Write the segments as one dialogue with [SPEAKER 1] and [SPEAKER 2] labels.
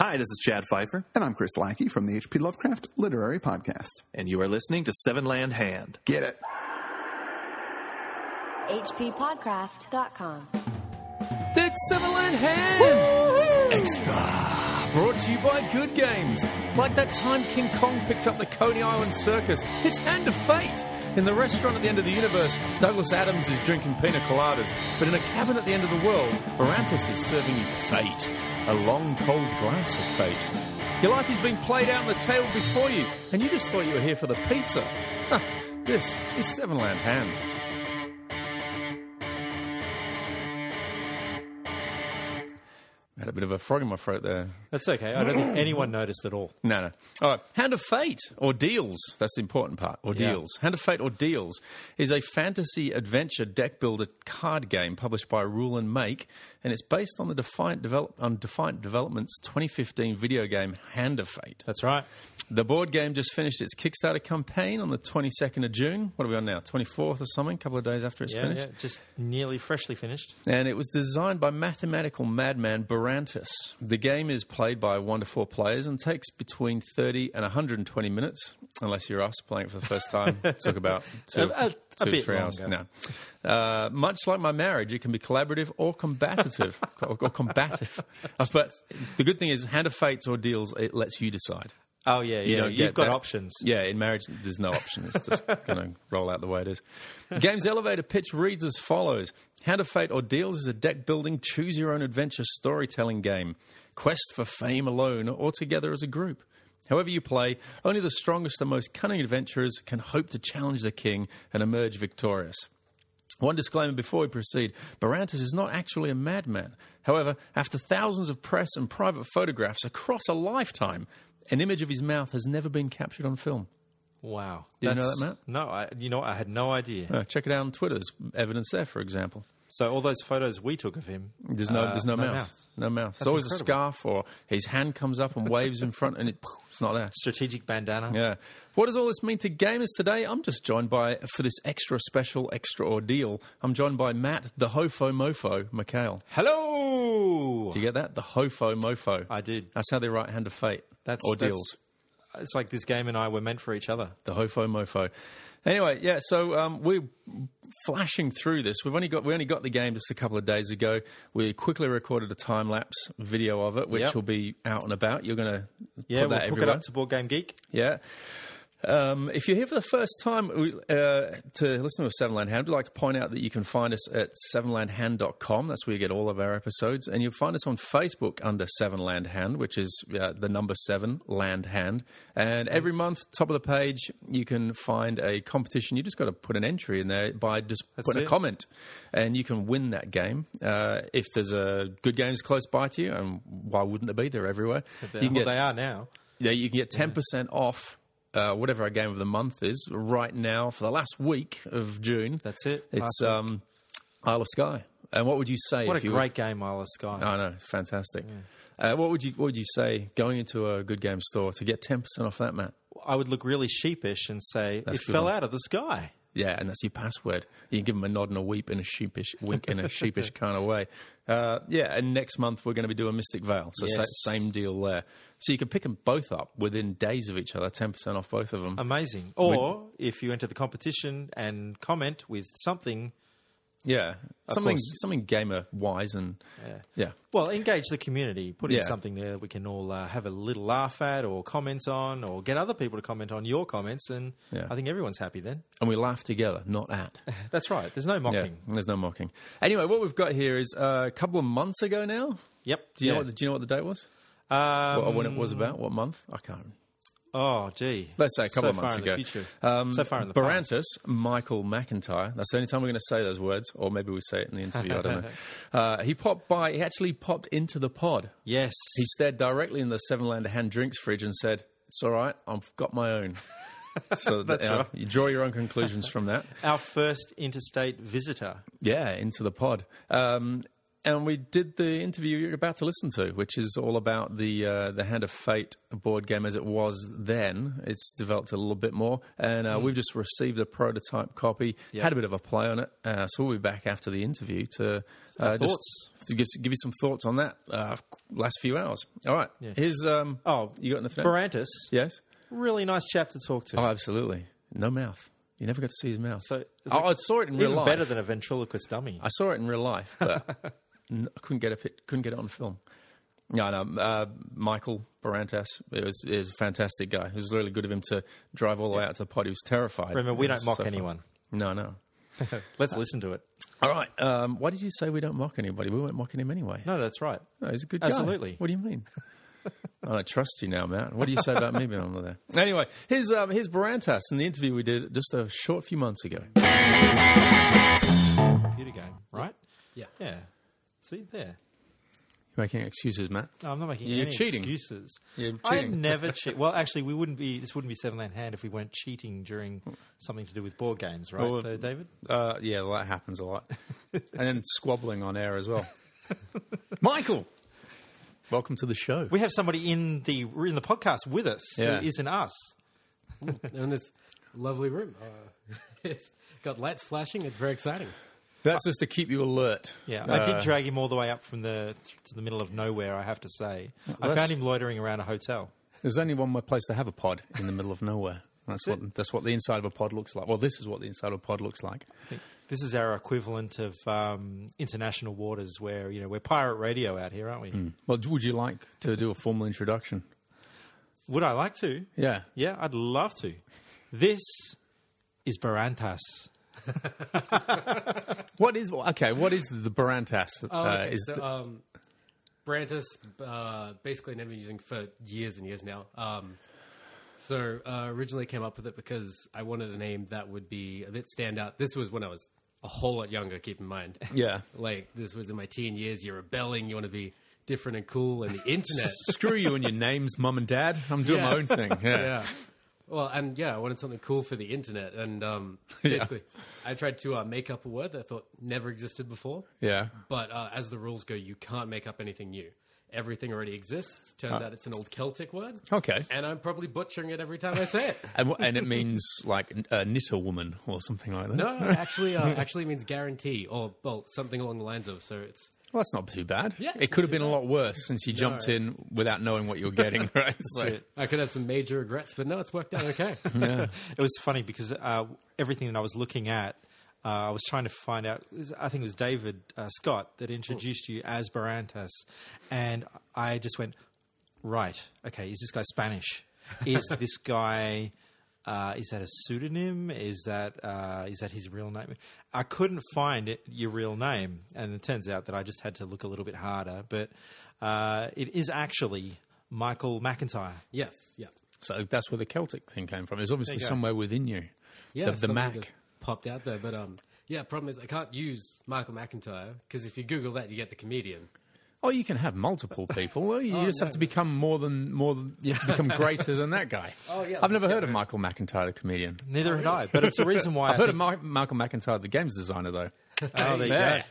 [SPEAKER 1] Hi, this is Chad Pfeiffer,
[SPEAKER 2] And I'm Chris Lackey from the H.P. Lovecraft Literary Podcast.
[SPEAKER 1] and you are listening to Seven Land Hand.
[SPEAKER 2] Get it.
[SPEAKER 3] HPPodcraft.com.
[SPEAKER 4] That's Seven Land Hand! Extra! Brought to you by Good Games. Like that time King Kong picked up the Coney Island Circus, it's Hand of Fate! In the restaurant at the end of the universe, Douglas Adams is drinking pina coladas, but in a cabin at the end of the world, Barantus is serving you fate. A long, cold glass of fate. Your life is being played out on the table before you, and you just thought you were here for the pizza. Huh, this is Seven Land Hand. I had a bit of a frog in my throat there.
[SPEAKER 5] That's okay. I don't think anyone noticed at all.
[SPEAKER 4] No, no. All right. Hand of Fate or Deals. That's the important part. Or Deals. Hand of Fate or Deals is a fantasy adventure deck builder card game published by Rule and Make, and it's based on the Defiant develop, on Defiant Development's 2015 video game Hand of Fate.
[SPEAKER 5] That's right.
[SPEAKER 4] The board game just finished its Kickstarter campaign on the 22nd of June. What are we on now? 24th or something? A couple of days after it's
[SPEAKER 5] Yeah,
[SPEAKER 4] finished
[SPEAKER 5] yeah, just nearly freshly finished.
[SPEAKER 4] and it was designed by mathematical madman Barantus. The game is played by one to four players and takes between 30 and 120 minutes, unless you're us playing it for the first time. it took about two,
[SPEAKER 5] A- a-
[SPEAKER 4] two
[SPEAKER 5] a
[SPEAKER 4] to
[SPEAKER 5] bit
[SPEAKER 4] three hours.
[SPEAKER 5] longer.
[SPEAKER 4] No. Uh, much like my marriage, it can be collaborative or combative. or, or combative. Uh, But the good thing is, Hand of Fates or Deals, it lets you decide.
[SPEAKER 5] Oh yeah, yeah. You
[SPEAKER 4] don't
[SPEAKER 5] have
[SPEAKER 4] get
[SPEAKER 5] got
[SPEAKER 4] that.
[SPEAKER 5] options.
[SPEAKER 4] Yeah, in marriage, there's no option. It's just going to roll out the way it is. The game's elevator pitch reads as follows Hand of Fate or Deals is a deck building, choose your own adventure storytelling game. Quest for fame alone or together as a group. However, you play, only the strongest and most cunning adventurers can hope to challenge the king and emerge victorious. One disclaimer before we proceed Barantus is not actually a madman. However, after thousands of press and private photographs across a lifetime, an image of his mouth has never been captured on film.
[SPEAKER 5] Wow.
[SPEAKER 4] Did you know
[SPEAKER 5] That's-
[SPEAKER 4] that, Matt?
[SPEAKER 5] No, I, you know I had no idea.
[SPEAKER 4] Uh, check it out on Twitter. There's evidence there, for example.
[SPEAKER 5] So all those photos we took of him.
[SPEAKER 4] There's no,
[SPEAKER 5] uh,
[SPEAKER 4] there's no, mouth. No mouth. It's always
[SPEAKER 5] incredible.
[SPEAKER 4] a scarf or his hand comes up and waves in front and it, it's not there.
[SPEAKER 5] Strategic bandana.
[SPEAKER 4] Yeah. What does all this mean to gamers today? I'm just joined by, for this extra special, extra ordeal, I'm joined by Matt, the Hofo Mofo, McHale.
[SPEAKER 5] Hello.
[SPEAKER 4] Do you get that? The Hofo Mofo.
[SPEAKER 5] I did.
[SPEAKER 4] That's how they write Hand of Fate.
[SPEAKER 5] That's
[SPEAKER 4] or
[SPEAKER 5] that's-
[SPEAKER 4] deals.
[SPEAKER 5] It's like this game and I were meant for each other.
[SPEAKER 4] The Hofo Mofo. Anyway, yeah. So um, we're flashing through this. We've only got we only got the game just a couple of days ago. We quickly recorded a time lapse video of it, which
[SPEAKER 5] Yep.
[SPEAKER 4] will be out and about. You're going to
[SPEAKER 5] Yeah,
[SPEAKER 4] put
[SPEAKER 5] we'll
[SPEAKER 4] that
[SPEAKER 5] hook it
[SPEAKER 4] everywhere.
[SPEAKER 5] up to Board Game Geek.
[SPEAKER 4] Yeah. Um, if you're here for the first time we- uh, to listen to a Seven Land Hand, we'd like to point out that you can find us at sevenlandhand.com. That's where you get all of our episodes. And you'll find us on Facebook under Seven Land Hand, which is uh, the number seven, Land Hand. And every month, top of the page, you can find a competition. You just got to put an entry in there by just putting a
[SPEAKER 5] it.
[SPEAKER 4] comment, and you can win that game. Uh, if there's a good games close by to you, and why wouldn't there be? They're everywhere. You
[SPEAKER 5] well, they are now.
[SPEAKER 4] yeah, you can get ten percent off uh, whatever our game of the month is right now for the last week of June.
[SPEAKER 5] That's it.
[SPEAKER 4] It's
[SPEAKER 5] Last week.
[SPEAKER 4] um, Isle of Skye. And what would you say?
[SPEAKER 5] What
[SPEAKER 4] if
[SPEAKER 5] a
[SPEAKER 4] you Ah.
[SPEAKER 5] great game, Isle of Skye.
[SPEAKER 4] Were, I know, it's fantastic. Uh, what would you What would you say going into a good game store to get ten percent off that, Matt?
[SPEAKER 5] I would look really sheepish and say
[SPEAKER 4] That's
[SPEAKER 5] it
[SPEAKER 4] a good
[SPEAKER 5] fell
[SPEAKER 4] one.
[SPEAKER 5] out of the sky.
[SPEAKER 4] Yeah, and that's your password. You can give them a nod and a weep and a sheepish wink in a sheepish kind of way. Uh, yeah, and next month we're going to be doing Mystic Veil. So sa-
[SPEAKER 5] Yes.
[SPEAKER 4] same deal there. So you can pick them both up within days of each other, ten percent off both of them.
[SPEAKER 5] Amazing. Or if you enter the competition and comment with something,
[SPEAKER 4] Yeah, something
[SPEAKER 5] course.
[SPEAKER 4] something gamer wise and yeah.
[SPEAKER 5] well, engage the community. Put
[SPEAKER 4] Yeah.
[SPEAKER 5] in something there that we can all uh, have a little laugh at or comment on or get other people to comment on your comments. And
[SPEAKER 4] Yeah.
[SPEAKER 5] I think everyone's happy then.
[SPEAKER 4] and we laugh together, not at.
[SPEAKER 5] That's right. There's no
[SPEAKER 4] Yeah,
[SPEAKER 5] mocking.
[SPEAKER 4] there's no mocking. Anyway, what we've got here is uh, a couple of months ago now.
[SPEAKER 5] Yep.
[SPEAKER 4] Do you
[SPEAKER 5] yeah.
[SPEAKER 4] know what? Do you know what the date was?
[SPEAKER 5] Um,
[SPEAKER 4] Or when it was about? What month? I can't.
[SPEAKER 5] oh, gee.
[SPEAKER 4] Let's say a couple
[SPEAKER 5] so
[SPEAKER 4] of months
[SPEAKER 5] far
[SPEAKER 4] ago. Um,
[SPEAKER 5] In the future. so far in the past.
[SPEAKER 4] Barantus, Michael McIntyre. That's the only time we're going to say those words, or maybe we say it in the interview. I don't know. Uh, he popped by. He actually popped into the pod.
[SPEAKER 5] Yes.
[SPEAKER 4] He stared directly in the Seven Lander hand drinks fridge and said, "It's all right. I've got my own." So
[SPEAKER 5] That's
[SPEAKER 4] you know,
[SPEAKER 5] right.
[SPEAKER 4] You draw your own conclusions from that.
[SPEAKER 5] Our first interstate visitor.
[SPEAKER 4] Yeah, into the pod. Um, and we did the interview you're about to listen to, which is all about the uh, the Hand of Fate board game as it was then. It's developed a little bit more, and
[SPEAKER 5] Hmm.
[SPEAKER 4] uh, we've just received a prototype copy. Had a bit of a play on it, uh, so we'll be back after the interview to uh,
[SPEAKER 5] thoughts.
[SPEAKER 4] just to give, give you some thoughts on that uh, last few hours. All right, here's um,
[SPEAKER 5] Oh,
[SPEAKER 4] you got nothing?
[SPEAKER 5] Barantis,
[SPEAKER 4] yes.
[SPEAKER 5] really nice chap to talk to.
[SPEAKER 4] Oh, absolutely. No mouth. You never got to see his mouth.
[SPEAKER 5] So it's
[SPEAKER 4] oh, I
[SPEAKER 5] like
[SPEAKER 4] saw it in real
[SPEAKER 5] Even
[SPEAKER 4] life.
[SPEAKER 5] better than a ventriloquist dummy.
[SPEAKER 4] I saw it in real life, but n- I couldn't get it. Couldn't get it on film. No, no. Uh, Michael Barantas it was, he was a fantastic guy. It was really good of him to drive all the way out to the pod. He was terrified.
[SPEAKER 5] Remember, we
[SPEAKER 4] It was
[SPEAKER 5] don't mock
[SPEAKER 4] so fun.
[SPEAKER 5] anyone.
[SPEAKER 4] No, no.
[SPEAKER 5] Let's listen to it.
[SPEAKER 4] All right. Um, why did you say we don't mock anybody? We weren't mocking him anyway.
[SPEAKER 5] No, that's right.
[SPEAKER 4] No, he's a good
[SPEAKER 5] Absolutely.
[SPEAKER 4] guy. What do you mean? I don't trust you now, Matt. What do you say about me being on there? Anyway, here's um, here's Barantas in the interview we did just a short few months ago.
[SPEAKER 5] Computer game, right?
[SPEAKER 6] Yeah.
[SPEAKER 5] Yeah. See there.
[SPEAKER 4] Making excuses, Matt.
[SPEAKER 5] No, I'm not making
[SPEAKER 4] You're
[SPEAKER 5] any
[SPEAKER 4] cheating.
[SPEAKER 5] excuses.
[SPEAKER 4] You're
[SPEAKER 5] I
[SPEAKER 4] cheating.
[SPEAKER 5] never cheat. Well, actually, we wouldn't be. This wouldn't be Seven Land Hand if we weren't cheating during something to do with board games, right,
[SPEAKER 4] Well,
[SPEAKER 5] though, David?
[SPEAKER 4] Uh, yeah, well, that happens a lot. and then squabbling on air as well. Michael, welcome to the show.
[SPEAKER 5] We have somebody in the in the podcast with us
[SPEAKER 4] Yeah.
[SPEAKER 5] who isn't us.
[SPEAKER 6] in this lovely room. Uh, it's got lights flashing. It's very exciting.
[SPEAKER 4] That's just to keep you alert.
[SPEAKER 5] Yeah,
[SPEAKER 4] Uh,
[SPEAKER 5] I did drag him all the way up from the to the middle of nowhere. I have to say, I
[SPEAKER 4] that's-
[SPEAKER 5] found him loitering around a hotel.
[SPEAKER 4] There's only one more place to have a pod in the middle of nowhere. That's what that's what the inside of a pod looks like. Well, this is what the inside of a pod looks like.
[SPEAKER 5] This is our equivalent of um, international waters, where you know we're pirate radio out here, aren't we?
[SPEAKER 4] Well, would you like to do a formal introduction?
[SPEAKER 5] Would I like to?
[SPEAKER 4] Yeah.
[SPEAKER 5] Yeah, I'd love to. This is Barantas.
[SPEAKER 4] What is okay? What is the Barantas?
[SPEAKER 6] Oh,
[SPEAKER 4] uh,
[SPEAKER 6] okay.
[SPEAKER 4] is
[SPEAKER 6] so,
[SPEAKER 4] the-
[SPEAKER 6] um, Brantus, uh, basically, never using for years and years now. Um, so uh, originally came up with it because I wanted a name that would be a bit standout. This was when I was a whole lot younger. Keep in mind,
[SPEAKER 4] yeah.
[SPEAKER 6] like this was in my teen years. You're rebelling. You want to be different and cool, and the internet.
[SPEAKER 4] Screw you and your names, mum and dad. I'm doing
[SPEAKER 6] Yeah.
[SPEAKER 4] my own thing. Yeah.
[SPEAKER 6] yeah. Well, and yeah, I wanted something cool for the internet, and um, basically, I tried to uh, make up a word that I thought never existed before.
[SPEAKER 4] Yeah.
[SPEAKER 6] But uh, as the rules go, you can't make up anything new. Everything already exists. Turns out it's an old Celtic word.
[SPEAKER 4] Okay.
[SPEAKER 6] And I'm probably butchering it every time I say it.
[SPEAKER 4] And, wh- and it means like n- a knitter woman or something like that.
[SPEAKER 6] No, no, actually, uh, actually means guarantee or well, something along the lines of. So it's
[SPEAKER 4] Well, that's not too bad.
[SPEAKER 6] Yeah, it's
[SPEAKER 4] it
[SPEAKER 6] not
[SPEAKER 4] could have been
[SPEAKER 6] too
[SPEAKER 4] a lot worse since you jumped in without knowing what you were getting, right? So-
[SPEAKER 5] it.
[SPEAKER 6] I could have some major regrets, but no, it's worked out okay.
[SPEAKER 5] It was funny because uh, everything that I was looking at, uh, I was trying to find out. it was- I think it was David uh, Scott that introduced you as Barantas, and I just went, right, okay, is this guy Spanish? Is this guy? Uh, is that a pseudonym? Is that uh, is that his real name? I couldn't find it, your real name, and it turns out that I just had to look a little bit harder. But uh, it is actually Michael McIntyre.
[SPEAKER 6] yes. Yeah.
[SPEAKER 4] So that's where the Celtic thing came from. It's obviously
[SPEAKER 5] you go.
[SPEAKER 4] somewhere within you.
[SPEAKER 6] Yeah,
[SPEAKER 4] The, the
[SPEAKER 6] something
[SPEAKER 4] Mac.
[SPEAKER 6] just popped out there, but um, yeah. Problem is, I can't use Michael McIntyre because if you Google that, you get the comedian.
[SPEAKER 4] Oh, you can have multiple people. Well,
[SPEAKER 6] Oh,
[SPEAKER 4] you just have to become more than more. Than, you have to become greater than that guy.
[SPEAKER 6] Oh, yeah,
[SPEAKER 4] I've
[SPEAKER 6] let's
[SPEAKER 4] never
[SPEAKER 6] get
[SPEAKER 4] heard of
[SPEAKER 6] rid-
[SPEAKER 4] Michael McIntyre, the comedian.
[SPEAKER 5] Neither had I, but it's the reason why I
[SPEAKER 4] I've heard
[SPEAKER 5] think-
[SPEAKER 4] of Mi- Michael McIntyre, the games designer, though.
[SPEAKER 5] Oh, there you
[SPEAKER 4] Yeah.
[SPEAKER 5] go.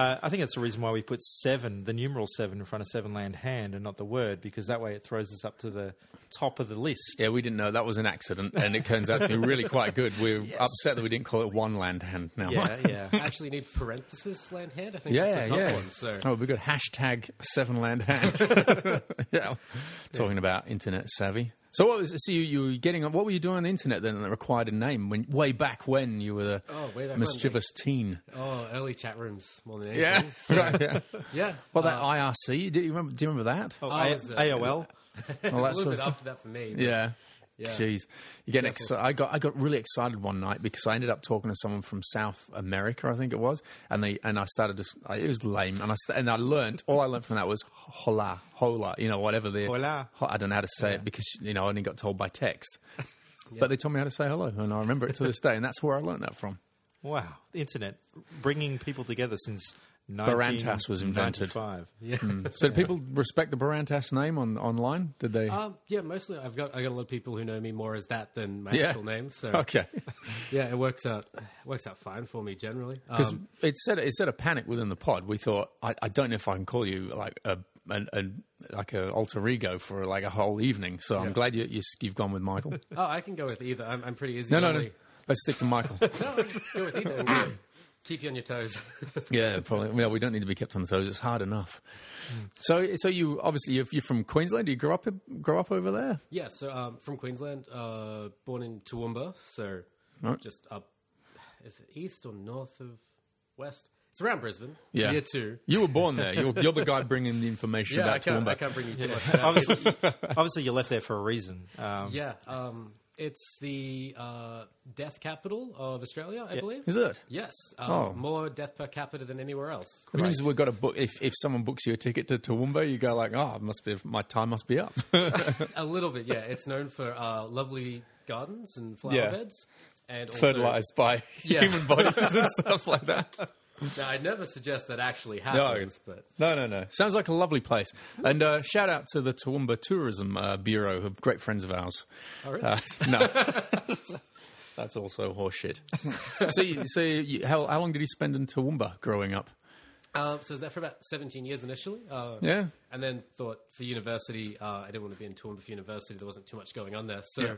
[SPEAKER 5] Uh, I think that's the reason why we put seven, the numeral seven, in front of seven land hand and not the word, because that way it throws us up to the top of the list.
[SPEAKER 4] Yeah, we didn't know that was an accident, and it turns out to be really quite good. We're upset that we didn't call it one land hand now.
[SPEAKER 5] yeah. yeah.
[SPEAKER 6] Actually, need parenthesis land hand. I think
[SPEAKER 4] Yeah,
[SPEAKER 6] that's the top
[SPEAKER 4] yeah.
[SPEAKER 6] one. So
[SPEAKER 4] Oh, we got hashtag seven land hand. yeah, talking about internet savvy. So what was so you, you were getting on? What were you doing on the internet then that required a name when way back when you were the
[SPEAKER 6] Oh, way back when,
[SPEAKER 4] mischievous teen?
[SPEAKER 6] oh, early chat rooms more than
[SPEAKER 4] Yeah,
[SPEAKER 6] anything.
[SPEAKER 4] right, yeah.
[SPEAKER 6] yeah.
[SPEAKER 4] Well, that IRC. Do you remember? Do you remember that?
[SPEAKER 5] Oh,
[SPEAKER 6] I
[SPEAKER 5] I-
[SPEAKER 6] was, uh,
[SPEAKER 5] AOL.
[SPEAKER 4] All
[SPEAKER 6] a
[SPEAKER 4] that
[SPEAKER 6] little
[SPEAKER 4] sort
[SPEAKER 6] bit
[SPEAKER 4] of stuff.
[SPEAKER 6] after that for me. but-
[SPEAKER 4] Yeah.
[SPEAKER 6] Yeah.
[SPEAKER 4] Jeez, you get exci- I got I got really excited one night because I ended up talking to someone from South America, I think it was, and they and I started to. s- I, it was lame, and I st- and I learned all I learned from that was hola, hola, you know, whatever the
[SPEAKER 5] Hola.
[SPEAKER 4] ho- I don't know how to say it because you know I only got told by text, but they told me how to say hello, and I remember it to this day, and that's where I learned that from.
[SPEAKER 5] Wow. The internet bringing people together since
[SPEAKER 4] Barantas was invented.
[SPEAKER 5] 1995.
[SPEAKER 4] So, do people respect the Barantas name on online? Did they?
[SPEAKER 6] Um, yeah, mostly I've got I got a lot of people who know me more as that than my
[SPEAKER 4] Yeah.
[SPEAKER 6] actual name. So
[SPEAKER 4] okay,
[SPEAKER 6] yeah, it works out it works out fine for me generally.
[SPEAKER 4] because
[SPEAKER 6] Um,
[SPEAKER 4] it set it set a panic within the pod. We thought, I, I don't know if I can call you like a, an an like a alter ego for like a whole evening. So I'm glad you, you s- you've gone with Michael.
[SPEAKER 6] oh, I can go with either. I'm, I'm pretty easy.
[SPEAKER 4] No, no, no. Let's stick to Michael.
[SPEAKER 6] no. I can go with either. and Keep you on your toes.
[SPEAKER 4] yeah, probably. Well, we don't need to be kept on toes. It's hard enough.
[SPEAKER 6] Hmm.
[SPEAKER 4] So, so you obviously you're, you're from Queensland. You grew up grow up over there.
[SPEAKER 6] yeah. So um, from Queensland, uh, born in Toowoomba, so just up. Is it east or north of west? It's around Brisbane.
[SPEAKER 4] Yeah,
[SPEAKER 6] Year two.
[SPEAKER 4] You were born there. You're, you're the guy bringing the information
[SPEAKER 6] Yeah, I
[SPEAKER 4] about
[SPEAKER 6] can't, I
[SPEAKER 4] Toowoomba.
[SPEAKER 6] can't bring you too much. back.
[SPEAKER 5] obviously, obviously, you left there for a reason. Um,
[SPEAKER 6] Yeah, um, it's the uh, death capital of Australia, I believe.
[SPEAKER 4] Is it?
[SPEAKER 6] Yes. Um,
[SPEAKER 4] Oh.
[SPEAKER 6] More death per capita than anywhere else.
[SPEAKER 4] It means we've got a book. If, if someone books you a ticket to Toowoomba, you go like, oh, it must be my time must be up.
[SPEAKER 6] A little bit, yeah. It's known for uh, lovely gardens and flower
[SPEAKER 4] Yeah.
[SPEAKER 6] beds. And also,
[SPEAKER 4] Fertilized by
[SPEAKER 6] Yeah.
[SPEAKER 4] human bodies and stuff like that.
[SPEAKER 6] Now, I'd never suggest that actually
[SPEAKER 4] No,
[SPEAKER 6] happens, but
[SPEAKER 4] no, no, no. Sounds like a lovely place. And uh, shout out to the Toowoomba Tourism uh, Bureau, who are great friends of ours.
[SPEAKER 6] Oh, really?
[SPEAKER 4] Uh, no, that's also horseshit. so, you, so you, how, how long did he spend in Toowoomba growing up?
[SPEAKER 6] Um, so I was there for about 17 years initially. Uh,
[SPEAKER 4] Yeah.
[SPEAKER 6] And then thought for university, uh, I didn't want to be in Toowoomba for university. There wasn't too much going on there. So
[SPEAKER 4] Yeah.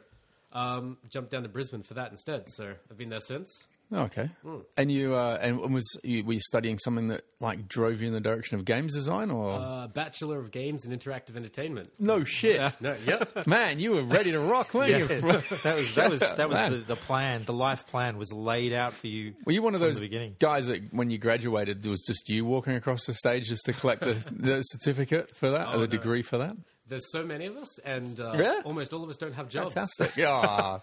[SPEAKER 6] um, jumped down to Brisbane for that instead. So I've been there since.
[SPEAKER 4] Oh, okay. And you uh, and was you, were you studying something that like drove you in the direction of games design or
[SPEAKER 6] Uh, Bachelor of Games and Interactive Entertainment.
[SPEAKER 4] no shit?
[SPEAKER 6] No, yep.
[SPEAKER 4] Man, you were ready to rock, weren't you?
[SPEAKER 5] that was that was that was
[SPEAKER 4] Man.
[SPEAKER 5] the, the plan. The life plan was laid out for you.
[SPEAKER 4] Were you one of
[SPEAKER 5] from
[SPEAKER 4] those
[SPEAKER 5] the beginning?
[SPEAKER 4] guys that when you graduated, there was just you walking across the stage just to collect the, the certificate for
[SPEAKER 6] Oh,
[SPEAKER 4] that or the degree for that?
[SPEAKER 6] There's so many of us, and uh,
[SPEAKER 4] Really?
[SPEAKER 6] almost all of us don't have jobs.
[SPEAKER 4] Fantastic. Yeah. oh,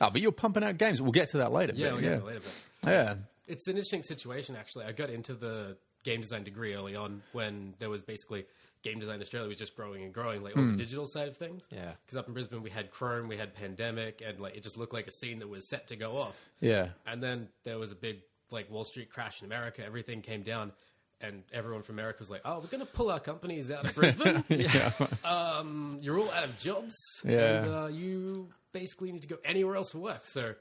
[SPEAKER 4] but you're pumping out games. We'll get to that later.
[SPEAKER 6] Yeah,
[SPEAKER 4] but
[SPEAKER 6] we'll get to it later. But
[SPEAKER 4] Yeah.
[SPEAKER 6] it's an interesting situation actually. I got into the game design degree early on when there was basically game design Australia was just growing and growing, like on
[SPEAKER 4] Hmm.
[SPEAKER 6] the digital side of things.
[SPEAKER 5] Yeah.
[SPEAKER 6] because up in Brisbane we had Chrome, we had Pandemic, and like it just looked like a scene that was set to go off.
[SPEAKER 4] Yeah.
[SPEAKER 6] And then there was a big like Wall Street crash in America. Everything came down, and everyone from America was like, "Oh, we're going to pull our companies out of Brisbane. um, you're all out of jobs.
[SPEAKER 4] Yeah.
[SPEAKER 6] and uh, you basically need to go anywhere else for work." So.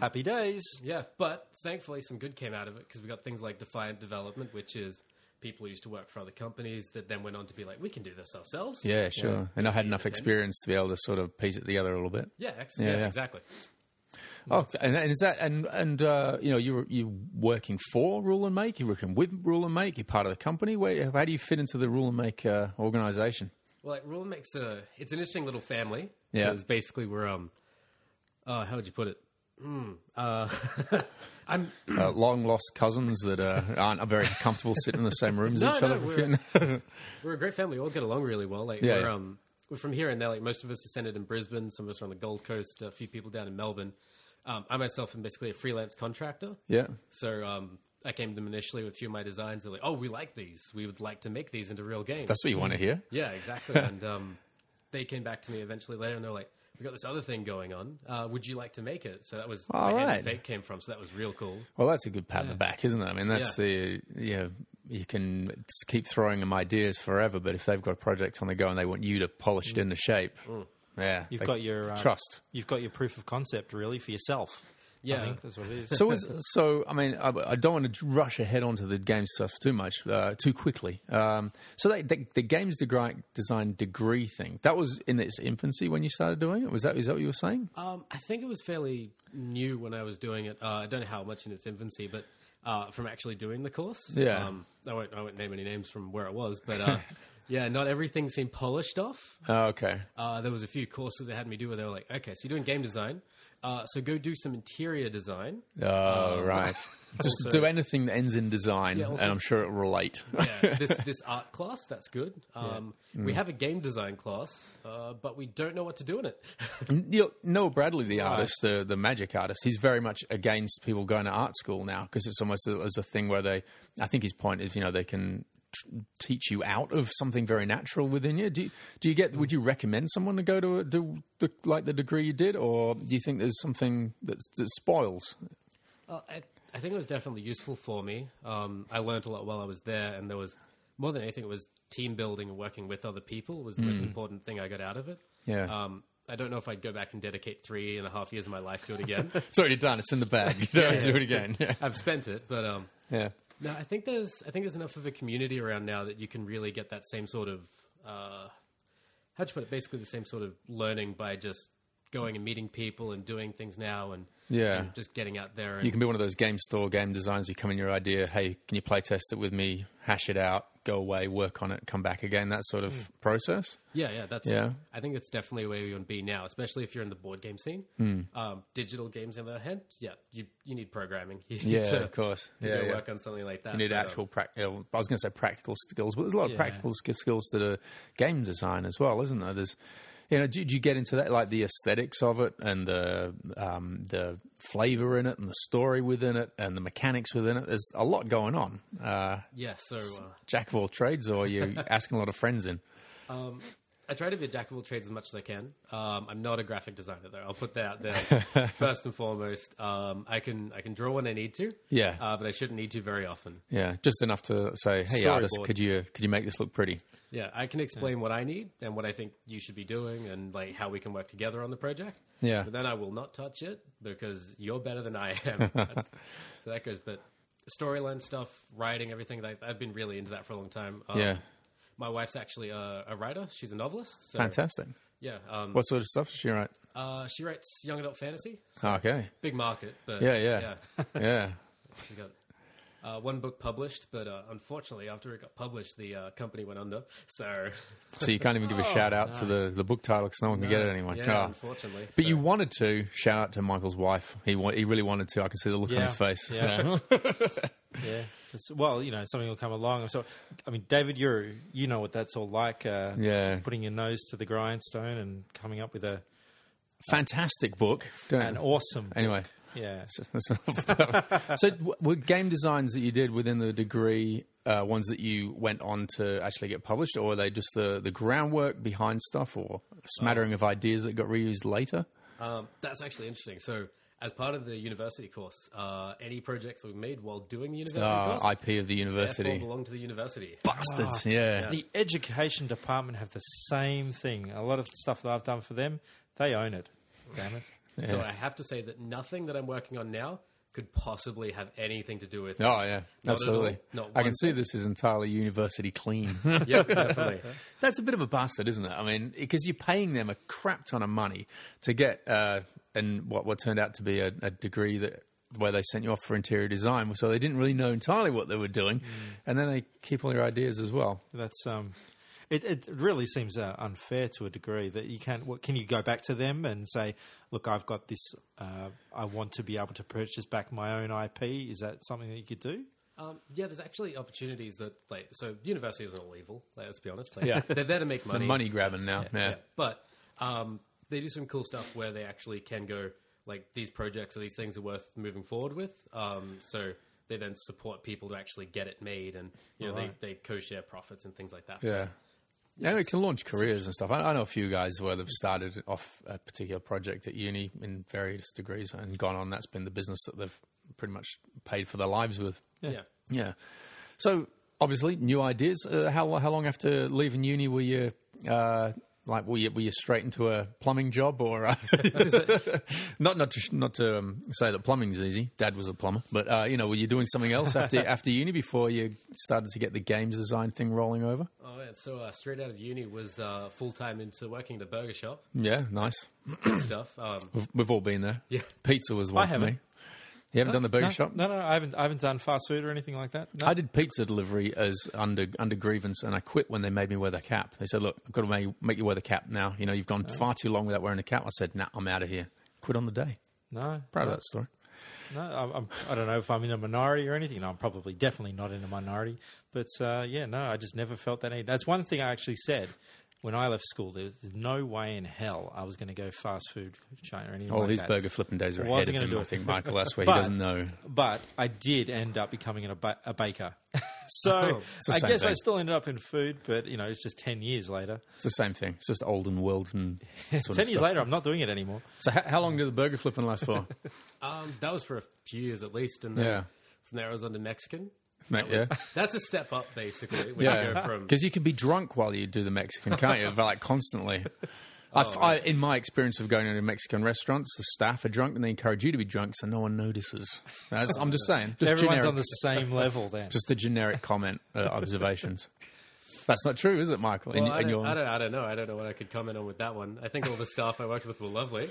[SPEAKER 5] Happy days.
[SPEAKER 6] Yeah, but thankfully some good came out of it because we got things like Defiant Development, which is people who used to work for other companies that then went on to be like, we can do this ourselves.
[SPEAKER 4] Yeah, sure. And I had enough experience to be able to sort of piece it together a little bit.
[SPEAKER 6] Yeah, ex-
[SPEAKER 4] Yeah,
[SPEAKER 6] yeah,
[SPEAKER 4] yeah.
[SPEAKER 6] exactly.
[SPEAKER 4] Oh, and, and is that and and uh, you know you were you working for Rule and Make? You're working with Rule and Make. You're part of the company. Where how do you fit into the Rule and Make uh, organization?
[SPEAKER 6] Well, like, Rule makes a it's an interesting little family.
[SPEAKER 4] Yeah.
[SPEAKER 6] because basically we're um, uh, how would you put it? Mm, uh, I'm
[SPEAKER 4] Uh, long lost cousins that uh, aren't very comfortable sitting in the same room as
[SPEAKER 6] No,
[SPEAKER 4] each
[SPEAKER 6] no,
[SPEAKER 4] other. for a few-
[SPEAKER 6] we're a great family. We all get along really well. Like
[SPEAKER 4] Yeah,
[SPEAKER 6] we're
[SPEAKER 4] yeah.
[SPEAKER 6] um we're from here and there. Like most of us are centered in Brisbane. Some of us are on the Gold Coast. A few people down in Melbourne. Um, I myself am basically a freelance contractor.
[SPEAKER 4] yeah.
[SPEAKER 6] So um, I came to them initially with a few of my designs. They're like, "Oh, we like these. We would like to make these into real games."
[SPEAKER 4] That's what you want to hear.
[SPEAKER 6] yeah, exactly. and um, they came back to me eventually later, and they're like, "We got this other thing going on. Uh, would you like to make it?" So that was
[SPEAKER 4] All
[SPEAKER 6] where Hand in
[SPEAKER 4] right.
[SPEAKER 6] Fate came from. So that was real cool.
[SPEAKER 4] Well, that's a good pat on the back, isn't it? I mean, that's
[SPEAKER 6] Yeah.
[SPEAKER 4] the yeah. You can just keep throwing them ideas forever, but if they've got a project on the go and they want you to polish it into shape, yeah,
[SPEAKER 5] Mm. You've
[SPEAKER 4] they-
[SPEAKER 5] got your uh,
[SPEAKER 4] trust.
[SPEAKER 5] You've got your proof of concept really for yourself. I
[SPEAKER 6] Yeah.
[SPEAKER 5] think that's what it is.
[SPEAKER 4] So, is, so I mean, I, I don't want to rush ahead onto the game stuff too much, uh, too quickly. Um, so, they, they, the games degree, design degree thing that was in its infancy when you started doing it. Was that is that what you were saying?
[SPEAKER 5] Uh,
[SPEAKER 6] Um, I think it was fairly new when I was doing it. Uh, I don't know how much in its infancy, but uh, from actually doing the course,
[SPEAKER 4] Yeah.
[SPEAKER 6] Um, I won't. I won't name any names from where it was, but uh, yeah, not everything seemed polished off.
[SPEAKER 4] Oh, okay,
[SPEAKER 6] uh, there was a few courses they had me do where they were like, okay, so you're doing game design, uh, so go do some interior design.
[SPEAKER 4] oh right. Just do anything that ends in design,
[SPEAKER 6] also-
[SPEAKER 4] and I'm sure it'll relate.
[SPEAKER 6] Yeah, Uh, this this art class, that's good. Um, We have a game design class, uh, but we don't know what to do in it.
[SPEAKER 4] you know, Noah Bradley, the artist, the the magic artist, he's very much against people going to art school now because it's almost a, as a thing where they. I think his point is, you know, they can tr- teach you out of something very natural within you. Do you, do you get? Would you recommend someone to go to a, do the, like the degree you did, or do you think there's something that's, that spoils?
[SPEAKER 6] Uh, I, I I think it was definitely useful for me. Um, I learned a lot while I was there, and there was more than anything, it was team building and working with other people was the most important thing I got out of it.
[SPEAKER 4] Yeah.
[SPEAKER 6] Um, I don't know if I'd go back and dedicate three and a half years of my life to it again.
[SPEAKER 4] It's already done. It's in the bag. You don't have to do it again. Yeah.
[SPEAKER 6] I've spent it, but um,
[SPEAKER 4] yeah.
[SPEAKER 6] no, I think there's I think there's enough of a community around now that you can really get that same sort of uh, how'd you put it? Basically, the same sort of learning by just going and meeting people and doing things now and
[SPEAKER 4] Yeah.
[SPEAKER 6] and just getting out there. And,
[SPEAKER 4] You can be one of those game store game designs. You come in your idea, hey, can you play test it with me? Hash it out, go away, work on it, come back again. That sort of
[SPEAKER 6] Hmm.
[SPEAKER 4] process.
[SPEAKER 6] Yeah, yeah, that's.
[SPEAKER 4] Yeah.
[SPEAKER 6] I think that's definitely where you want to be now, especially if you're in the board game scene.
[SPEAKER 4] Hmm.
[SPEAKER 6] Um, digital games, on the other hand, yeah, you you need programming. You need
[SPEAKER 4] Yeah,
[SPEAKER 6] to,
[SPEAKER 4] of course.
[SPEAKER 6] to
[SPEAKER 4] Yeah,
[SPEAKER 6] go
[SPEAKER 4] yeah.
[SPEAKER 6] work on something like that.
[SPEAKER 4] You need
[SPEAKER 6] But, um,
[SPEAKER 4] actual practical. I was going to say practical skills, but there's a lot of
[SPEAKER 6] Yeah.
[SPEAKER 4] practical sk- skills to the game design as well, isn't there? There's, you know, do, do you get into that like the aesthetics of it and the um, the flavor in it and the story within it and the mechanics within it? There's a lot going on. Uh,
[SPEAKER 6] yeah, so uh,
[SPEAKER 4] jack of all trades, or you asking a lot of friends in.
[SPEAKER 6] I try to be a jack of all trades as much as I can. Um, I'm not a graphic designer though. I'll put that out there first and foremost. Um, I can I can draw when I need to.
[SPEAKER 4] Yeah.
[SPEAKER 6] uh, but I shouldn't need to very often.
[SPEAKER 4] Yeah, just enough to say, hey, artist,
[SPEAKER 5] Storyboard.
[SPEAKER 4] could you could you make this look pretty?
[SPEAKER 6] Yeah, I can explain what I need and what I think you should be doing and like how we can work together on the project.
[SPEAKER 4] Yeah.
[SPEAKER 6] But then I will not touch it because you're better than I am. That's- so that goes. But storyline stuff, writing, everything like I've been really into that for a long time. Um,
[SPEAKER 4] Yeah.
[SPEAKER 6] My wife's actually a, a writer. She's a novelist. So,
[SPEAKER 4] Fantastic.
[SPEAKER 6] Yeah. Um,
[SPEAKER 4] What sort of stuff does she write?
[SPEAKER 6] uh, she writes young adult fantasy.
[SPEAKER 4] Okay.
[SPEAKER 6] Big market, but
[SPEAKER 4] Yeah, yeah,
[SPEAKER 6] yeah.
[SPEAKER 4] yeah.
[SPEAKER 6] She's got uh, one book published, but uh, unfortunately, after it got published, the uh, company went under. So
[SPEAKER 4] So you can't even give a shout out to the, the book title because no one can get it anyway.
[SPEAKER 6] yeah,
[SPEAKER 4] Ah.
[SPEAKER 6] unfortunately.
[SPEAKER 4] But
[SPEAKER 6] So-
[SPEAKER 4] you wanted to shout out to Michael's wife. He wa- he really wanted to. I can see the look on
[SPEAKER 5] Yeah,
[SPEAKER 4] his face.
[SPEAKER 5] yeah. Yeah. It's, well, you know, something will come along. So, I mean, David, you you know what that's all like. Uh,
[SPEAKER 4] Yeah.
[SPEAKER 5] Putting your nose to the grindstone and coming up with a
[SPEAKER 4] fantastic book. Don't-
[SPEAKER 5] an awesome.
[SPEAKER 4] Anyway,
[SPEAKER 5] Yeah.
[SPEAKER 4] so w- were game designs that you did within the degree uh, ones that you went on to actually get published, or are they just the the groundwork behind stuff, or a smattering of ideas that got reused later?
[SPEAKER 6] Um, that's actually interesting. So, as part of the university course, uh, any projects that we made while doing the university
[SPEAKER 4] Uh,
[SPEAKER 6] course
[SPEAKER 4] IP of the
[SPEAKER 6] therefore
[SPEAKER 4] university.
[SPEAKER 6] belong to the university.
[SPEAKER 4] Bastards,
[SPEAKER 6] Ah.
[SPEAKER 4] yeah.
[SPEAKER 5] The education department have the same thing. A lot of stuff that I've done for them, they own it. Damn it.
[SPEAKER 6] So I have to say that nothing that I'm working on now could possibly have anything to do with.
[SPEAKER 4] Oh yeah,
[SPEAKER 6] at
[SPEAKER 4] absolutely.
[SPEAKER 6] all. Not
[SPEAKER 4] I can
[SPEAKER 6] one
[SPEAKER 4] see this is entirely university clean.
[SPEAKER 6] yeah, definitely.
[SPEAKER 4] That's a bit of a bastard, isn't it? I mean, because you're paying them a crap ton of money to get uh, and what what turned out to be a, a degree that where they sent you off for interior design, so they didn't really know entirely what they were doing, and then they keep all your ideas as well.
[SPEAKER 5] That's um, it. It really seems uh, unfair to a degree that you can't. What can you go back to them and say, "Look, I've got this. Uh, I want to be able to purchase back my own IP." Is that something that you could do?
[SPEAKER 6] Um, yeah, there's actually opportunities that like so the university isn't all evil. Like, let's be honest. Like,
[SPEAKER 4] Yeah.
[SPEAKER 6] they're there to make money.
[SPEAKER 4] money grabbing now, yeah.
[SPEAKER 6] But um, they do some cool stuff where they actually can go like these projects or these things are worth moving forward with. Um, so they then support people to actually get it made, and you know
[SPEAKER 5] Alright.
[SPEAKER 6] they, they co-share profits and things like that.
[SPEAKER 4] Yeah. Yeah, it can launch careers and stuff. I, I know a few guys where they've started off a particular project at uni in various degrees and gone on. That's been the business that they've pretty much paid for their lives with.
[SPEAKER 6] Yeah.
[SPEAKER 4] Yeah. So obviously, new ideas. Uh, how how long after leaving uni were you? Uh, like were you, were you straight into a plumbing job or uh, not not to sh- not to um, say that plumbing's easy dad was a plumber but uh, you know were you doing something else after after uni before you started to get the games design thing rolling over
[SPEAKER 6] Oh, and so uh, straight out of uni was uh, full time into working at a burger shop
[SPEAKER 4] yeah nice
[SPEAKER 6] and stuff. Um,
[SPEAKER 4] we've, we've all been there
[SPEAKER 6] Yeah.
[SPEAKER 4] pizza was one
[SPEAKER 5] I
[SPEAKER 4] for me
[SPEAKER 5] haven't.
[SPEAKER 4] you haven't done the burger
[SPEAKER 5] no,
[SPEAKER 4] shop
[SPEAKER 5] No, no, I haven't. I haven't done fast food or anything like that. No.
[SPEAKER 4] I did pizza delivery as under under grievance, and I quit when they made me wear the cap. They said, "Look, I've got to make, make you wear the cap now. You know, you've gone far too long without wearing a cap." I said, "Nah, I'm out of here." Quit on the day.
[SPEAKER 5] no,
[SPEAKER 4] Proud
[SPEAKER 5] no,
[SPEAKER 4] of that story.
[SPEAKER 5] no, I'm, I'm, I don't know if I'm in a minority or anything. No, I'm probably definitely not in a minority. But uh, yeah, no, I just never felt that need. That's one thing I actually said when I left school. There was no way in hell I was going to go fast food chain or anything.
[SPEAKER 4] All
[SPEAKER 5] like
[SPEAKER 4] these
[SPEAKER 5] that.
[SPEAKER 4] burger flipping days are ahead
[SPEAKER 5] Wasn't
[SPEAKER 4] of
[SPEAKER 5] gonna
[SPEAKER 4] him.
[SPEAKER 5] do
[SPEAKER 4] I
[SPEAKER 5] it.
[SPEAKER 4] think Michael. That's where he
[SPEAKER 5] But-
[SPEAKER 4] doesn't know.
[SPEAKER 5] But I did end up becoming a, ba- a baker. so
[SPEAKER 4] Oh, It's the
[SPEAKER 5] I
[SPEAKER 4] same
[SPEAKER 5] guess I
[SPEAKER 4] thing.
[SPEAKER 5] still ended up in food, but you know, it's just ten years later.
[SPEAKER 4] It's the same thing. It's just old and world and sort of
[SPEAKER 5] ten years
[SPEAKER 4] stuff.
[SPEAKER 5] later, I'm not doing it anymore.
[SPEAKER 4] So how, how long did the burger flipping last for?
[SPEAKER 6] Um, that was for a few years at least, and then
[SPEAKER 4] Yeah.
[SPEAKER 6] from there I was under Mexican.
[SPEAKER 4] Mate, yeah.
[SPEAKER 6] That's a step up, basically. When you go
[SPEAKER 4] Yeah,
[SPEAKER 6] from
[SPEAKER 4] because you can be drunk while you do the Mexican, can't you? Like constantly.
[SPEAKER 6] Oh,
[SPEAKER 4] I've, I, in my experience of going into Mexican restaurants, the staff are drunk and they encourage you to be drunk, so no one notices. That's, I'm just saying. Just
[SPEAKER 5] Everyone's
[SPEAKER 4] generic,
[SPEAKER 5] on the same level then.
[SPEAKER 4] Just a generic comment, uh, observations. That's not true, is it, Michael? In-
[SPEAKER 6] Well, I,
[SPEAKER 4] in
[SPEAKER 6] don't,
[SPEAKER 4] your-
[SPEAKER 6] I, don't, I don't know. I don't know what I could comment on with that one. I think all the staff I worked with were lovely.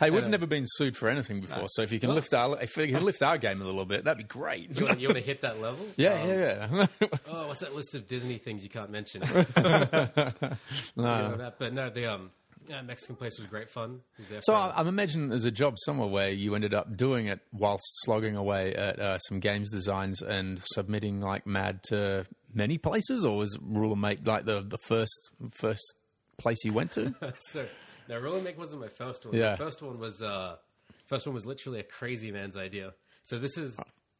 [SPEAKER 4] hey, we've never been sued for anything before, so if you can lift our if you can lift our game a little bit, that'd be great.
[SPEAKER 6] You want, you want to hit that level?
[SPEAKER 4] yeah,
[SPEAKER 6] Um,
[SPEAKER 4] yeah, yeah.
[SPEAKER 6] Oh, what's that list of Disney things you can't mention? no. that, but no, the um, yeah, Mexican place was great fun. It was there
[SPEAKER 4] So
[SPEAKER 6] forever.
[SPEAKER 4] I, I'm imagining there's a job somewhere where you ended up doing it whilst slogging away at uh, some games designs and submitting like mad to many places, or was Ruler Make like the, the first first place you went to?
[SPEAKER 6] so now roller make wasn't my first one.
[SPEAKER 4] uh, Yeah.
[SPEAKER 6] My first one was uh first one was literally a crazy man's idea. So this is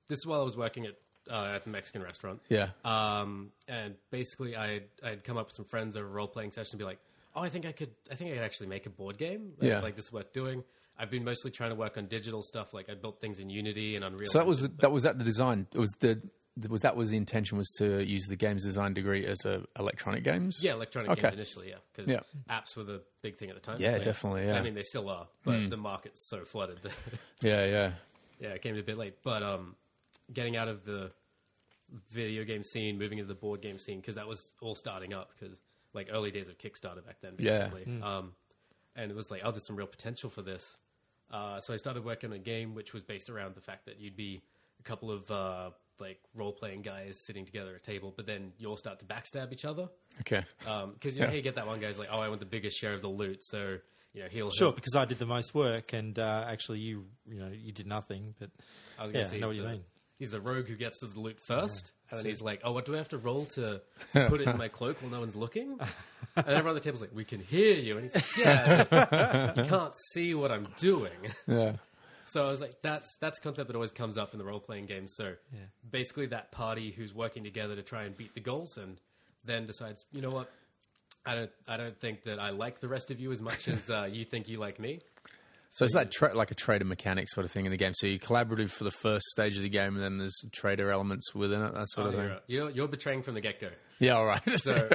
[SPEAKER 6] this is while I was working at uh, at the Mexican restaurant.
[SPEAKER 4] Yeah.
[SPEAKER 6] Um and basically I I'd come up with some friends over a role playing session and be like, "Oh, I think I could I think I could actually make a board game. Like,
[SPEAKER 4] Yeah.
[SPEAKER 6] like this is worth doing." I've been mostly trying to work on digital stuff like I built things in Unity and Unreal.
[SPEAKER 4] so that was
[SPEAKER 6] Engine,
[SPEAKER 4] the, that was that the design. It was the the- was that was the intention was to use the games design degree as a electronic games?
[SPEAKER 6] Yeah, electronic
[SPEAKER 4] Okay.
[SPEAKER 6] games initially, yeah, because
[SPEAKER 4] Yeah.
[SPEAKER 6] apps were the big thing at the time.
[SPEAKER 4] Yeah, definitely, yeah.
[SPEAKER 6] I mean, they still are, but the market's so flooded. That,
[SPEAKER 4] yeah, yeah.
[SPEAKER 6] yeah, it came a bit late, but um, getting out of the video game scene, moving into the board game scene, because that was all starting up, because like early days of Kickstarter back then,
[SPEAKER 4] Yeah.
[SPEAKER 6] basically. Um, and it was like, oh, there's some real potential for this. Uh, so I started working on a game which was based around the fact that you'd be a couple of uh, like role playing guys sitting together at a table, but then you all start to backstab each other.
[SPEAKER 4] Okay.
[SPEAKER 6] Because you know, how you get that one guy's like, oh, I want the biggest share of the loot, so you know he'll
[SPEAKER 5] Sure, because I did the most work, and uh, actually, you you know you did nothing. But
[SPEAKER 6] I was gonna
[SPEAKER 5] yeah,
[SPEAKER 6] say
[SPEAKER 5] I know
[SPEAKER 6] he's
[SPEAKER 5] what you
[SPEAKER 6] the,
[SPEAKER 5] mean.
[SPEAKER 6] He's the rogue who gets to the loot first, and then he's like, oh, what do I have to roll to, to put it in my cloak while no one's looking? And everyone on the table's like, we can hear you, and he's like, yeah, you can't see what I'm doing.
[SPEAKER 4] Yeah.
[SPEAKER 6] So I was like, that's that's a concept that always comes up in the role playing game. So basically, that party who's working together to try and beat the goals, and then decides, you know what, I don't I don't think that I like the rest of you as much as uh, you think you like me.
[SPEAKER 4] So it's that tra- like a trader mechanic sort of thing in the game. So you collaborative for the first stage of the game, and then there's trader elements within it, that sort of thing.
[SPEAKER 6] You're, you're, you're betraying from the get go.
[SPEAKER 4] Yeah, all right.
[SPEAKER 6] Ah, So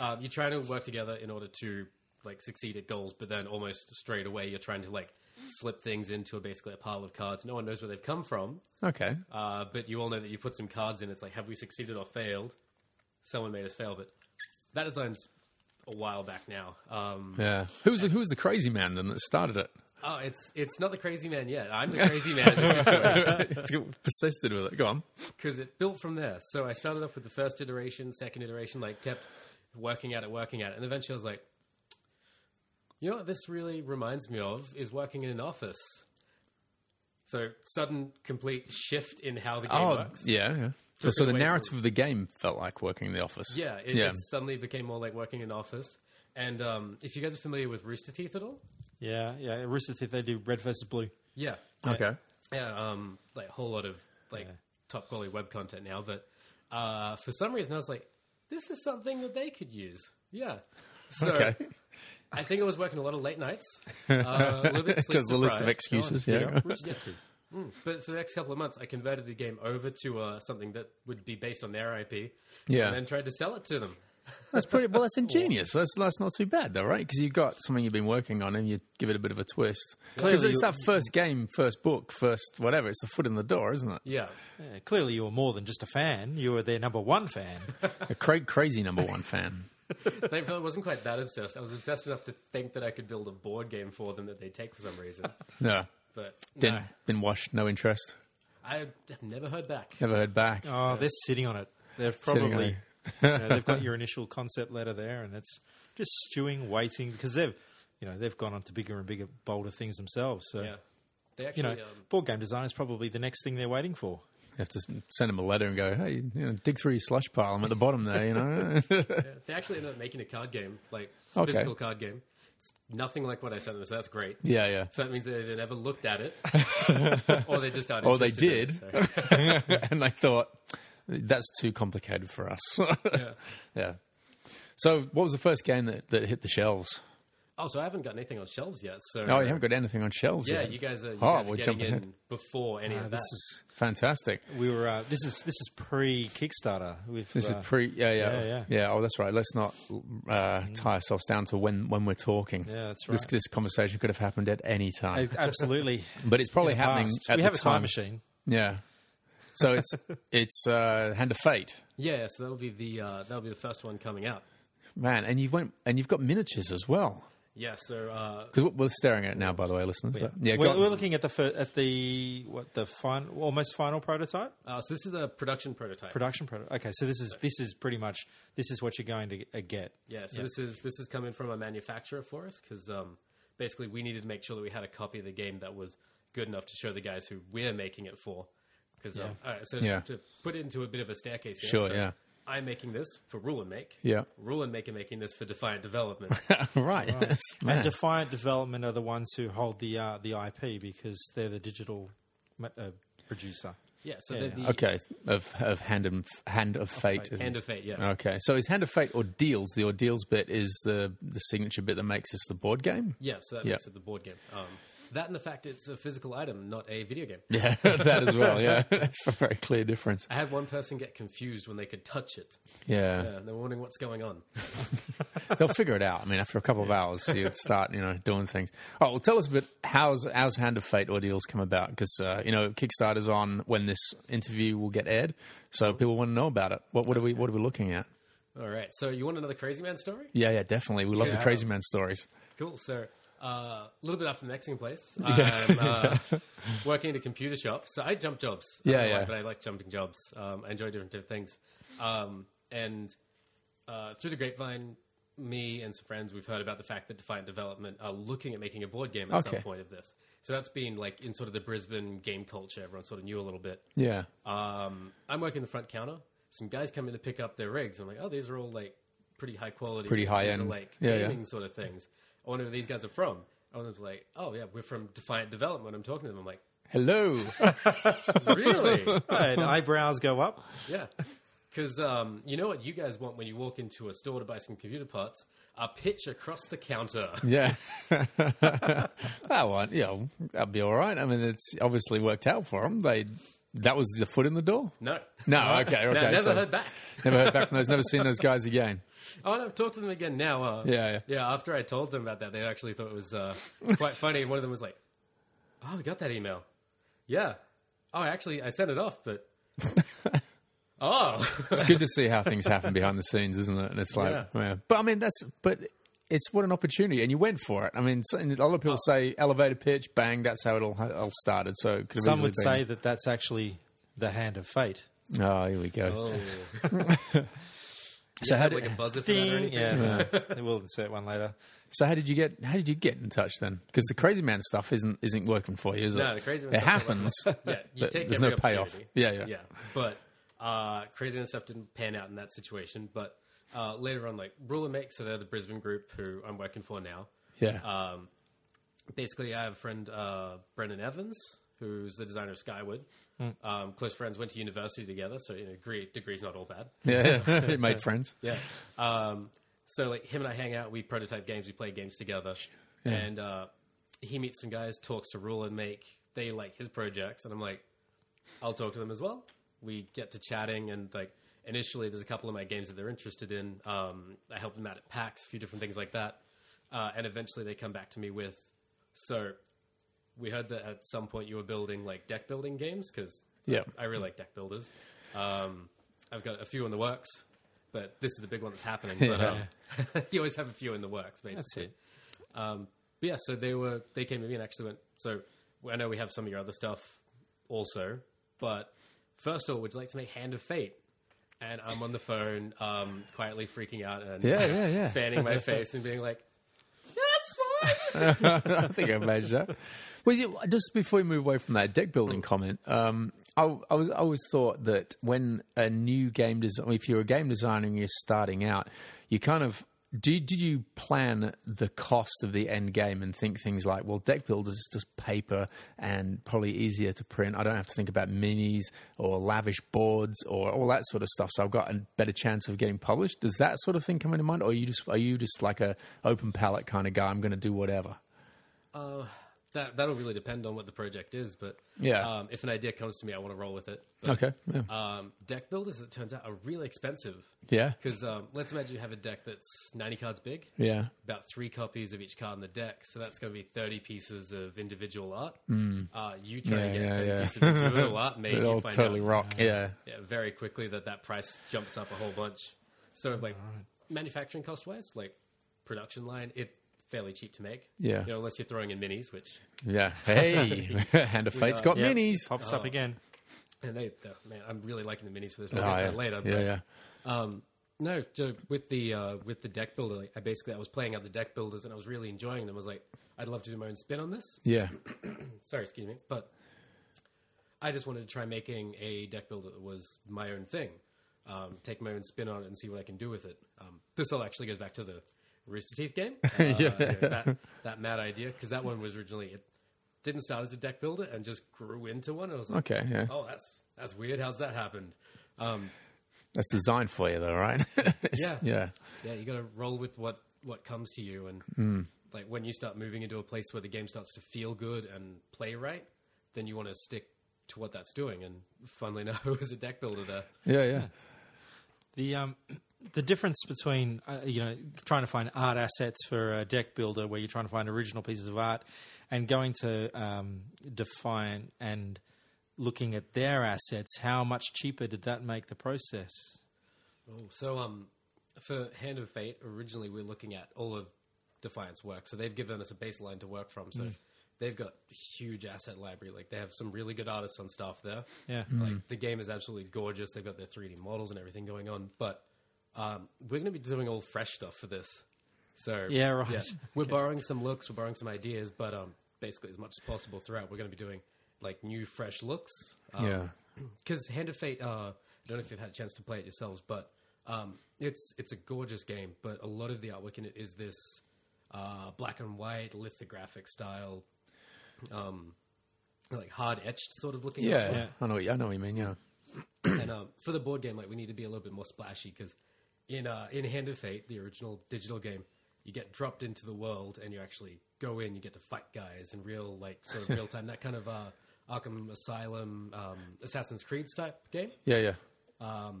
[SPEAKER 6] um, you're trying to work together in order to like succeed at goals, but then almost straight away you're trying to like slip things into a, basically a pile of cards. No one knows where they've come from,
[SPEAKER 4] okay.
[SPEAKER 6] uh, but you all know that you put some cards in. It's like, have we succeeded or failed? Someone made us fail, but that design's a while back now. Um,
[SPEAKER 4] Yeah. Who's the, who's the crazy man then that started it?
[SPEAKER 6] oh, it's it's not the crazy man yet. I'm the crazy man in this situation
[SPEAKER 4] Persisted with it. Go on.
[SPEAKER 6] because it built from there. So I started off with the first iteration, second iteration, like kept working at it, working at it, and eventually I was like, you know what this really reminds me of is working in an office. So sudden, complete shift in how the game works.
[SPEAKER 4] Oh, yeah. yeah. So, so
[SPEAKER 6] it
[SPEAKER 4] the
[SPEAKER 6] away
[SPEAKER 4] narrative
[SPEAKER 6] from-
[SPEAKER 4] of the game felt like working in the office.
[SPEAKER 6] Yeah, it,
[SPEAKER 4] yeah.
[SPEAKER 6] it suddenly became more like working in an office. And um, if you guys are familiar with Rooster Teeth at all,
[SPEAKER 5] Yeah, yeah. Rooster Teeth they do red versus blue.
[SPEAKER 6] yeah,
[SPEAKER 4] Okay.
[SPEAKER 6] yeah, um, like a whole lot of like top quality web content now. But uh, for some reason, I was like, this is something that they could use. Yeah. So
[SPEAKER 4] Okay.
[SPEAKER 6] I think I was working a lot of late nights. Uh, a little bit sleep
[SPEAKER 4] Just the list of
[SPEAKER 6] deprived.
[SPEAKER 4] excuses.
[SPEAKER 5] There you
[SPEAKER 4] yeah.
[SPEAKER 5] go, Rooster Teeth.
[SPEAKER 6] But for the next couple of months, I converted the game over to uh, something that would be based on their IP.
[SPEAKER 4] Yeah.
[SPEAKER 6] And then tried to sell it to them.
[SPEAKER 4] That's pretty. Well, that's ingenious. That's that's not too bad though, right? Because you've got something you've been working on, and you give it a bit of a twist. Because
[SPEAKER 5] Clearly
[SPEAKER 4] it's
[SPEAKER 5] you-
[SPEAKER 4] that first game, first book, first whatever. It's the foot in the door, isn't it?
[SPEAKER 6] Yeah.
[SPEAKER 5] Yeah, clearly, you were more than just a fan. You were their number one fan.
[SPEAKER 4] A cra- crazy number one fan.
[SPEAKER 6] Thankfully, I wasn't quite that obsessed. I was obsessed enough to think that I could build a board game for them that they take for some reason.
[SPEAKER 4] Yeah.
[SPEAKER 6] But no,
[SPEAKER 4] Didn't been washed. No interest.
[SPEAKER 6] I have never heard back.
[SPEAKER 4] Never heard back.
[SPEAKER 5] Oh, they're sitting on it. They're
[SPEAKER 4] Sitting on
[SPEAKER 5] probably you know, they've got your initial concept letter there, and it's just stewing, waiting because they've you know they've gone on to bigger and bigger, bolder things themselves. So
[SPEAKER 6] Yeah. They
[SPEAKER 5] you
[SPEAKER 6] actually,
[SPEAKER 5] know,
[SPEAKER 6] um,
[SPEAKER 5] board game design is probably the next thing they're waiting for.
[SPEAKER 4] You have to s- send him a letter and go, hey, you know, dig through your slush pile. I'm at the bottom there, you know.
[SPEAKER 6] They actually ended up making a card game, like
[SPEAKER 4] Okay.
[SPEAKER 6] physical card game. It's nothing like what I sent them, so that's great.
[SPEAKER 4] yeah, yeah.
[SPEAKER 6] So that means they never looked at it, or they just aren't.
[SPEAKER 4] Or they
[SPEAKER 6] interested in it, so.
[SPEAKER 4] and they thought, That's too complicated for us. yeah. So, what was the first game that, that hit the shelves?
[SPEAKER 6] Oh, so I haven't got anything on shelves yet. So
[SPEAKER 4] Oh, you haven't got anything on shelves
[SPEAKER 6] yeah,
[SPEAKER 4] yet.
[SPEAKER 6] you guys are, you
[SPEAKER 4] Oh,
[SPEAKER 6] guys are
[SPEAKER 4] we're
[SPEAKER 6] getting
[SPEAKER 4] jumping
[SPEAKER 6] in
[SPEAKER 4] ahead. Uh,
[SPEAKER 6] before any of that.
[SPEAKER 5] Uh, this is
[SPEAKER 4] Fantastic.
[SPEAKER 5] we were. Uh, this is this is uh, pre Kickstarter.
[SPEAKER 4] This is pre. Yeah, yeah,
[SPEAKER 5] yeah,
[SPEAKER 4] yeah,
[SPEAKER 5] yeah. Mm.
[SPEAKER 4] Oh, that's right. Let's not uh, tie ourselves down to when when we're talking.
[SPEAKER 5] Yeah, that's
[SPEAKER 4] This
[SPEAKER 5] right.
[SPEAKER 4] this conversation could have happened at any time,
[SPEAKER 5] absolutely.
[SPEAKER 4] but it's probably
[SPEAKER 5] In the
[SPEAKER 4] happening.
[SPEAKER 5] past.
[SPEAKER 4] At
[SPEAKER 5] we
[SPEAKER 4] the
[SPEAKER 5] have a time
[SPEAKER 4] time.
[SPEAKER 5] machine.
[SPEAKER 4] Yeah. So it's it's uh, Hand of Fate,
[SPEAKER 6] Yeah, so that'll be the uh, that'll be the first one coming out.
[SPEAKER 4] man, and you went and you've got miniatures as well
[SPEAKER 6] Yeah, so uh,
[SPEAKER 4] because we're staring at it now. By the way, listeners. But- Yeah, go
[SPEAKER 5] we're,
[SPEAKER 4] on.
[SPEAKER 5] we're looking at the fir- at the what the final almost final prototype
[SPEAKER 6] uh, so this is a production prototype.
[SPEAKER 5] production prototype. Okay, so this is this is pretty much this is what you're going to uh, get.
[SPEAKER 6] yeah, so this is this is coming from a manufacturer for us because um, basically we needed to make sure that we had a copy of the game that was good enough to show the guys who we're making it for. Because um, all right, so
[SPEAKER 4] Yeah.
[SPEAKER 6] to put it into a bit of a staircase. Here,
[SPEAKER 4] Sure,
[SPEAKER 6] so
[SPEAKER 4] yeah.
[SPEAKER 6] I'm making this for Rule and Make.
[SPEAKER 4] Yeah.
[SPEAKER 6] Rule and Make are making this for Defiant Development.
[SPEAKER 4] right. Yes, man.
[SPEAKER 5] And Defiant Development are the ones who hold the uh, the IP because they're the digital ma- uh, producer.
[SPEAKER 6] yeah, so they're the
[SPEAKER 4] okay, of of Hand and Hand of Fate.
[SPEAKER 6] Hand of Fate. Yeah.
[SPEAKER 4] Okay, so is Hand of Fate Ordeals? The Ordeals bit is the the signature bit that makes us the board game.
[SPEAKER 6] Yeah, so that
[SPEAKER 4] Yeah.
[SPEAKER 6] makes it the board game. Um, that and the fact it's a physical item, not a video game.
[SPEAKER 4] Yeah, that as well. Yeah, it's a very clear difference.
[SPEAKER 6] I had one person get confused when they could touch it.
[SPEAKER 4] Yeah.
[SPEAKER 6] Uh, they're wondering what's going on.
[SPEAKER 4] they'll figure it out. I mean, after a couple of hours, you'd start, you know, doing things. All right, well, tell us a bit how's how's Hand of Fate ordeals come about because uh, you know Kickstarter's on when this interview will get aired, so people want to know about it. What what are we what are we looking at?
[SPEAKER 6] All right, so you want another Crazy Man story?
[SPEAKER 4] Yeah, yeah, definitely. We love the crazy man stories.
[SPEAKER 6] Cool. So uh, a little bit after the Mexican place, I'm uh, working at a computer shop. So I jump jobs. I
[SPEAKER 4] Yeah,
[SPEAKER 6] don't know why,
[SPEAKER 4] yeah.
[SPEAKER 6] but I like jumping jobs. Um, I enjoy different, different things. Um, and uh, through the grapevine, me and some friends, we've heard about the fact that Defiant Development are looking at making a board game at some
[SPEAKER 4] Okay.
[SPEAKER 6] point of this. So that's been like in sort of the Brisbane game culture. Everyone sort of knew a little bit.
[SPEAKER 4] Yeah,
[SPEAKER 6] Um, I'm working the front counter. Some guys come in to pick up their rigs. I'm like, oh, these are all like pretty high quality,
[SPEAKER 4] Pretty
[SPEAKER 6] rigs.
[SPEAKER 4] high
[SPEAKER 6] These are,
[SPEAKER 4] end.
[SPEAKER 6] like
[SPEAKER 4] Yeah, yeah.
[SPEAKER 6] gaming sort of things. I wonder where these guys are from. I was like, oh yeah, we're from Defiant Development. I'm talking to them. I'm like,
[SPEAKER 4] hello.
[SPEAKER 6] really?
[SPEAKER 5] And eyebrows go up.
[SPEAKER 6] yeah, because um, you know what you guys want when you walk into a store to buy some computer parts? A pitch across the counter.
[SPEAKER 4] yeah, that one. Yeah, that'd be all right. I mean, it's obviously worked out for them. They that was the foot in the door.
[SPEAKER 6] No,
[SPEAKER 4] No, okay, okay.
[SPEAKER 6] No, never
[SPEAKER 4] so-
[SPEAKER 6] heard back.
[SPEAKER 4] Never heard back from those. Never seen those guys again.
[SPEAKER 6] Oh, and I've talked to them again now. Uh,
[SPEAKER 4] Yeah, yeah.
[SPEAKER 6] After I told them about that, they actually thought it was uh, quite funny. One of them was like, "Oh, we got that email. Yeah. Oh, actually, I sent it off, but oh,
[SPEAKER 4] it's good to see how things happen behind the scenes, isn't it? And it's like,
[SPEAKER 6] Yeah.
[SPEAKER 4] yeah. but I mean, that's but it's what an opportunity, and you went for it. I mean, so- and a lot of people say elevator pitch, bang, that's how it all, all started. So it could have
[SPEAKER 5] Some
[SPEAKER 4] easily
[SPEAKER 5] would say
[SPEAKER 4] been-
[SPEAKER 5] that that's actually the hand of fate.
[SPEAKER 4] oh, here we go.
[SPEAKER 6] oh.
[SPEAKER 4] so how
[SPEAKER 6] had like
[SPEAKER 4] did,
[SPEAKER 6] a buzzer for that or
[SPEAKER 5] Ding.
[SPEAKER 6] anything.
[SPEAKER 5] Yeah, no, we'll insert one later.
[SPEAKER 4] so how did you get how did you get in touch then? Because the crazy man stuff isn't isn't working for you, is it?
[SPEAKER 6] No, the Crazy Man
[SPEAKER 4] it
[SPEAKER 6] stuff's not
[SPEAKER 4] happens.
[SPEAKER 6] Yeah, you
[SPEAKER 4] but
[SPEAKER 6] take
[SPEAKER 4] there's
[SPEAKER 6] every
[SPEAKER 4] no payoff.
[SPEAKER 6] opportunity.
[SPEAKER 4] Yeah, yeah,
[SPEAKER 6] yeah. But uh, crazy and stuff didn't pan out in that situation. But uh, later on, like Ruler Make, so they're the Brisbane group who I'm working for now.
[SPEAKER 4] yeah.
[SPEAKER 6] Um, basically, I have a friend, uh, Brendan Evans, who's the designer of Skyward. Um, close friends went to university together, so you know, degree, degree's not all bad.
[SPEAKER 4] yeah, yeah. it made friends.
[SPEAKER 6] Yeah. Um, so like him and I hang out, we prototype games, we play games together, and uh, he meets some guys, talks to Rule and Make. They like his projects, and I'm like, I'll talk to them as well. We get to chatting, and like initially, there's a couple of my games that they're interested in. Um, I help them out at PAX, a few different things like that, uh, and eventually they come back to me with, so we heard that at some point you were building like deck building games because
[SPEAKER 4] Yeah.
[SPEAKER 6] I really like deck builders. Um, I've got a few in the works, but this is the big one that's happening. But um, you always have a few in the works, basically. Um,
[SPEAKER 5] That's it.
[SPEAKER 6] But yeah, so they were they came to me and actually went. So I know we have some of your other stuff also, but first of all, would you like to make Hand of Fate? And I'm on the phone, um, quietly freaking out and
[SPEAKER 4] Yeah, yeah, yeah.
[SPEAKER 6] fanning my face and being like, "Yeah, that's fine."
[SPEAKER 4] I think I imagined that. Was it, just before we move away from that deck building comment? Um, I, I was I always thought that when a new game design, if you're a game designer and you're starting out, you kind of Did, did you plan the cost of the end game and think things like, well, deck builders is just paper and probably easier to print. I don't have to think about minis or lavish boards or all that sort of stuff. So I've got a better chance of getting published. Does that sort of thing come into mind, or are you just are you just like a open palette kind of guy? I'm going to do whatever.
[SPEAKER 6] That that'll really depend on what the project is, but
[SPEAKER 4] Yeah.
[SPEAKER 6] um, if an idea comes to me, I want to roll with it. But,
[SPEAKER 4] Okay. Yeah.
[SPEAKER 6] Um, deck builders, as it turns out, are really expensive.
[SPEAKER 4] Yeah.
[SPEAKER 6] Because um, let's imagine you have a deck that's 90 cards big.
[SPEAKER 4] Yeah.
[SPEAKER 6] About three copies of each card in the deck, so that's going to be 30 pieces of individual art. Uh, you try
[SPEAKER 4] Hmm. Yeah,
[SPEAKER 6] to get
[SPEAKER 4] yeah,
[SPEAKER 6] 30
[SPEAKER 4] yeah.
[SPEAKER 6] pieces of individual art, maybe
[SPEAKER 4] It'll
[SPEAKER 6] you find
[SPEAKER 4] totally
[SPEAKER 6] out
[SPEAKER 4] rock. Yeah.
[SPEAKER 6] yeah, very quickly that that price jumps up a whole bunch. So like manufacturing cost wise, like production line, it fairly cheap to make.
[SPEAKER 4] Yeah.
[SPEAKER 6] you know, unless you're throwing in minis, which
[SPEAKER 4] Yeah. Hey, Hand of Fate's got
[SPEAKER 5] Yep.
[SPEAKER 4] minis.
[SPEAKER 5] Pops up again.
[SPEAKER 6] and they uh, man, I'm really liking the minis for this.
[SPEAKER 4] Oh,
[SPEAKER 6] We'll get to
[SPEAKER 4] yeah.
[SPEAKER 6] that later.
[SPEAKER 4] yeah,
[SPEAKER 6] but,
[SPEAKER 4] yeah.
[SPEAKER 6] Um, no, so with the uh, with the deck builder, like, I basically I was playing out the deck builders and I was really enjoying them. I was like, I'd love to do my own spin on this.
[SPEAKER 4] Yeah.
[SPEAKER 6] Sorry, excuse me, but I just wanted to try making a deck builder that was my own thing. Um, take my own spin on it and see what I can do with it. Um, this all actually goes back to the Rooster Teeth game. Uh, yeah, that, that mad idea because that one was originally it didn't start as a deck builder and just grew into one. I was like,
[SPEAKER 4] Okay, yeah.
[SPEAKER 6] oh, that's that's weird. How's that happened? Um,
[SPEAKER 4] That's designed for you, though, right? It's-
[SPEAKER 6] Yeah.
[SPEAKER 4] Yeah.
[SPEAKER 6] yeah, you got to roll with what what comes to you, and like when you start moving into a place where the game starts to feel good and play right, then you want to stick to what that's doing. And funnily enough, it was a deck builder there.
[SPEAKER 4] Yeah, yeah.
[SPEAKER 5] The um, the difference between uh, you know trying to find art assets for a deck builder, where you're trying to find original pieces of art, and going to um, Defiant and looking at their assets, how much cheaper did that make the process?
[SPEAKER 6] So, um, for Hand of Fate, originally we are looking at all of Defiant's work. So they've given us a baseline to work from. So they've got a huge asset library. Like they have some really good artists on staff there.
[SPEAKER 5] Yeah.
[SPEAKER 6] Like the game is absolutely gorgeous. They've got their 3D models and everything going on. But um, we're going to be doing all fresh stuff for this. So
[SPEAKER 5] Yeah, right.
[SPEAKER 6] We're borrowing some looks, we're borrowing some ideas, but um, basically as much as possible throughout, we're going to be doing like new fresh looks. Um,
[SPEAKER 4] Yeah.
[SPEAKER 6] because Hand of Fate, uh, I don't know if you've had a chance to play it yourselves, but um, it's it's a gorgeous game. But a lot of the artwork in it is this uh, black and white lithographic style, um, like hard etched sort of looking.
[SPEAKER 4] Yeah,
[SPEAKER 6] artwork.
[SPEAKER 4] I know. What, I know what you mean. Yeah,
[SPEAKER 6] And um, for the board game, like we need to be a little bit more splashy because in uh, in Hand of Fate, the original digital game, you get dropped into the world and you actually go in. You get to fight guys in real like sort of real time. That kind of uh, Arkham Asylum, um, Assassin's Creed type game.
[SPEAKER 4] yeah, yeah.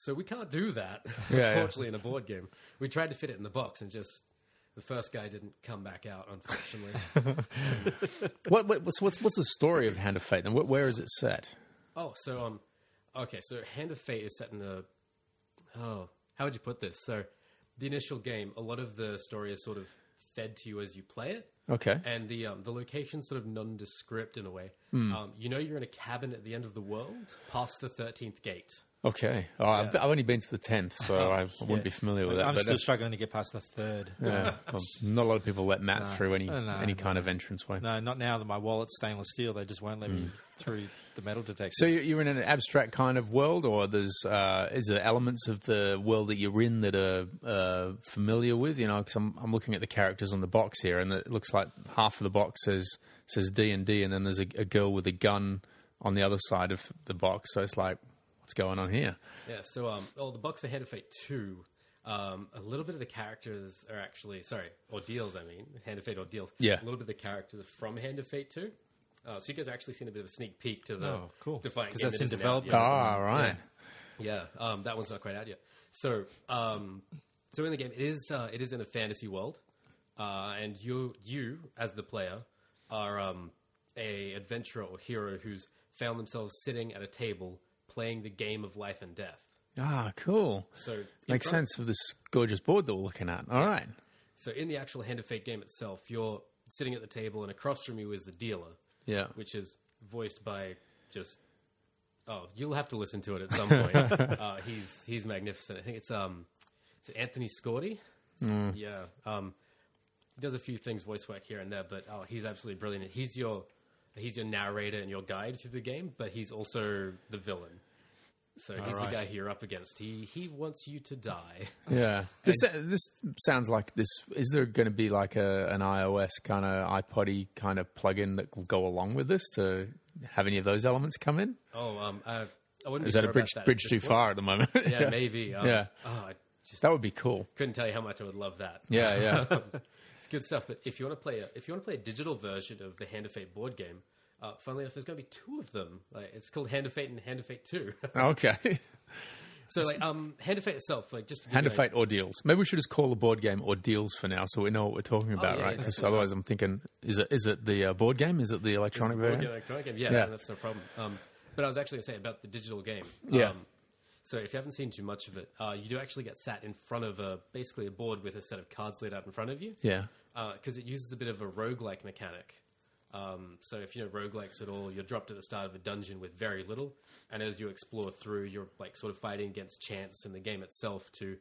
[SPEAKER 6] So we can't do that,
[SPEAKER 4] yeah.
[SPEAKER 6] unfortunately, in a board game. We tried to fit it in the box and just the first guy didn't come back out, unfortunately.
[SPEAKER 4] What, what, what's what's what's the story of Hand of Fate? And wh where is it set?
[SPEAKER 6] oh, so um, okay, so Hand of Fate is set in a oh, how would you put this? So the initial game, a lot of the story is sort of fed to you as you play it.
[SPEAKER 4] Okay.
[SPEAKER 6] And the um, the location's sort of nondescript in a way.
[SPEAKER 4] Hmm.
[SPEAKER 6] Um, you know, you're in a cabin at the end of the world, past the thirteenth gate.
[SPEAKER 4] Okay. Oh, I've, I've only been to the tenth, so I wouldn't be familiar with that.
[SPEAKER 5] I'm
[SPEAKER 4] but
[SPEAKER 5] still
[SPEAKER 4] that's-
[SPEAKER 5] struggling to get past the third.
[SPEAKER 4] yeah, well, not a lot of people let Matt through any
[SPEAKER 5] No, no,
[SPEAKER 4] any kind of entranceway.
[SPEAKER 5] No, not now that my wallet's stainless steel. They just won't let me through the metal detector.
[SPEAKER 4] Mm. So you- you're in an abstract kind of world, or there's uh, is there elements of the world that you're in that are uh, familiar with? You know, because I'm, I'm looking at the characters on the box here, and it looks like half of the box says says D and D, and then there's a, a girl with a gun on the other side of the box. So it's like, what's going on here?
[SPEAKER 6] Yeah, so um, oh, the Bucks for Hand of Fate two. Um, a little bit of the characters are actually sorry, ordeals. I mean, Hand of Fate ordeals.
[SPEAKER 4] Yeah.
[SPEAKER 6] a little bit of the characters are from Hand of Fate two. Uh, so you guys are actually seeing a bit of a sneak peek to the
[SPEAKER 5] Oh, cool.
[SPEAKER 6] Defiant
[SPEAKER 5] 'Cause
[SPEAKER 6] game
[SPEAKER 5] that's
[SPEAKER 6] that
[SPEAKER 5] in
[SPEAKER 6] isn't out yet.
[SPEAKER 5] development.
[SPEAKER 4] Ah, right.
[SPEAKER 6] Yeah, um, that one's not quite out yet. So, um, so in the game, it is uh, it is in a fantasy world, uh, and you you as the player are um, a adventurer or hero who's found themselves sitting at a table playing the game of life and death.
[SPEAKER 4] Ah, cool.
[SPEAKER 6] So in
[SPEAKER 4] Makes
[SPEAKER 6] front-
[SPEAKER 4] sense for this gorgeous board that we're looking at. All right.
[SPEAKER 6] So in the actual Hand of Fate game itself, you're sitting at the table, and across from you is the dealer,
[SPEAKER 4] Yeah.
[SPEAKER 6] which is voiced by just. Oh, you'll have to listen to it at some point. uh, he's he's magnificent. I think it's um, it's Anthony Scorty. Yeah, um, he does a few things, voice work here and there, but oh, he's absolutely brilliant. He's your he's your narrator and your guide through the game, but he's also the villain. So he's
[SPEAKER 5] right.
[SPEAKER 6] the guy you're up against. He he wants you to die.
[SPEAKER 4] Yeah, this this sounds like this. Is there going to be like a an iOS kind of iPoddy kind of plugin that will go along with this to have any of those elements come in?
[SPEAKER 6] Oh, um, I, I wouldn't.
[SPEAKER 4] Is
[SPEAKER 6] be
[SPEAKER 4] that
[SPEAKER 6] sure
[SPEAKER 4] a bridge
[SPEAKER 6] about that at
[SPEAKER 4] bridge
[SPEAKER 6] this
[SPEAKER 4] too
[SPEAKER 6] point.
[SPEAKER 4] far at the moment?
[SPEAKER 6] Yeah, maybe. Um,
[SPEAKER 4] Yeah.
[SPEAKER 6] Oh, I just
[SPEAKER 4] that would be cool.
[SPEAKER 6] couldn't tell you how much I would love that.
[SPEAKER 4] Yeah, yeah.
[SPEAKER 6] it's good stuff. But if you want to play, a, if you want to play a digital version of the Hand of Fate board game, uh, funnily enough, there's going to be two of them. Like, it's called Hand of Fate and Hand of Fate Two.
[SPEAKER 4] okay.
[SPEAKER 6] so like, um, Hand of Fate itself, like just to give
[SPEAKER 4] Hand
[SPEAKER 6] you
[SPEAKER 4] of
[SPEAKER 6] an
[SPEAKER 4] Fate Ordeals. Maybe we should just call the board game Ordeals for now, so we know what we're talking about,
[SPEAKER 6] Oh, yeah,
[SPEAKER 4] right?
[SPEAKER 6] yeah,
[SPEAKER 4] Because otherwise, I'm thinking, is it is it the uh, board game? Is it the electronic
[SPEAKER 6] board
[SPEAKER 4] version?
[SPEAKER 6] game, electronic game. Yeah,
[SPEAKER 4] Yeah.
[SPEAKER 6] that's no problem. Um, but I was actually going to say about the digital game.
[SPEAKER 4] Yeah.
[SPEAKER 6] Um, so if you haven't seen too much of it, uh, you do actually get sat in front of a basically a board with a set of cards laid out in front of you.
[SPEAKER 4] Yeah.
[SPEAKER 6] Because uh, it uses a bit of a roguelike mechanic. Um, so if you know roguelikes at all, you're dropped at the start of a dungeon with very little, and as you explore through, you're like sort of fighting against chance and the game itself to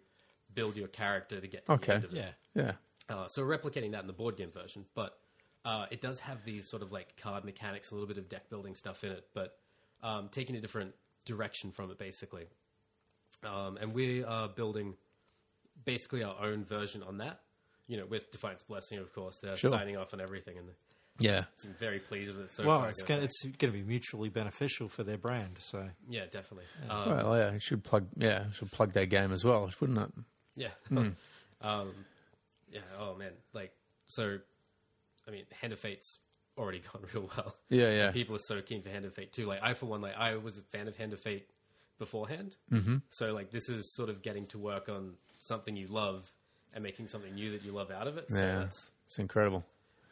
[SPEAKER 6] build your character to get to
[SPEAKER 4] Okay.
[SPEAKER 6] the end of it.
[SPEAKER 5] Yeah.
[SPEAKER 4] Yeah.
[SPEAKER 6] Uh, so we're replicating that in the board game version, but uh, it does have these sort of like card mechanics, a little bit of deck building stuff in it, but um, taking a different direction from it basically. Um, and we are building basically our own version on that. You know, with Defiance Blessing, of course, they're signing off on everything, and
[SPEAKER 4] Yeah.
[SPEAKER 6] I'm very pleased with it so
[SPEAKER 5] Well,
[SPEAKER 6] far. I
[SPEAKER 5] it's
[SPEAKER 6] gotta
[SPEAKER 5] gonna,
[SPEAKER 6] say.
[SPEAKER 5] it's going to be mutually beneficial for their brand. So
[SPEAKER 6] yeah, definitely. Um,
[SPEAKER 4] Well, yeah, it should plug. Yeah, it should plug their game as well, wouldn't it?
[SPEAKER 6] Yeah.
[SPEAKER 4] Hmm.
[SPEAKER 6] um, yeah. Oh man. Like so. I mean, Hand of Fate's already gone real well.
[SPEAKER 4] Yeah, yeah.
[SPEAKER 6] And people are so keen for Hand of Fate too. Like I, for one, like I was a fan of Hand of Fate beforehand. Mm-hmm. So like this is sort of getting to work on something you love and making something new that you love out of it. So
[SPEAKER 4] Yeah,
[SPEAKER 6] that's
[SPEAKER 4] it's incredible.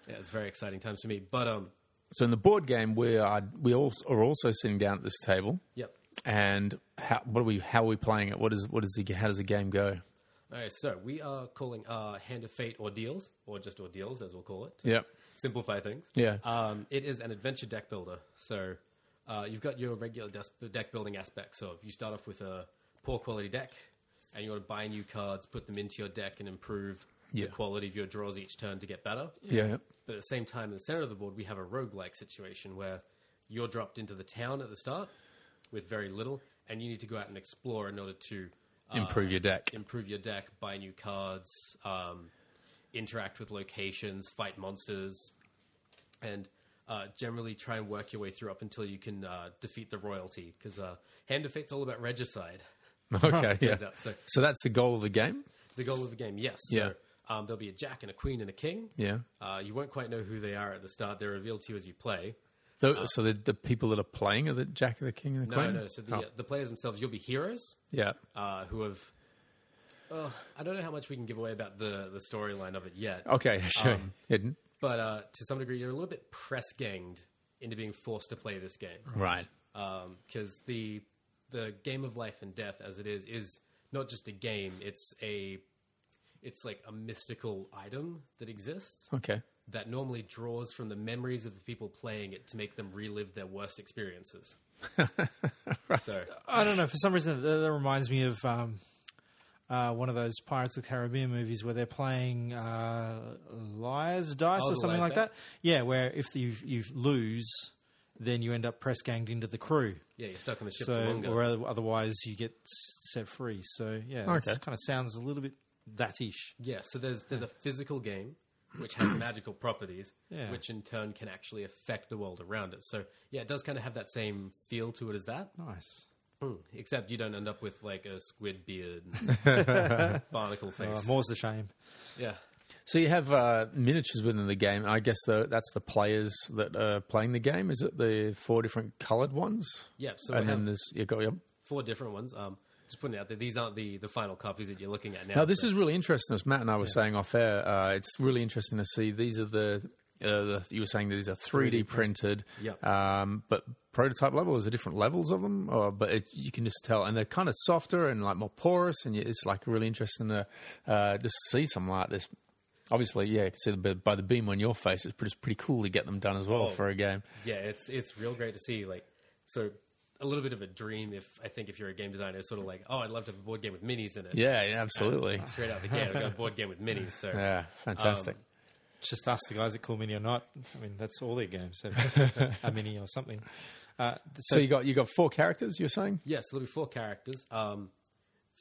[SPEAKER 6] yeah, it's very exciting times for me. But um,
[SPEAKER 4] So in the board game, we are we all are also sitting down at this table,
[SPEAKER 6] yep.
[SPEAKER 4] and how what are we how are we playing it? What is what is the how does the game go?
[SPEAKER 6] All right, so we are calling uh, Hand of Fate Ordeals, or just Ordeals as we'll call it.
[SPEAKER 4] Yep.
[SPEAKER 6] simplify things.
[SPEAKER 4] Yeah.
[SPEAKER 6] Um, it is an adventure deck builder. So uh, you've got your regular des- deck building aspects of you start off with a poor quality deck and you want to buy new cards, put them into your deck, and improve
[SPEAKER 4] Yeah.
[SPEAKER 6] the quality of your draws each turn to get better.
[SPEAKER 4] Yeah,
[SPEAKER 6] But at the same time, in the center of the board, we have a roguelike situation where you're dropped into the town at the start with very little and you need to go out and explore in order to uh,
[SPEAKER 4] improve your deck.
[SPEAKER 6] improve your deck, buy new cards, um, interact with locations, fight monsters, and uh, generally try and work your way through up until you can uh, defeat the royalty. Because uh, Hand of Fate's all about regicide.
[SPEAKER 4] okay, yeah.
[SPEAKER 6] turns out, so-
[SPEAKER 4] So that's the goal of the game.
[SPEAKER 6] The goal of the game, yes.
[SPEAKER 4] Yeah.
[SPEAKER 6] So, um, there'll be a jack and a queen and a king.
[SPEAKER 4] Yeah.
[SPEAKER 6] Uh, you won't quite know who they are at the start. They're revealed to you as you play.
[SPEAKER 4] Tho- so the, the people that are playing are the Jack of the King and the
[SPEAKER 6] Uh, No,
[SPEAKER 4] Queen.
[SPEAKER 6] no. So the,
[SPEAKER 4] Oh,
[SPEAKER 6] uh, the players themselves, you'll be heroes.
[SPEAKER 4] yeah,
[SPEAKER 6] Uh, who have? Oh, I don't know how much we can give away about the the storyline of it yet.
[SPEAKER 4] okay, sure.
[SPEAKER 6] Um,
[SPEAKER 4] Hidden.
[SPEAKER 6] but uh, to some degree, you're a little bit press ganged into being forced to play this game
[SPEAKER 4] Right.
[SPEAKER 6] because the the game of life and death, as it is, is not just a game. It's a it's like a mystical item that exists
[SPEAKER 4] Okay.
[SPEAKER 6] that normally draws from the memories of the people playing it to make them relive their worst experiences. So
[SPEAKER 5] I don't know. For some reason, that, that reminds me of um, uh, one of those Pirates of the Caribbean movies where they're playing uh, liars dice
[SPEAKER 6] Oh,
[SPEAKER 5] or
[SPEAKER 6] the
[SPEAKER 5] something
[SPEAKER 6] liar's
[SPEAKER 5] like that.
[SPEAKER 6] dice?
[SPEAKER 5] Yeah, where if you you lose, then you end up press ganged into the crew.
[SPEAKER 6] yeah, you're stuck on the ship for
[SPEAKER 5] So,
[SPEAKER 6] longer.
[SPEAKER 5] or oth- otherwise you get s- set free. So, yeah,
[SPEAKER 4] Okay.
[SPEAKER 5] it kind of sounds a little bit that ish.
[SPEAKER 6] Yeah, so there's there's a physical game which has magical properties,
[SPEAKER 5] Yeah.
[SPEAKER 6] which in turn can actually affect the world around it. So yeah, it does kind of have that same feel to it as that,
[SPEAKER 4] Oh.
[SPEAKER 5] Nice.
[SPEAKER 6] except you don't end up with like a squid beard, and barnacle
[SPEAKER 5] Uh,
[SPEAKER 6] face.
[SPEAKER 5] more's the shame.
[SPEAKER 6] yeah,
[SPEAKER 4] So you have uh, miniatures within the game. I guess the, that's the players that are playing the game. Is it the four different coloured ones?
[SPEAKER 6] yeah. So we
[SPEAKER 4] and then
[SPEAKER 6] have
[SPEAKER 4] there's you got your
[SPEAKER 6] four different ones. Um, just putting it out there, these aren't the the final copies that you're looking at now.
[SPEAKER 4] Now, this
[SPEAKER 6] so-
[SPEAKER 4] is really interesting. As Matt and I were saying off air, uh, it's really interesting to see these are the, uh, the you were saying that these are 3D, printed,
[SPEAKER 6] Yep.
[SPEAKER 4] um, but prototype level is there different levels of them, or but it, you can just tell, and they're kind of softer and like more porous, and you, it's like really interesting to uh, just see something like this. Obviously, yeah, you can see the, by the beam on your face, it's pretty, it's pretty cool to get them done as well
[SPEAKER 5] Oh.
[SPEAKER 4] for a game.
[SPEAKER 6] yeah, it's it's real great to see. Like, so a little bit of a dream. If I think if you're a game designer, it's sort of like, oh, I'd love to have a board game with minis in it.
[SPEAKER 4] Yeah, yeah absolutely.
[SPEAKER 6] Straight out the gate, I've got a board game with minis. So
[SPEAKER 5] Um,
[SPEAKER 4] Yeah, fantastic.
[SPEAKER 5] just ask the guys that call Mini or not. I mean, that's all their games have a Mini or something. Uh,
[SPEAKER 4] So, you got you got four characters. You're saying
[SPEAKER 6] Yes, there'll be four characters. Um,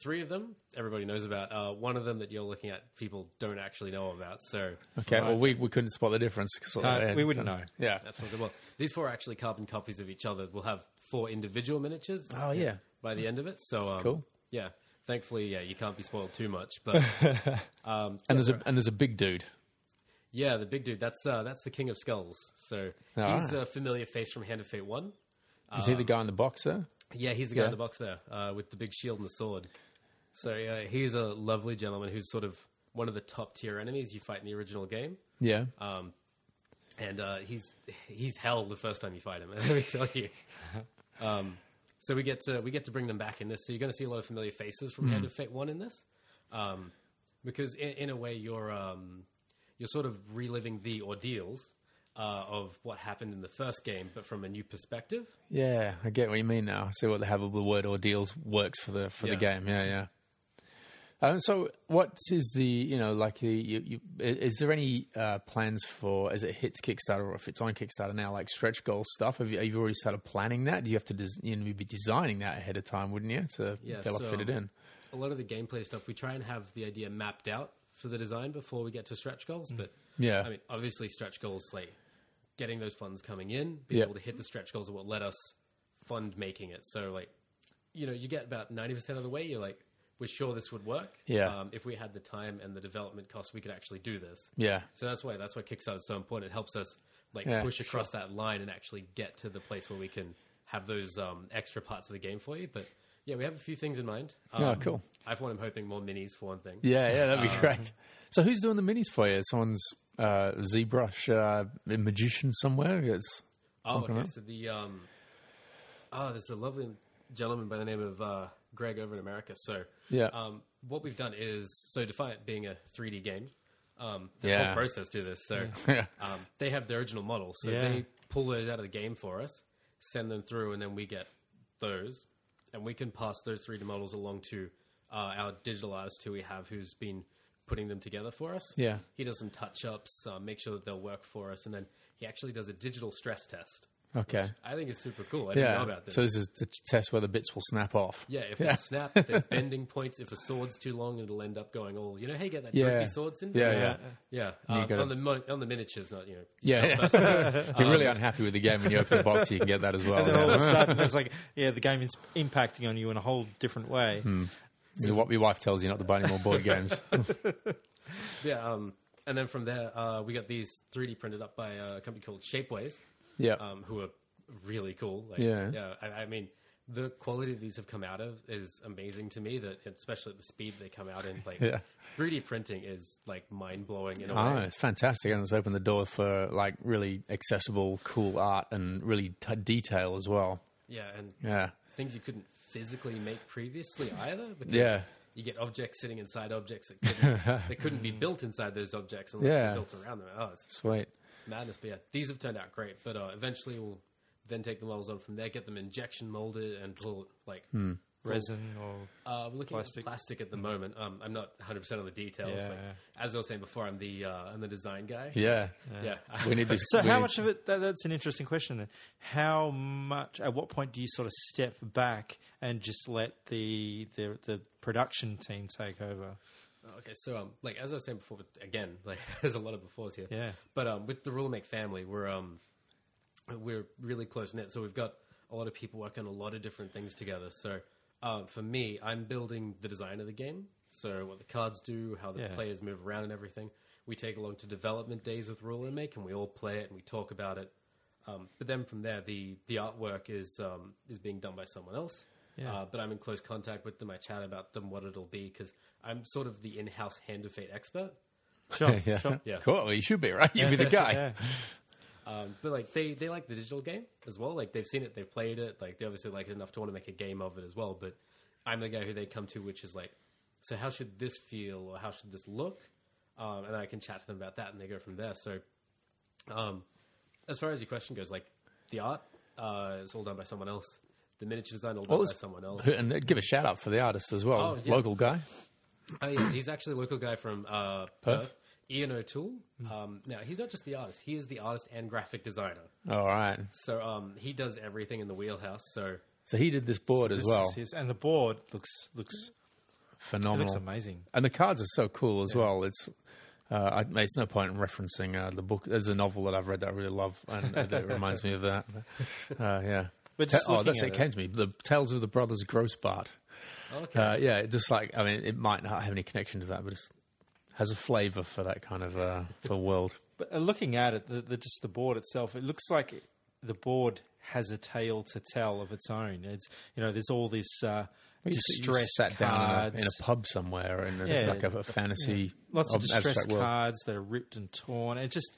[SPEAKER 6] three of them everybody knows about. Uh, one of them that you're looking at, people don't actually know about. So
[SPEAKER 4] okay? Well, we, we couldn't spot the difference. So,
[SPEAKER 5] No, Uh, we
[SPEAKER 4] yeah,
[SPEAKER 5] wouldn't
[SPEAKER 4] so-
[SPEAKER 5] know.
[SPEAKER 4] Yeah.
[SPEAKER 6] that's not good. Well, these four are actually carbon copies of each other. We'll have four individual miniatures.
[SPEAKER 4] Oh yeah.
[SPEAKER 6] by the end of it. So um,
[SPEAKER 4] Cool.
[SPEAKER 6] Yeah, thankfully, yeah, you can't be spoiled too much. But
[SPEAKER 4] And there's a and there's a big dude.
[SPEAKER 6] yeah, the big dude. That's uh, that's the King of Skulls. So
[SPEAKER 4] All
[SPEAKER 6] he's
[SPEAKER 4] right.
[SPEAKER 6] a familiar face from Hand of Fate One.
[SPEAKER 4] Is
[SPEAKER 6] Uh,
[SPEAKER 4] he the guy in the box there?
[SPEAKER 6] Yeah, he's the guy
[SPEAKER 4] Yeah.
[SPEAKER 6] in the box there uh, with the big shield and the sword. So uh, he's a lovely gentleman who's sort of one of the top tier enemies you fight in the original game.
[SPEAKER 4] Yeah.
[SPEAKER 6] uh, and uh, he's he's hell the first time you fight him. Let me tell you. Um, so we get to we get to bring them back in this. So you're going to see a lot of familiar faces from Hand of Fate One in this, um, because in, in a way you're um, you're sort of reliving the ordeals uh, of what happened in the first game, but from a new perspective.
[SPEAKER 4] yeah. I get what you mean now. I see what the have of the word ordeals works for the for the
[SPEAKER 6] Yeah.
[SPEAKER 4] game. Yeah. Yeah. Um, so, what is the you know like the you, you, i- is there any uh, plans for as it hits Kickstarter or if it's on Kickstarter now like stretch goal stuff? Have you, have you already started planning that? Do you have to des- you know, you'd be designing that ahead of time, wouldn't you, to
[SPEAKER 6] Yeah,
[SPEAKER 4] be able to
[SPEAKER 6] so-
[SPEAKER 4] fit it in?
[SPEAKER 6] A lot of the gameplay stuff we try and have the idea mapped out for the design before we get to stretch goals, but
[SPEAKER 4] Mm. Yeah.
[SPEAKER 6] I mean obviously stretch goals like getting those funds coming in, being
[SPEAKER 4] Yeah.
[SPEAKER 6] able to hit the stretch goals are what let us fund making it. So like you know, you get about ninety percent of the way, you're like, we're sure this would work.
[SPEAKER 4] Yeah.
[SPEAKER 6] Um, if we had the time and the development cost, we could actually do this.
[SPEAKER 4] Yeah.
[SPEAKER 6] So that's why that's why Kickstarter is so important. It helps us like
[SPEAKER 4] Yeah,
[SPEAKER 6] push across that line and actually get to the place where we can have those um, extra parts of the game for you. But yeah, we have a few things in mind. Um,
[SPEAKER 4] Oh, cool.
[SPEAKER 6] I've one. I'm hoping more minis for one thing.
[SPEAKER 4] Yeah, yeah, that'd be
[SPEAKER 6] Um,
[SPEAKER 4] great. So who's doing the minis for you? Someone's uh, ZBrush uh, a magician somewhere. It's
[SPEAKER 6] Oh, okay.
[SPEAKER 4] about.
[SPEAKER 6] So the um, oh, there's a lovely gentleman by the name of uh, Greg over in America. So
[SPEAKER 4] Yeah.
[SPEAKER 6] um, what we've done is so Defiant being a 3D game, um, this
[SPEAKER 4] Yeah.
[SPEAKER 6] whole process do this. So
[SPEAKER 4] Yeah.
[SPEAKER 6] um, they have the original models, so
[SPEAKER 5] Yeah.
[SPEAKER 6] they pull those out of the game for us, send them through, and then we get those, and we can pass those 3D models along to uh, our digital artist who we have, who's been putting them together for us.
[SPEAKER 4] Yeah.
[SPEAKER 6] he does some touch ups, uh, make sure that they'll work for us, and then he actually does a digital stress test.
[SPEAKER 4] okay.
[SPEAKER 6] I think it's super cool. I
[SPEAKER 4] Yeah.
[SPEAKER 6] didn't know about this.
[SPEAKER 4] So this is the t- test where the bits will snap off.
[SPEAKER 6] yeah, if they snap, if there's bending points, if a sword's too long, it'll end up going all, you know, hey, get that
[SPEAKER 4] Yeah.
[SPEAKER 6] jerky sword syndrome.
[SPEAKER 4] Yeah, yeah.
[SPEAKER 5] Uh,
[SPEAKER 6] Yeah,
[SPEAKER 4] you
[SPEAKER 6] um,
[SPEAKER 4] gotta-
[SPEAKER 6] on the mon- on the miniatures, not you know.
[SPEAKER 4] Yeah, yeah. if you're
[SPEAKER 6] Um,
[SPEAKER 4] really unhappy with the game when you open the box, you can get that as well.
[SPEAKER 5] then all of a
[SPEAKER 4] Yeah.
[SPEAKER 5] sudden, it's like, yeah, the game is impacting on you in a whole different way.
[SPEAKER 4] Hmm. This is what your wife tells you not to buy any more board games.
[SPEAKER 6] Yeah, um, and then from there, uh, we got these 3D printed up by a company called Shapeways,
[SPEAKER 4] yeah.
[SPEAKER 6] um, who are really cool. Like,
[SPEAKER 4] Yeah.
[SPEAKER 6] I, I mean, the quality that these have come out of is amazing to me. That especially at the speed they come out in, like
[SPEAKER 4] Yeah.
[SPEAKER 6] 3D printing is like mind blowing in a
[SPEAKER 4] Oh,
[SPEAKER 6] way.
[SPEAKER 4] it's fantastic, and it's opened the door for like really accessible, cool art and really t- detail as well.
[SPEAKER 6] Yeah, and
[SPEAKER 4] Yeah,
[SPEAKER 6] things you couldn't physically make previously either. Because
[SPEAKER 4] Yeah.
[SPEAKER 6] you get objects sitting inside objects that couldn't, that couldn't be built inside those objects unless
[SPEAKER 4] Yeah.
[SPEAKER 6] they're built around them. Oh, it's,
[SPEAKER 4] sweet.
[SPEAKER 6] it's madness. But yeah, these have turned out great. But uh, eventually we'll then take the models on from there, get them injection molded, and pull like.
[SPEAKER 4] Hmm.
[SPEAKER 5] Resin or
[SPEAKER 6] Uh, we're looking
[SPEAKER 5] Plastic.
[SPEAKER 6] at plastic at the moment. Um, I'm not 100 percent on the details.
[SPEAKER 5] Yeah,
[SPEAKER 6] like,
[SPEAKER 5] yeah.
[SPEAKER 6] As I was saying before, I'm the uh, I'm the design guy.
[SPEAKER 4] Yeah,
[SPEAKER 6] yeah.
[SPEAKER 4] we need this.
[SPEAKER 5] So,
[SPEAKER 4] we
[SPEAKER 5] how
[SPEAKER 4] need-
[SPEAKER 5] much of it? That, that's an interesting question. Then, how much? At what point do you sort of step back and just let the the, the production team take over?
[SPEAKER 6] Okay, so um, like as I was saying before, with, again, like there's a lot of befores here.
[SPEAKER 5] Yeah.
[SPEAKER 6] But um, with the Rule Make family, we're um, we're really close knit. So we've got a lot of people working on a lot of different things together. So um, for me, I'm building the design of the game. So what the cards do, how the
[SPEAKER 5] Yeah.
[SPEAKER 6] players move around, and everything. We take along to development days with Rule and Make, and we all play it and we talk about it. Um, but then from there, the the artwork is um, is being done by someone else. Uh, but I'm in close contact with them. I chat about them, what it'll be, because I'm sort of the in-house hand of fate expert.
[SPEAKER 5] Sure,
[SPEAKER 4] yeah.
[SPEAKER 5] sure.
[SPEAKER 6] Yeah.
[SPEAKER 4] Cool. Well, you should be right. You'd be the guy.
[SPEAKER 5] Yeah.
[SPEAKER 6] Um, but like they they like the digital game as well. Like they've seen it, they've played it. Like they obviously like it enough to want to make a game of it as well. But I'm the guy who they come to, which is like, so how should this feel or how should this look? Um, and I can chat to them about that, and they go from there. So, um, as far as your question goes, like the art uh, is all done by someone else. The miniature design all done by
[SPEAKER 4] it's-
[SPEAKER 6] someone else.
[SPEAKER 4] And they'd give a shout out for the artist as well,
[SPEAKER 6] Oh, yeah.
[SPEAKER 4] local guy.
[SPEAKER 6] Oh yeah, he's actually a local guy from uh, Perth. Ian O'Toole. Um, now he's not just the artist; he is the artist and graphic designer.
[SPEAKER 4] All right.
[SPEAKER 6] So um, he does everything in the wheelhouse. So
[SPEAKER 4] So he did this board as
[SPEAKER 5] This
[SPEAKER 4] well.
[SPEAKER 5] is his- and the board looks looks it
[SPEAKER 4] Phenomenal.
[SPEAKER 5] looks amazing.
[SPEAKER 4] And the cards are so cool as well. It's uh, I, it's no point in referencing uh, the book. There's a novel that I've read that I really love, and it it reminds me of that. Uh, yeah.
[SPEAKER 5] But just
[SPEAKER 4] oh,
[SPEAKER 5] looking
[SPEAKER 4] that's
[SPEAKER 5] at
[SPEAKER 4] it
[SPEAKER 5] it-
[SPEAKER 4] came to me. The Tales of the Brothers Grossbart.
[SPEAKER 6] okay,
[SPEAKER 4] Uh, yeah, it just like I mean, it might not have any connection to that, but it has a flavour for that kind of uh, for world.
[SPEAKER 5] But uh, looking at it, the, the just the board itself, it looks like the board has a tale to tell of its own. It's you know, there's all this uh,
[SPEAKER 4] You s- you
[SPEAKER 5] distress
[SPEAKER 4] sat down in
[SPEAKER 5] cards,
[SPEAKER 4] a, in a pub somewhere in a,
[SPEAKER 5] Yeah.
[SPEAKER 4] like a, a fantasy,
[SPEAKER 5] lots of
[SPEAKER 4] ab-
[SPEAKER 5] distress
[SPEAKER 4] abstract world.
[SPEAKER 5] cards that are ripped and torn. It just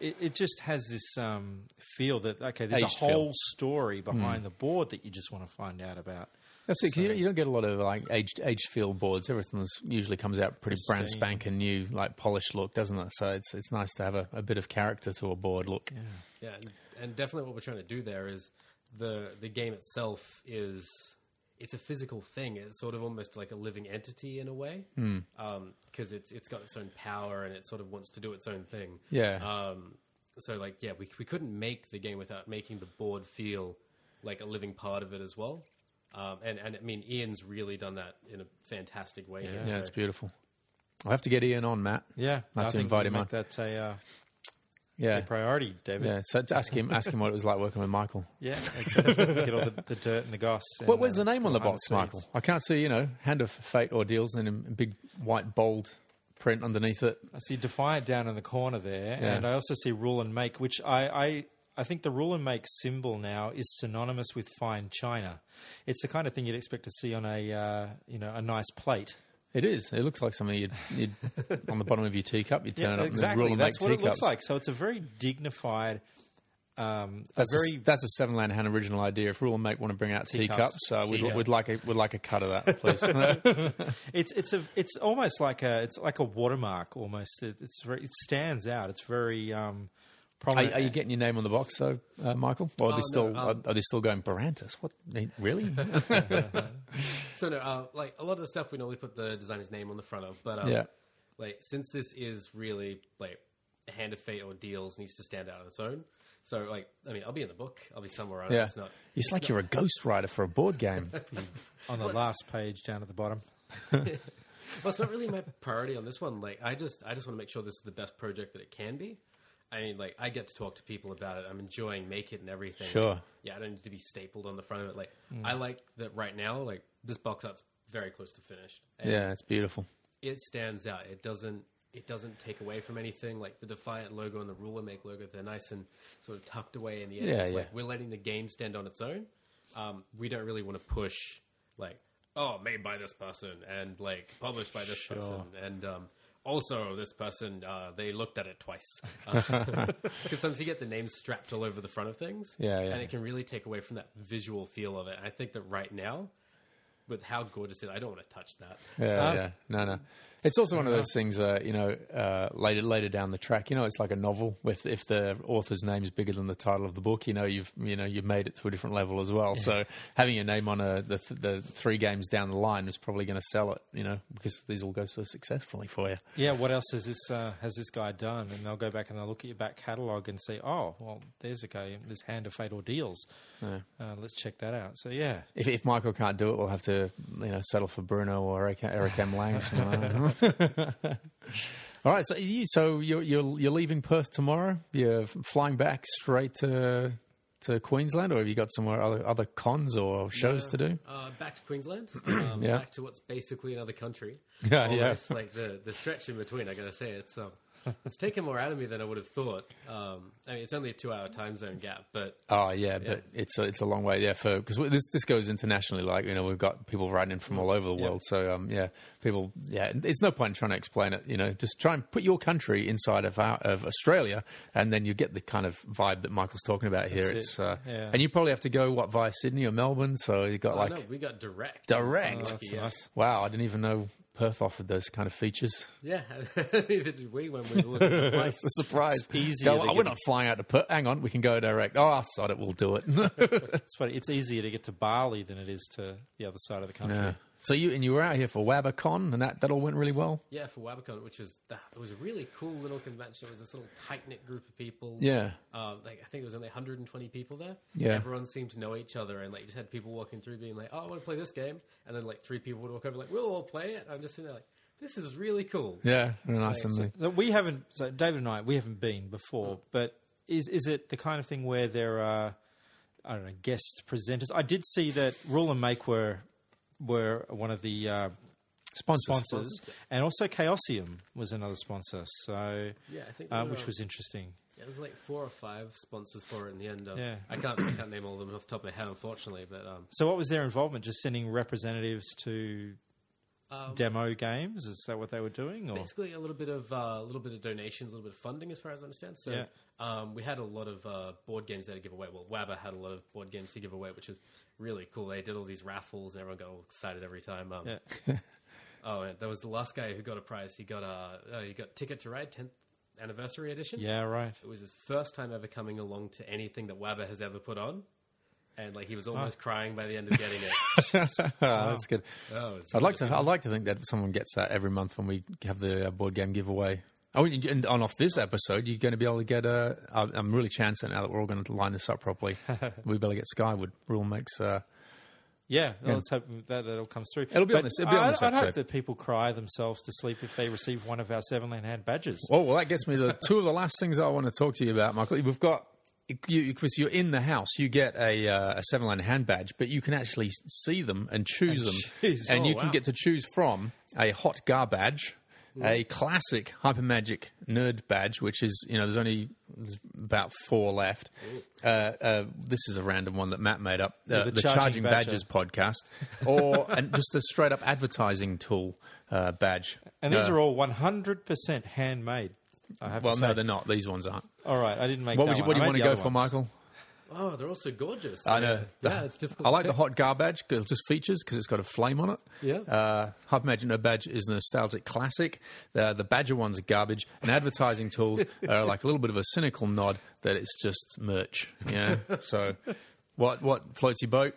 [SPEAKER 5] it, it just has this um, feel that okay, there's
[SPEAKER 4] Aged
[SPEAKER 5] a
[SPEAKER 4] feel. Hmm.
[SPEAKER 5] whole story behind the board that you just want to find out about.
[SPEAKER 4] That's it. 'cause you, don't, you don't get a lot of like aged aged field boards. Everything's usually comes out pretty brand
[SPEAKER 5] Pristine.
[SPEAKER 4] spanking new, like polished look, doesn't it? So it's it's nice to have a, a bit of character to a board look.
[SPEAKER 6] yeah, and, and definitely what we're trying to do there is the the game itself is it's a physical thing. It's sort of almost like a living entity in a way,
[SPEAKER 4] Hmm.
[SPEAKER 6] because it's it's got its own power and it sort of wants to do its own thing.
[SPEAKER 4] Yeah.
[SPEAKER 6] Um, so like yeah, we we couldn't make the game without making the board feel like a living part of it as well. Um, and and I mean Ian's really done that in a fantastic way. here,
[SPEAKER 4] Yeah,
[SPEAKER 6] so-
[SPEAKER 4] it's beautiful. I'll have to get Ian on, Matt.
[SPEAKER 5] Yeah,
[SPEAKER 4] Not
[SPEAKER 5] I
[SPEAKER 4] to
[SPEAKER 5] think
[SPEAKER 4] invite
[SPEAKER 5] we'll
[SPEAKER 4] him
[SPEAKER 5] make
[SPEAKER 4] on.
[SPEAKER 5] That's a, uh,
[SPEAKER 4] Yeah,
[SPEAKER 5] a priority, David.
[SPEAKER 4] yeah. So to ask him, ask him what it was like working with Michael.
[SPEAKER 5] Yeah, exactly. get all the, the dirt and the goss. and,
[SPEAKER 4] What was the
[SPEAKER 5] uh,
[SPEAKER 4] name on the
[SPEAKER 5] behind
[SPEAKER 4] box,
[SPEAKER 5] scenes.
[SPEAKER 4] Michael? I can't see. You know, Hand of Fate Ordeals, and then a big white bold print underneath it.
[SPEAKER 5] I see Defiant down in the corner there,
[SPEAKER 4] Yeah.
[SPEAKER 5] and I also see Rule and Make, which I, I I think the Rule and Make symbol now is synonymous with fine china. It's the kind of thing you'd expect to see on a uh, you know a nice plate.
[SPEAKER 4] It is. It looks like something you'd, you'd on the bottom of your teacup. You turn it up
[SPEAKER 5] exactly.
[SPEAKER 4] and then rule and
[SPEAKER 5] That's
[SPEAKER 4] make
[SPEAKER 5] what it
[SPEAKER 4] teacups.
[SPEAKER 5] looks like. So it's a very dignified. Um, a
[SPEAKER 4] That's
[SPEAKER 5] very
[SPEAKER 4] a, that's a seven land hand original idea. If Rule and Make want to bring out teacups, uh, we'd, we'd like a we'd like a cut of that, please.
[SPEAKER 5] it's it's a it's almost like a it's like a watermark almost. It, it's very it stands out. It's very
[SPEAKER 4] are,
[SPEAKER 5] um, prominent.
[SPEAKER 4] are you getting your name on the box though, uh, Michael? Or are they
[SPEAKER 6] Oh,
[SPEAKER 4] still
[SPEAKER 6] no,
[SPEAKER 4] are, are they still going Barantus? What they- really?
[SPEAKER 6] So no, uh, like a lot of the stuff we normally put the designer's name on the front of, but um,
[SPEAKER 4] Yeah.
[SPEAKER 6] like since this is really like a hand of fate or deals needs to stand out on its own. So like, I mean, I'll be in the book. I'll be somewhere on it.
[SPEAKER 4] yeah,
[SPEAKER 6] It's not.
[SPEAKER 4] it's like you're a ghostwriter for a board game.
[SPEAKER 5] on the last page down at the bottom?
[SPEAKER 6] Well, it's not really my priority on this one. Like, I just, I just want to make sure this is the best project that it can be. I mean, like, I get to talk to people about it. I'm enjoying make it and everything.
[SPEAKER 4] Sure. Mm.
[SPEAKER 6] yeah, I don't need to be stapled on the front of it. Like, I like that right now. Like, this box art's very close to finished. And
[SPEAKER 4] yeah, it's beautiful.
[SPEAKER 6] it stands out. It doesn't it doesn't take away from anything. Like the Defiant logo and the Ruler Make logo, they're nice and sort of tucked away in the edges.
[SPEAKER 4] Yeah, yeah.
[SPEAKER 6] Like we're letting the game stand on its own. Um, we don't really want to push like oh made by this person and like published by this person and um, also this person uh, they looked at it twice because sometimes you get the names strapped all over the front of things
[SPEAKER 4] Yeah, yeah.
[SPEAKER 6] and it can really take away from that visual feel of it. I think that right now. With how gorgeous it, I don't want to touch that.
[SPEAKER 4] Yeah, yeah, no, no. It's also one of those things, uh, you know, uh, later later down the track, you know, it's like a novel. If if the author's name's bigger than the title of the book, you know, you've you know you've made it to a different level as well. So having your name on a the, th- the three games down the line is probably going to sell it, you know, because these all go so successfully for you.
[SPEAKER 5] Yeah, what else has this uh, has this guy done? And they'll go back and they'll look at your back catalogue and say, "Oh, well, there's a guy. There's Hand of Fate Ordeals. Uh, let's check that out." So yeah,
[SPEAKER 4] If, if Michael can't do it, we'll have to you know settle for Bruno or Eric, Eric M Lang. or something like that. All right, so you so you're, you're you're leaving Perth tomorrow. You're flying back straight to to Queensland, or have you got somewhere other, other cons or shows to do?
[SPEAKER 6] Uh, back to Queensland, um,
[SPEAKER 4] Yeah.
[SPEAKER 6] back to what's basically another country.
[SPEAKER 4] Yeah, yeah.
[SPEAKER 6] Almost like the, the stretch in between. I gotta say, it's um, it's taken more out of me than I would have thought. Um, I mean, it's only a two hour time zone gap, but
[SPEAKER 4] Oh yeah, but it's a, it's a long way. Yeah, for because this this goes internationally. Like you know, we've got people writing in from all over the world. So um, yeah, people. Yeah, it's no point in trying to explain it. You know, just try and put your country inside of our, of Australia, and then you get the kind of vibe that Michael's talking about here.
[SPEAKER 5] it.
[SPEAKER 4] It's uh,
[SPEAKER 5] Yeah.
[SPEAKER 4] and you probably have to go what via Sydney or Melbourne. So you got
[SPEAKER 6] oh,
[SPEAKER 4] like
[SPEAKER 6] no, we got direct.
[SPEAKER 4] direct.
[SPEAKER 6] Oh, that's Yeah. nice.
[SPEAKER 4] Wow, I didn't even know Perth offered those kind of features.
[SPEAKER 6] Yeah, neither did we when we were looking at the flights.
[SPEAKER 4] It's a surprise.
[SPEAKER 5] It's easier
[SPEAKER 4] Go,
[SPEAKER 5] to
[SPEAKER 4] oh, we're
[SPEAKER 5] get-
[SPEAKER 4] not flying out to Perth. Hang on, we can go direct. Oh, sod it, we'll do it.
[SPEAKER 5] it's funny. It's easier to get to Bali than it is to the other side of the country.
[SPEAKER 4] Yeah. So you and you were out here for WabberCon, and that, that all went really well.
[SPEAKER 6] Yeah, for WabberCon, which was that it was a really cool little convention. It was this little tight knit group of people.
[SPEAKER 4] Yeah.
[SPEAKER 6] um, like I think it was only 120 people there.
[SPEAKER 4] Yeah.
[SPEAKER 6] everyone seemed to know each other, and like you just had people walking through being like, "Oh, I want to play this game," and then like three people would walk over like, "We'll all play it." I'm just sitting there like, "This is really cool."
[SPEAKER 4] Yeah, really nice. and
[SPEAKER 5] So we haven't. So David and I, we haven't been
[SPEAKER 6] Oh.
[SPEAKER 5] before. But is is it the kind of thing where there are, I don't know, guest presenters? I did see that Rule and Make were were one of the uh,
[SPEAKER 4] sponsors.
[SPEAKER 5] sponsors, and also Chaosium was another sponsor. So
[SPEAKER 6] Yeah, I think
[SPEAKER 5] uh,
[SPEAKER 6] they
[SPEAKER 5] which
[SPEAKER 6] were-
[SPEAKER 5] was interesting.
[SPEAKER 6] It was like four or five sponsors for it in the end. Um,
[SPEAKER 5] Yeah.
[SPEAKER 6] I can't I can't name all of them off the top of my head, unfortunately. But um,
[SPEAKER 5] So what was their involvement? Just sending representatives to
[SPEAKER 6] Um,
[SPEAKER 5] demo games? Is that what they were doing? Or
[SPEAKER 6] basically a little bit of uh, a little bit of donations, a little bit of funding, as far as I understand. So
[SPEAKER 5] Yeah.
[SPEAKER 6] um, we had a lot of uh, board games there to give away. Well, Wabba had a lot of board games to give away, which was really cool. They did all these raffles, and everyone got all excited every time. Um, oh, and there was the last guy who got a prize. He got a uh, he got Ticket to Ride 10th anniversary edition.
[SPEAKER 5] yeah, right.
[SPEAKER 6] It was his first time ever coming along to anything that Wabba has ever put on. And like he was almost
[SPEAKER 4] Oh.
[SPEAKER 6] crying by the end of getting it.
[SPEAKER 4] Ah, That's good.
[SPEAKER 6] Oh, it was
[SPEAKER 4] I'd like to. I'd like to think that someone gets that every month when we have the uh, board game giveaway. Oh, and and on off this episode, you're going to be able to get a. I'm I'm really chancing now that we're all going to line this up properly. we better get Skyward. Rule makes. Uh,
[SPEAKER 5] Yeah, well, let's hope that that'll come through.
[SPEAKER 4] It'll be on this- it'll be on
[SPEAKER 5] I,
[SPEAKER 4] this
[SPEAKER 5] I'd hope
[SPEAKER 4] episode.
[SPEAKER 5] that people cry themselves to sleep if they receive one of our seven land hand badges.
[SPEAKER 4] oh well, that gets me to two of the last things I want to talk to you about, Michael. We've got. You, because you're in the house, you get a, uh, a seven line hand badge, but you can actually see them and choose them,
[SPEAKER 5] choose.
[SPEAKER 4] and
[SPEAKER 5] Oh,
[SPEAKER 4] you can
[SPEAKER 6] wow.
[SPEAKER 4] get to choose from a hot gar badge, a classic hypermagic nerd badge, which is you know there's only there's about four left. Uh, uh, this is a random one that Matt made up, uh,
[SPEAKER 5] the
[SPEAKER 4] the,
[SPEAKER 5] Charging
[SPEAKER 4] charging,
[SPEAKER 5] Badger.
[SPEAKER 4] badges podcast, or and just a straight up advertising tool uh, badge.
[SPEAKER 5] And these
[SPEAKER 4] Uh,
[SPEAKER 5] are all 100% handmade. I have
[SPEAKER 4] well,
[SPEAKER 5] to say.
[SPEAKER 4] no, they're not. These ones aren't.
[SPEAKER 5] all right, I didn't make
[SPEAKER 4] What
[SPEAKER 5] that
[SPEAKER 4] would you,
[SPEAKER 5] one.
[SPEAKER 4] what do you
[SPEAKER 5] I
[SPEAKER 4] want
[SPEAKER 5] made
[SPEAKER 4] to
[SPEAKER 5] the
[SPEAKER 4] go
[SPEAKER 5] other
[SPEAKER 4] for,
[SPEAKER 5] ones.
[SPEAKER 4] Michael?
[SPEAKER 6] Oh, they're all so gorgeous.
[SPEAKER 4] I know.
[SPEAKER 6] Yeah, it's difficult.
[SPEAKER 4] I
[SPEAKER 6] to
[SPEAKER 4] like the
[SPEAKER 6] pick.
[SPEAKER 4] hot gar badge 'cause it's just features because it's got a flame on it.
[SPEAKER 6] Yeah.
[SPEAKER 4] Uh, Hyper Magic No Badge is a nostalgic classic. The, the Badger ones are garbage. And advertising tools are like a little bit of a cynical nod that it's just merch. Yeah. so what what floats your boat?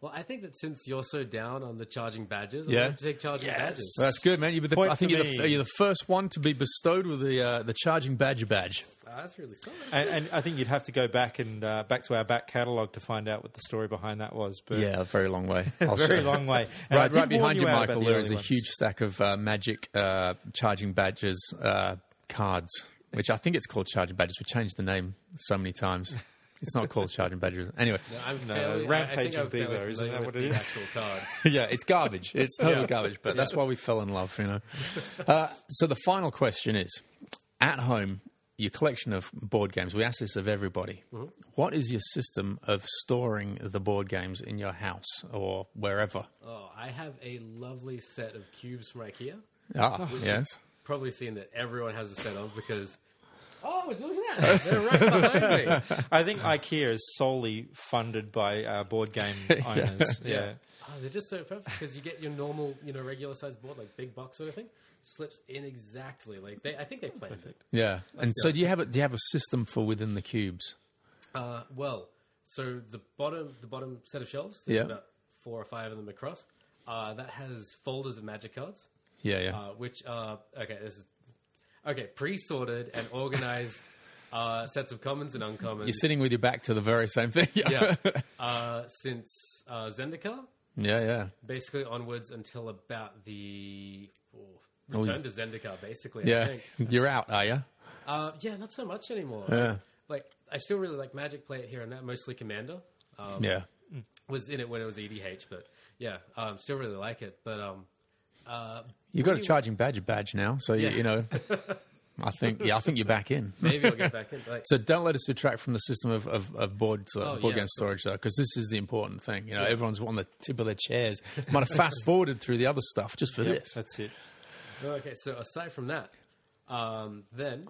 [SPEAKER 6] Well, I think that since you're so down on the charging badges, I'm
[SPEAKER 4] Yeah.
[SPEAKER 6] going to take charging badges.
[SPEAKER 4] Well, that's good, man. You're the,
[SPEAKER 5] Point
[SPEAKER 4] I think
[SPEAKER 5] for
[SPEAKER 4] you're the,
[SPEAKER 5] me.
[SPEAKER 4] you're the first one to be bestowed with the uh, the charging badger badge.
[SPEAKER 6] Ah, that's really solid.
[SPEAKER 5] And, and I think you'd have to go back and uh, back to our back catalogue to find out what the story behind that was. But
[SPEAKER 4] Yeah, a very long way. I'll
[SPEAKER 5] very
[SPEAKER 4] show-
[SPEAKER 5] long way. And I
[SPEAKER 4] Right,
[SPEAKER 5] did
[SPEAKER 4] right
[SPEAKER 5] warn
[SPEAKER 4] behind you,
[SPEAKER 5] out about
[SPEAKER 4] Michael.
[SPEAKER 5] the
[SPEAKER 4] There
[SPEAKER 5] early
[SPEAKER 4] is a
[SPEAKER 5] ones.
[SPEAKER 4] huge stack of uh, magic uh, charging badges uh, cards, which I think it's called charging badges. We changed the name so many times. It's not called charging badges. Anyway,
[SPEAKER 6] I'm
[SPEAKER 5] No,
[SPEAKER 6] fairly- I-
[SPEAKER 5] uh, Rampage
[SPEAKER 6] I think
[SPEAKER 5] and
[SPEAKER 6] I'm fairly
[SPEAKER 5] Viva, isn't
[SPEAKER 6] familiar
[SPEAKER 5] that
[SPEAKER 6] with
[SPEAKER 5] what it
[SPEAKER 6] the
[SPEAKER 5] is?
[SPEAKER 6] Actual card.
[SPEAKER 4] yeah, it's garbage. It's total garbage, but that's why we fell in love, you know. Uh, so the final question is at home, your collection of board games, we ask this of everybody.
[SPEAKER 5] Mm-hmm.
[SPEAKER 4] What is your system of storing the board games in your house or wherever?
[SPEAKER 5] Uh,
[SPEAKER 6] Oh, I have a lovely set of cubes from IKEA.
[SPEAKER 4] Ah, yes.
[SPEAKER 6] Probably seen that everyone has a set of because. Oh, look at that! They're right behind me.
[SPEAKER 5] I think IKEA is solely funded by uh, board game owners. yeah.
[SPEAKER 6] Oh, they're just so perfect because you get your normal, you know, regular sized board, like big box sort of thing, slips in exactly. Like they, I think they planned it.
[SPEAKER 4] Yeah, and so do you have a do you have a system for within the cubes?
[SPEAKER 6] Uh, well, so the bottom the bottom set of shelves, there's
[SPEAKER 4] Yeah.
[SPEAKER 6] about four or five of them across. Uh, that has folders of magic cards,
[SPEAKER 4] Yeah, yeah.
[SPEAKER 6] uh, which are okay. This is okay pre-sorted and organized uh, sets of commons and uncommons.
[SPEAKER 4] You're sitting with your back to the very same thing.
[SPEAKER 6] yeah. Uh, since uh, Zendikar,
[SPEAKER 4] yeah, yeah.
[SPEAKER 6] basically onwards until about the oh,
[SPEAKER 4] Oh,
[SPEAKER 6] return to Zendikar, basically. I
[SPEAKER 4] yeah.
[SPEAKER 6] think.
[SPEAKER 4] You're out, are you?
[SPEAKER 6] Uh, yeah, not so much anymore. Like I still really like Magic, play it here and that, mostly Commander. Um,
[SPEAKER 4] Yeah,
[SPEAKER 6] was in it when it was EDH, but yeah, um, still really like it. But um, uh,
[SPEAKER 4] you've got a charging badger badge now, so you,
[SPEAKER 6] Yeah.
[SPEAKER 4] you know. I think yeah, I think you're back in.
[SPEAKER 6] maybe I'll get back in. Like,
[SPEAKER 4] So don't let us detract from the system of of, of board uh,
[SPEAKER 6] Oh,
[SPEAKER 4] board
[SPEAKER 6] yeah,
[SPEAKER 4] game
[SPEAKER 6] of
[SPEAKER 4] storage though, because this is the important thing. You know, everyone's on the tip of their chairs. Might have fast forwarded through the other stuff just for this.
[SPEAKER 5] That's it.
[SPEAKER 6] okay, so aside from that, um, then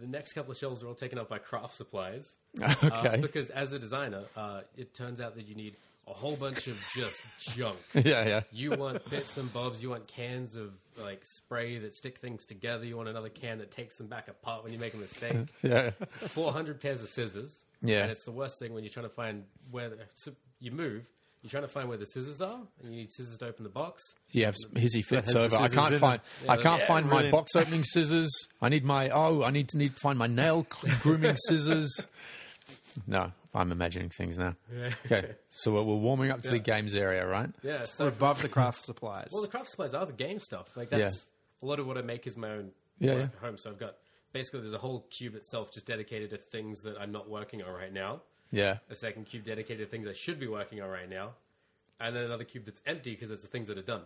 [SPEAKER 6] the next couple of shelves are all taken up by craft supplies. Uh,
[SPEAKER 4] okay.
[SPEAKER 6] because as a designer, uh, it turns out that you need a whole bunch of just junk.
[SPEAKER 4] yeah, yeah.
[SPEAKER 6] You want bits and bobs. You want cans of like spray that stick things together. You want another can that takes them back apart when you make a mistake.
[SPEAKER 4] yeah.
[SPEAKER 6] 400 pairs of scissors.
[SPEAKER 4] Yeah.
[SPEAKER 6] And it's the worst thing when you're trying to find where the, so you move You're trying to find where the scissors are, and you need scissors to open the box.
[SPEAKER 4] Yeah, I've- hizzy fits
[SPEAKER 5] has the
[SPEAKER 4] over. I
[SPEAKER 5] scissors
[SPEAKER 4] can't
[SPEAKER 5] in
[SPEAKER 4] find.
[SPEAKER 5] it.
[SPEAKER 4] I can't
[SPEAKER 5] Yeah,
[SPEAKER 4] find my
[SPEAKER 5] brilliant.
[SPEAKER 4] box opening scissors. I need my. Oh, I need to need to find my nail cl- grooming scissors. No, I'm imagining things now. Okay, so we're, we're warming up to the games area, right?
[SPEAKER 6] Yeah,
[SPEAKER 5] We're
[SPEAKER 6] so
[SPEAKER 5] above the craft supplies.
[SPEAKER 6] Well, the craft supplies are the game stuff. Like that's a lot of what I make is my own
[SPEAKER 4] Yeah,
[SPEAKER 6] work
[SPEAKER 4] yeah.
[SPEAKER 6] at home. So I've got basically there's a whole cube itself just dedicated to things that I'm not working on right now.
[SPEAKER 4] Yeah,
[SPEAKER 6] A second cube dedicated to things I should be working on right now, and then another cube that's empty because it's the things that are done.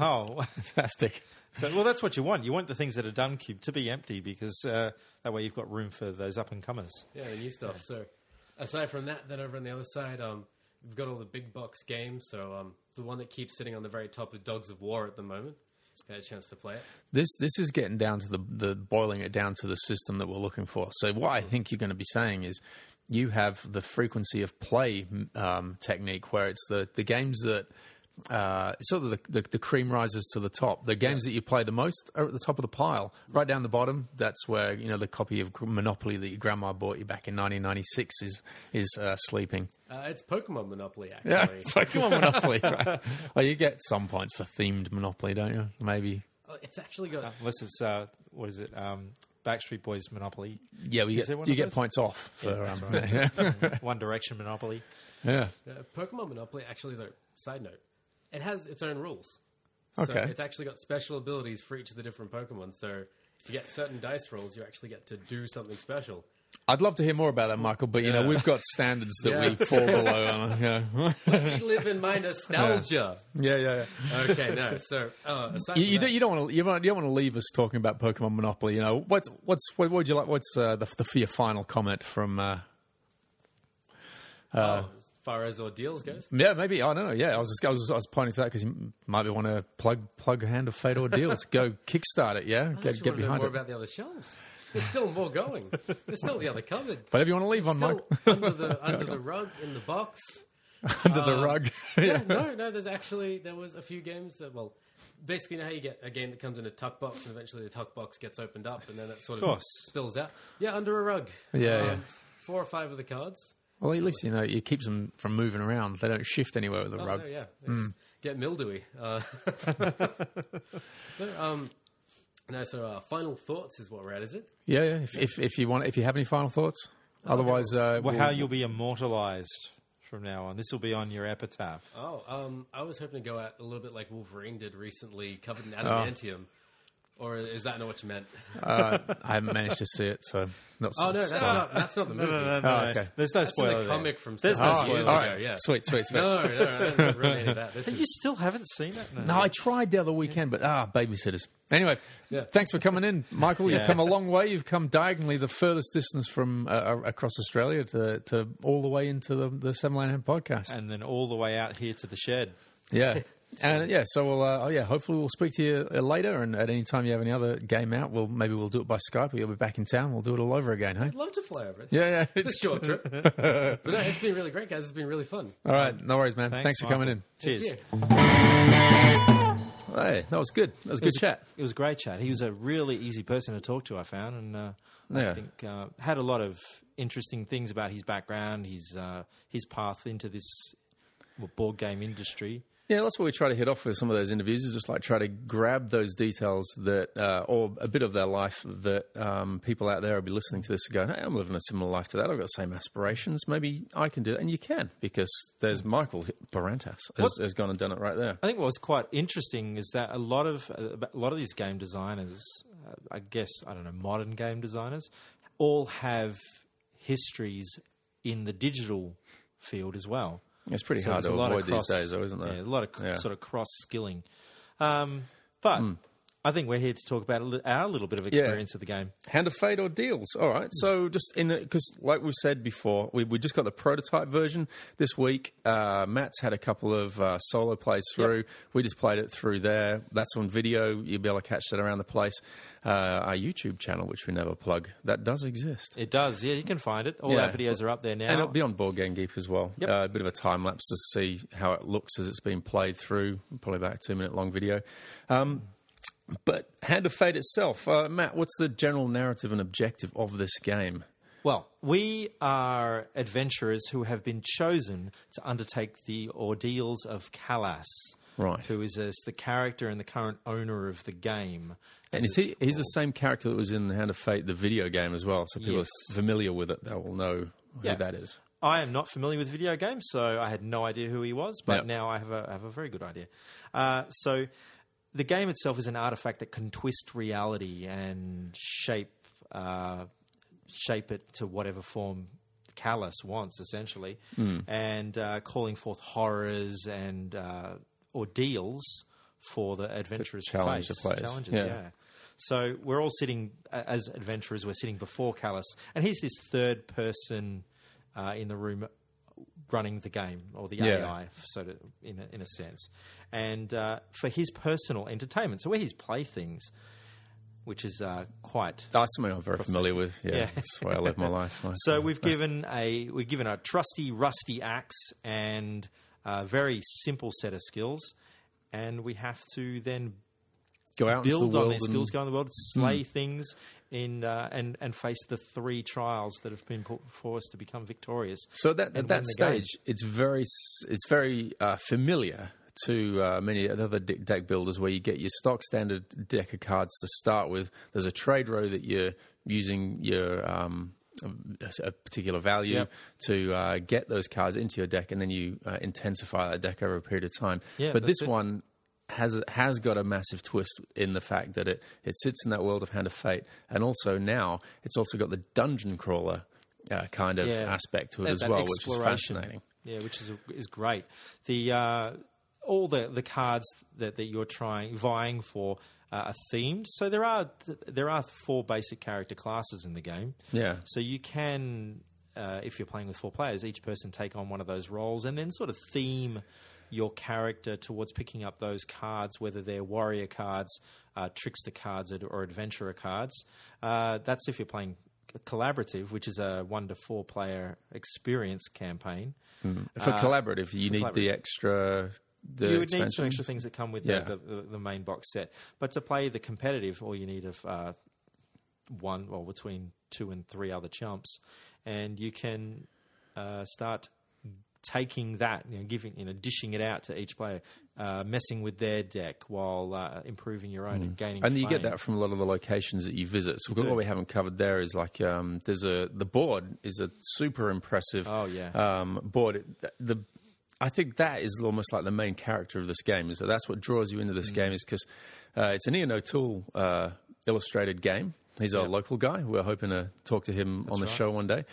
[SPEAKER 5] oh,
[SPEAKER 4] fantastic.
[SPEAKER 5] so, well, that's what you want. You want the things that are done cube to be empty because uh, that way you've got room for those up and comers.
[SPEAKER 6] Yeah, the new stuff. So aside from that, then over on the other side, um, we've got all the big box games. So um, the one that keeps sitting on the very top is Dogs of War at the moment. Got a chance to play it.
[SPEAKER 4] This this is getting down to the the boiling it down to the system that we're looking for. So what I think you're going to be saying is you have the frequency of play um, technique where it's the the games that. Uh, it's sort of the, the, the cream rises to the top. The games that you play the most are at the top of the pile. Right down the bottom, that's where you know the copy of Monopoly that your grandma bought you back in 1996 is is uh, sleeping.
[SPEAKER 6] Uh, it's Pokemon Monopoly, actually.
[SPEAKER 4] Yeah, Pokemon Monopoly. Right? Oh, you get some points for themed Monopoly, don't you? Maybe.
[SPEAKER 6] Uh, It's actually got
[SPEAKER 5] Unless it's uh, what is it? Um, Backstreet Boys Monopoly,
[SPEAKER 4] Yeah, we
[SPEAKER 5] Is
[SPEAKER 4] get
[SPEAKER 5] there one
[SPEAKER 4] you
[SPEAKER 5] of
[SPEAKER 4] get
[SPEAKER 5] those?
[SPEAKER 4] points off for um,
[SPEAKER 5] One Direction Monopoly.
[SPEAKER 4] Yeah.
[SPEAKER 6] Uh, Pokemon Monopoly, actually, though, side note, it has its own rules. So
[SPEAKER 4] Okay.
[SPEAKER 6] it's actually got special abilities for each of the different Pokemon. So if you get certain dice rolls, you actually get to do something special.
[SPEAKER 4] I'd love to hear more about that, Michael, but you know, we've got standards that
[SPEAKER 6] Yeah.
[SPEAKER 4] we fall below. on, yeah.
[SPEAKER 6] We live in my nostalgia.
[SPEAKER 4] yeah, yeah, yeah.
[SPEAKER 6] okay, no. So uh, aside
[SPEAKER 4] You,
[SPEAKER 6] from
[SPEAKER 4] you,
[SPEAKER 6] that,
[SPEAKER 4] do, you don't want to you don't, you don't want to leave us talking about Pokemon Monopoly. You know, what's what's what would you like? What's uh, the the for your final comment from? Uh,
[SPEAKER 6] oh, as far as ordeals goes,
[SPEAKER 4] yeah, maybe I don't know. Yeah, I was just, I was I was pointing to that because you might want to plug plug a hand of fate ordeals. Go kickstart it. Yeah,
[SPEAKER 6] I
[SPEAKER 4] get
[SPEAKER 6] actually want
[SPEAKER 4] get
[SPEAKER 6] to know
[SPEAKER 4] behind
[SPEAKER 6] more
[SPEAKER 4] it.
[SPEAKER 6] about the other shelves. There's still more going. There's still the other cupboard.
[SPEAKER 4] Whatever you want to leave on,
[SPEAKER 6] Still
[SPEAKER 4] Michael,
[SPEAKER 6] under the under the rug in the box.
[SPEAKER 4] under the rug.
[SPEAKER 6] yeah, no, no. There's actually there was a few games that well, basically you know how you get a game that comes in a tuck box and eventually the tuck box gets opened up and then it sort of,
[SPEAKER 5] course.
[SPEAKER 6] spills out. Yeah, under a rug. Um,
[SPEAKER 4] Yeah, yeah.
[SPEAKER 6] Four or five of the cards.
[SPEAKER 4] Well, at least you know it keeps them from moving around. They don't shift anywhere with the
[SPEAKER 6] Oh,
[SPEAKER 4] rug.
[SPEAKER 6] no,
[SPEAKER 4] Hmm.
[SPEAKER 6] yeah, they just get mildewy. Uh, no, um, no, so uh, final thoughts is what we're at, is it?
[SPEAKER 4] Yeah, yeah. If, if if you want, if you have any final thoughts,
[SPEAKER 6] Oh,
[SPEAKER 4] otherwise, uh,
[SPEAKER 5] Well,
[SPEAKER 4] we'll-
[SPEAKER 5] how you'll be immortalized from now on. This will be on your epitaph.
[SPEAKER 6] Oh, um, I was hoping to go out a little bit like Wolverine did recently, covered in adamantium. Or is that not what you meant?
[SPEAKER 4] I haven't managed to see it, so not.
[SPEAKER 6] Oh no, that's not that's not the movie.
[SPEAKER 5] No,
[SPEAKER 4] Oh, okay.
[SPEAKER 5] There's no
[SPEAKER 6] That's in
[SPEAKER 5] spoiler.
[SPEAKER 6] the
[SPEAKER 5] there.
[SPEAKER 6] comic from
[SPEAKER 5] There's no
[SPEAKER 6] several years
[SPEAKER 5] spoiler.
[SPEAKER 6] ago. Yeah.
[SPEAKER 4] Oh, Sweet, sweet, sweet.
[SPEAKER 6] No, no, no, no, really any of that. This
[SPEAKER 5] You
[SPEAKER 6] is
[SPEAKER 5] still haven't seen it?
[SPEAKER 4] No, I tried the other weekend, but ah, babysitters. Anyway, thanks for coming in, Michael. You've
[SPEAKER 5] Yeah.
[SPEAKER 4] come a long way. You've come diagonally the furthest distance from uh, uh, across Australia to, to all the way into the, the Seven Line Hand podcast.
[SPEAKER 5] And then all the way out here to the shed.
[SPEAKER 4] Yeah. And yeah, so we'll uh, oh yeah, hopefully we'll speak to you uh, later. And at any time you have any other game out, we'll maybe we'll do it by Skype. or You'll be back in town. We'll do it all over again, hey?
[SPEAKER 6] I'd love to fly over. It's,
[SPEAKER 4] Yeah, yeah.
[SPEAKER 6] it's a short trip, but no, it's been really great, guys. It's been really fun.
[SPEAKER 4] All right, no worries, man. Thanks, for coming in.
[SPEAKER 5] Michael. Cheers.
[SPEAKER 6] Yeah.
[SPEAKER 4] Hey, that was good. That was a good chat.
[SPEAKER 5] It was a great chat. He was a really easy person to talk to, I found, and uh,
[SPEAKER 4] Yeah.
[SPEAKER 5] I think uh, had a lot of interesting things about his background, his uh, his path into this well, board game industry.
[SPEAKER 4] Yeah, that's what we try to hit off with some of those interviews is just like try to grab those details that, uh, or a bit of their life that um, people out there will be listening to this and going, hey, I'm living a similar life to that. I've got the same aspirations. Maybe I can do that. And you can because there's Michael Barantas has, has gone and done it right there.
[SPEAKER 5] I think what was quite interesting is that a lot of uh, a lot of these game designers, uh, I guess I don't know, modern game designers, all have histories in the digital field as well.
[SPEAKER 4] It's pretty
[SPEAKER 5] So
[SPEAKER 4] hard
[SPEAKER 5] there's
[SPEAKER 4] to
[SPEAKER 5] a lot of
[SPEAKER 4] avoid
[SPEAKER 5] cross-
[SPEAKER 4] these days, though, isn't there?
[SPEAKER 5] Yeah, a lot of
[SPEAKER 4] Yeah. Hmm.
[SPEAKER 5] sort of cross skilling. Um, but I think we're here to talk about a li- our little bit of experience of the game.
[SPEAKER 4] Hand of Fate or deals. All right. So just in because like we've said before, we we just got the prototype version this week. Uh, Matt's had a couple of uh, solo plays through. We just played it through there. That's on video. You'll be able to catch that around the place. Uh, our YouTube channel, which we never plug, that does exist.
[SPEAKER 5] It does, yeah. You can find it. All
[SPEAKER 4] Yeah.
[SPEAKER 5] our videos are up there now.
[SPEAKER 4] and it'll be on Board Game Geek as well.
[SPEAKER 5] Yep.
[SPEAKER 4] Uh, a bit of a time lapse to see how it looks as it's being played through. Probably about a two minute long video. Um, but Hand of Fate itself, uh, Matt, what's the general narrative and objective of this game?
[SPEAKER 5] Well, we are adventurers who have been chosen to undertake the ordeals of Kalas,
[SPEAKER 4] Right.
[SPEAKER 5] Who is as the character and the current owner of the game.
[SPEAKER 4] And
[SPEAKER 5] This
[SPEAKER 4] is he, he's the same character that was in the Hand of Fate, the video game as well. So people
[SPEAKER 5] Yes.
[SPEAKER 4] are familiar with it. They will know who
[SPEAKER 5] Yeah.
[SPEAKER 4] that is.
[SPEAKER 5] I am not familiar with video games, so I had no idea who he was, but
[SPEAKER 4] Yep.
[SPEAKER 5] now I have a, I have a very good idea. Uh, so the game itself is an artifact that can twist reality and shape uh, shape it to whatever form Callus wants, essentially,
[SPEAKER 4] Hmm.
[SPEAKER 5] and uh, calling forth horrors and uh, ordeals for the adventurers to
[SPEAKER 4] challenge
[SPEAKER 5] face.
[SPEAKER 4] the players,
[SPEAKER 5] Challenges,
[SPEAKER 4] yeah.
[SPEAKER 5] yeah. So we're all sitting a- as adventurers. We're sitting before Callus, and he's this third person uh, in the room running the game or the AI, so to, in a, in a sense, and uh, for his personal entertainment. So we're his playthings, which is uh, quite.
[SPEAKER 4] That's something I'm very familiar with. Yeah,
[SPEAKER 5] Yeah.
[SPEAKER 4] that's the way I live my life. Like,
[SPEAKER 5] So we've given a we've given a trusty, rusty axe and a very simple set of skills, and we have to then
[SPEAKER 4] go out into the
[SPEAKER 5] build
[SPEAKER 4] world
[SPEAKER 5] on their
[SPEAKER 4] and- Hmm.
[SPEAKER 5] skills, go in the world, slay things in uh, and and face the three trials that have been put before us to become victorious.
[SPEAKER 4] So that,
[SPEAKER 5] and
[SPEAKER 4] at that
[SPEAKER 5] win the game.
[SPEAKER 4] stage, it's very s- it's very uh, familiar to uh, many other de- deck builders, where you get your stock standard deck of cards to start with. There's a trade row that you're using your um, a, a particular value
[SPEAKER 5] Yep.
[SPEAKER 4] to uh, get those cards into your deck, and then you uh, intensify that deck over a period of time.
[SPEAKER 5] Yeah,
[SPEAKER 4] but this
[SPEAKER 5] that's it.
[SPEAKER 4] one. Has has got a massive twist in the fact that it, it sits in that world of Hand of Fate, and also now it's also got the dungeon crawler uh, kind of
[SPEAKER 5] Yeah.
[SPEAKER 4] aspect to it
[SPEAKER 5] That-
[SPEAKER 4] as
[SPEAKER 5] that
[SPEAKER 4] well, which is
[SPEAKER 5] exploration.
[SPEAKER 4] fascinating.
[SPEAKER 5] Yeah, which is is great. The uh, all the the cards that, that you're trying vying for uh, are themed. So there are there are four basic character classes in the game.
[SPEAKER 4] Yeah.
[SPEAKER 5] So you can, uh, if you're playing with four players, each person take on one of those roles and then sort of theme your character towards picking up those cards, whether they're warrior cards, uh, trickster cards, or- or adventurer cards. Uh, that's if you're playing collaborative, which is a one to four player experience campaign.
[SPEAKER 4] For collaborative, you need the
[SPEAKER 5] Uh, collaborative.
[SPEAKER 4] extra. The
[SPEAKER 5] you would need some
[SPEAKER 4] expansions?
[SPEAKER 5] extra things that come with
[SPEAKER 4] Yeah.
[SPEAKER 5] the, the, the main box set. But to play the competitive, all you need of uh, one, well, between two and three other chumps, and you can uh, start taking that, you know, giving, you know, dishing it out to each player, uh, messing with their deck while uh, improving your own and gaining.
[SPEAKER 4] Mm. And you get
[SPEAKER 5] fame.
[SPEAKER 4] that from a lot of the locations that you visit. So what we haven't covered there is like um, there's a the board is a super impressive.
[SPEAKER 5] Oh, yeah.
[SPEAKER 4] um, board. It- The I think that is almost like the main character of this game is that that's what draws you into
[SPEAKER 5] Mm.
[SPEAKER 4] this game is because uh, it's an Ian O'Toole uh, illustrated game. He's our local guy. We're hoping to talk to him on the show one day.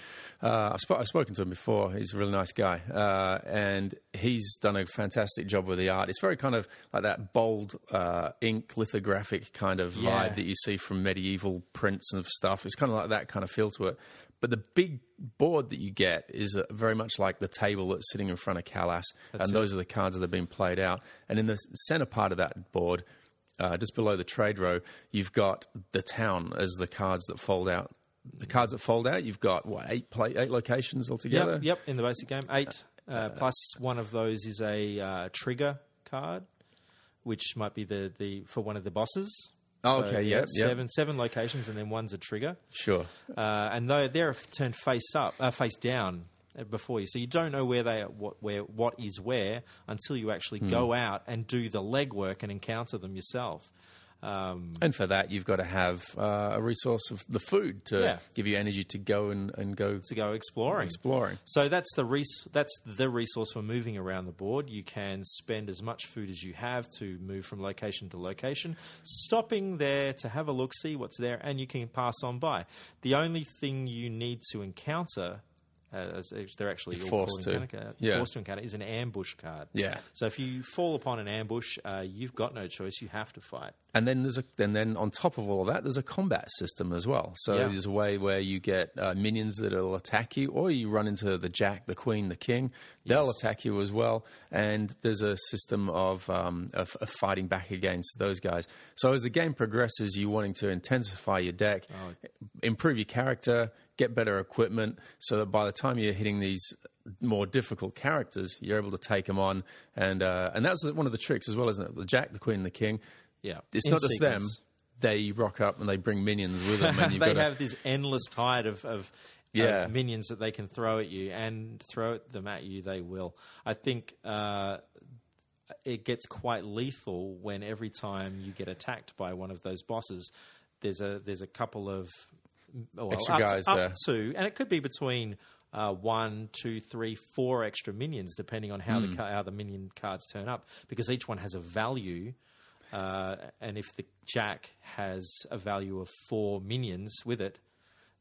[SPEAKER 4] Uh, I've, sp- I've spoken to him before. He's a really nice guy, uh, and he's done a fantastic job with the art. It's very kind of like that bold uh, ink lithographic kind of
[SPEAKER 5] Yeah.
[SPEAKER 4] vibe that you see from medieval prints and stuff. It's kind of like that kind of feel to it. But the big board that you get is uh, very much like the table that's sitting in front of Calas, and those are the cards that have been played out. And in the center part of that board, uh, just below the trade row, you've got the town as the cards that fold out. The cards that fold out, you've got what eight play, eight locations altogether.
[SPEAKER 5] Yep, yep. In the basic game, eight uh, plus one of those is a uh, trigger card, which might be the, the for one of the bosses.
[SPEAKER 4] Oh, okay, yep, yep.
[SPEAKER 5] seven seven locations, and then one's a trigger.
[SPEAKER 4] Sure.
[SPEAKER 5] Uh, and though they're turned face up, uh, face down uh, before you, so you don't know where they are, what where what is where until you actually
[SPEAKER 4] Hmm.
[SPEAKER 5] go out and do the legwork and encounter them yourself. Um,
[SPEAKER 4] And for that, you've got to have uh, a resource of the food to
[SPEAKER 5] Yeah.
[SPEAKER 4] give you energy to go and, and go
[SPEAKER 5] to go exploring.
[SPEAKER 4] Exploring.
[SPEAKER 5] So that's the res- that's the resource for moving around the board. You can spend as much food as you have to move from location to location, stopping there to have a look, see what's there, and you can pass on by. The only thing you need to encounter. uh, As they're actually all
[SPEAKER 4] forced
[SPEAKER 5] called
[SPEAKER 4] to.
[SPEAKER 5] encounter-
[SPEAKER 4] Yeah.
[SPEAKER 5] forced to encounter is an ambush card.
[SPEAKER 4] Yeah.
[SPEAKER 5] So if you fall upon an ambush, uh, you've got no choice. You have to fight.
[SPEAKER 4] And then there's a and then on top of all of that, there's a combat system as well. So
[SPEAKER 5] Yeah.
[SPEAKER 4] there's a way where you get uh, minions that'll attack you, or you run into the Jack, the Queen, the King. They'll attack you as well. And there's a system of, um, of of fighting back against those guys. So as the game progresses, you wanting to intensify your deck, improve your character, get better equipment, so that by the time you're hitting these more difficult characters, you're able to take them on. And uh, and that's one of the tricks as well, isn't it? The Jack, the Queen, the King
[SPEAKER 5] Yeah.
[SPEAKER 4] it's
[SPEAKER 5] In
[SPEAKER 4] not just them.
[SPEAKER 5] sequence.
[SPEAKER 4] They rock up and they bring minions with them, and you've
[SPEAKER 5] they
[SPEAKER 4] got to.
[SPEAKER 5] have this endless tide of, of
[SPEAKER 4] Yeah.
[SPEAKER 5] of minions that they can throw at you and throw at them at you, they will. I think uh, it gets quite lethal when every time you get attacked by one of those bosses, there's a there's a couple of well,
[SPEAKER 4] Extra
[SPEAKER 5] up to-
[SPEAKER 4] guys
[SPEAKER 5] up
[SPEAKER 4] there.
[SPEAKER 5] to, and it could be between uh, one, two, three, four extra minions, depending on
[SPEAKER 4] Hmm.
[SPEAKER 5] how the the how the minion cards turn up, because each one has a value. Uh, and if the jack has a value of four minions with it,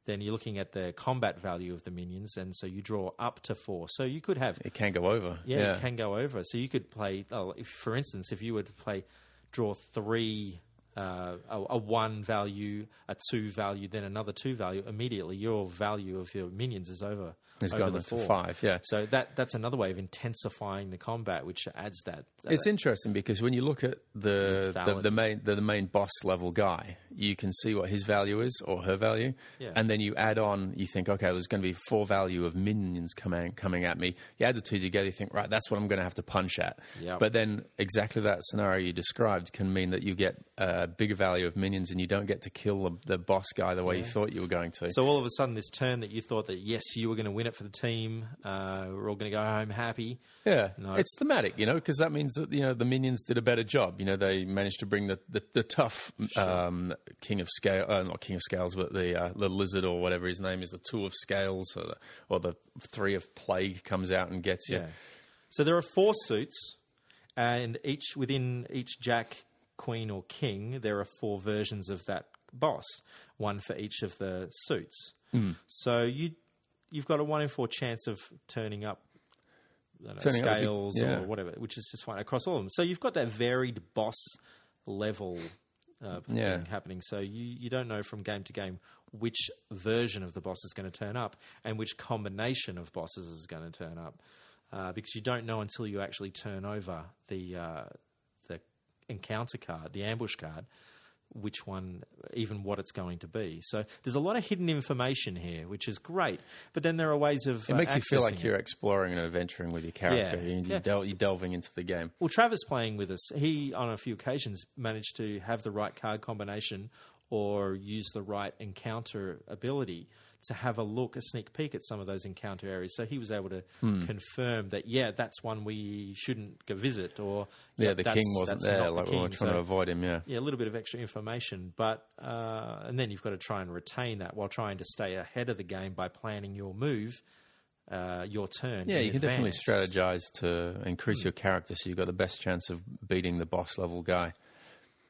[SPEAKER 5] then you're looking at the combat value of the minions, and so you draw up to four. So you could have
[SPEAKER 4] It can go over.
[SPEAKER 5] yeah, it can go over. So you could play, oh, if, for instance, if you were to play, draw three, uh, a, a one value, a two value, then another two value. Immediately, your value of your minions is over.
[SPEAKER 4] It's
[SPEAKER 5] over
[SPEAKER 4] gone
[SPEAKER 5] the
[SPEAKER 4] up to
[SPEAKER 5] four.
[SPEAKER 4] five, yeah.
[SPEAKER 5] So that that's another way of intensifying the combat, which adds that.
[SPEAKER 4] It's interesting because when you look at the
[SPEAKER 5] The
[SPEAKER 4] the,
[SPEAKER 5] Thalid.
[SPEAKER 4] the main the, the main boss level guy, you can see what his value is or her value,
[SPEAKER 5] Yeah.
[SPEAKER 4] and then you add on. You think, okay, there's going to be four value of minions coming coming at me. You add the two together, you think, right, that's what I'm going to have to punch at.
[SPEAKER 5] Yep.
[SPEAKER 4] But then exactly that scenario you described can mean that you get a bigger value of minions and you don't get to kill the, the boss guy the way you thought you were going to.
[SPEAKER 5] so all of a sudden, this turn that you thought that yes, you were going to win it for the team, uh, we're all going to go home happy.
[SPEAKER 4] Yeah,
[SPEAKER 5] No.
[SPEAKER 4] it's thematic, you know, because that means that you know the minions did a better job. You know, they managed to bring the the, the tough um, king of scale, uh, not king of scales, but the uh, the lizard or whatever his name is, the two of scales, or the, or the three of plague comes out and gets you.
[SPEAKER 5] Yeah. So there are four suits, and each within each jack, queen, or king, there are four versions of that boss, one for each of the suits.
[SPEAKER 4] Mm.
[SPEAKER 5] So you you've got a one in four chance of turning up. I don't know,
[SPEAKER 4] Turning up would be-
[SPEAKER 5] scales
[SPEAKER 4] yeah.
[SPEAKER 5] or whatever, which is just fine across all of them. So you've got that varied boss level uh,
[SPEAKER 4] Yeah.
[SPEAKER 5] thing happening. So you, you don't know from game to game which version of the boss is going to turn up and which combination of bosses is going to turn up uh, because you don't know until you actually turn over the uh, the encounter card, the ambush card, which one, even what it's going to be. So there's a lot of hidden information here, which is great. But then there are ways of
[SPEAKER 4] It makes you feel like
[SPEAKER 5] you're.
[SPEAKER 4] you're exploring and adventuring with your character.
[SPEAKER 5] Yeah.
[SPEAKER 4] You- You,
[SPEAKER 5] Yeah.
[SPEAKER 4] del- you're delving into the game.
[SPEAKER 5] Well, Travis playing with us, he on a few occasions managed to have the right card combination or use the right encounter ability to have a look, a sneak peek at some of those encounter areas. So he was able to
[SPEAKER 4] Hmm.
[SPEAKER 5] confirm that, yeah, that's one we shouldn't go visit, or
[SPEAKER 4] Yeah,
[SPEAKER 5] "Yep,
[SPEAKER 4] the
[SPEAKER 5] that's-
[SPEAKER 4] king wasn't
[SPEAKER 5] that's not
[SPEAKER 4] there.
[SPEAKER 5] the
[SPEAKER 4] Like we were
[SPEAKER 5] king."
[SPEAKER 4] trying to
[SPEAKER 5] So-
[SPEAKER 4] avoid him. Yeah.
[SPEAKER 5] yeah, a little bit of extra information, but uh, and then you've got to try and retain that while trying to stay ahead of the game by planning your move, uh, your turn.
[SPEAKER 4] Yeah,
[SPEAKER 5] in
[SPEAKER 4] you can definitely
[SPEAKER 5] advance. Hmm.
[SPEAKER 4] strategize to increase your character so you've got the best chance of beating the boss level guy.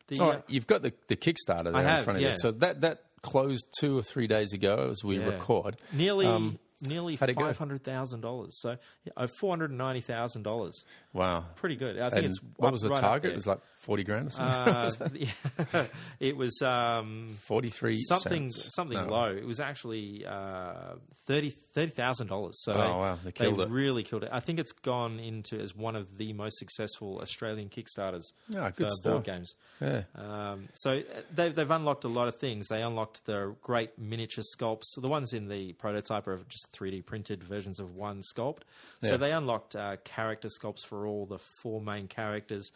[SPEAKER 5] The,
[SPEAKER 4] All
[SPEAKER 5] uh,
[SPEAKER 4] right, you've got the, the Kickstarter there in
[SPEAKER 5] have,
[SPEAKER 4] front of
[SPEAKER 5] yeah.
[SPEAKER 4] you. So that, that closed two or three days ago as we
[SPEAKER 5] Yeah.
[SPEAKER 4] record. Um,
[SPEAKER 5] Nearly nearly
[SPEAKER 4] how'd it go?
[SPEAKER 5] five hundred thousand dollars. So oh, four hundred and ninety thousand dollars.
[SPEAKER 4] Wow.
[SPEAKER 5] Pretty good. I think
[SPEAKER 4] And
[SPEAKER 5] it's
[SPEAKER 4] what
[SPEAKER 5] up-
[SPEAKER 4] was the
[SPEAKER 5] right up
[SPEAKER 4] target?
[SPEAKER 5] there.
[SPEAKER 4] It was like 40 grand or something?
[SPEAKER 5] Uh, yeah. it was um,
[SPEAKER 4] 43
[SPEAKER 5] something
[SPEAKER 4] cents. Oh,
[SPEAKER 5] something
[SPEAKER 4] No.
[SPEAKER 5] low. It was actually uh, thirty thirty thousand dollars. So
[SPEAKER 4] Oh,
[SPEAKER 5] they,
[SPEAKER 4] wow. They killed it.
[SPEAKER 5] really killed it. I think it's gone into as one of the most successful Australian kickstarters
[SPEAKER 4] Yeah,
[SPEAKER 5] for
[SPEAKER 4] good
[SPEAKER 5] board
[SPEAKER 4] stuff.
[SPEAKER 5] games.
[SPEAKER 4] Yeah.
[SPEAKER 5] Um, so uh, they've, they've unlocked a lot of things. They unlocked the great miniature sculpts. The ones in the prototype are just 3D printed versions of one sculpt. So
[SPEAKER 4] Yeah.
[SPEAKER 5] they unlocked uh, character sculpts for all the four main characters.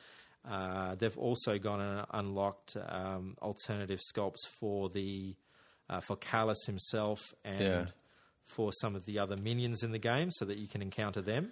[SPEAKER 5] Uh, they've also gone and unlocked um, alternative sculpts for the uh, for Callus himself and
[SPEAKER 4] Yeah.
[SPEAKER 5] for some of the other minions in the game, so that you can encounter them.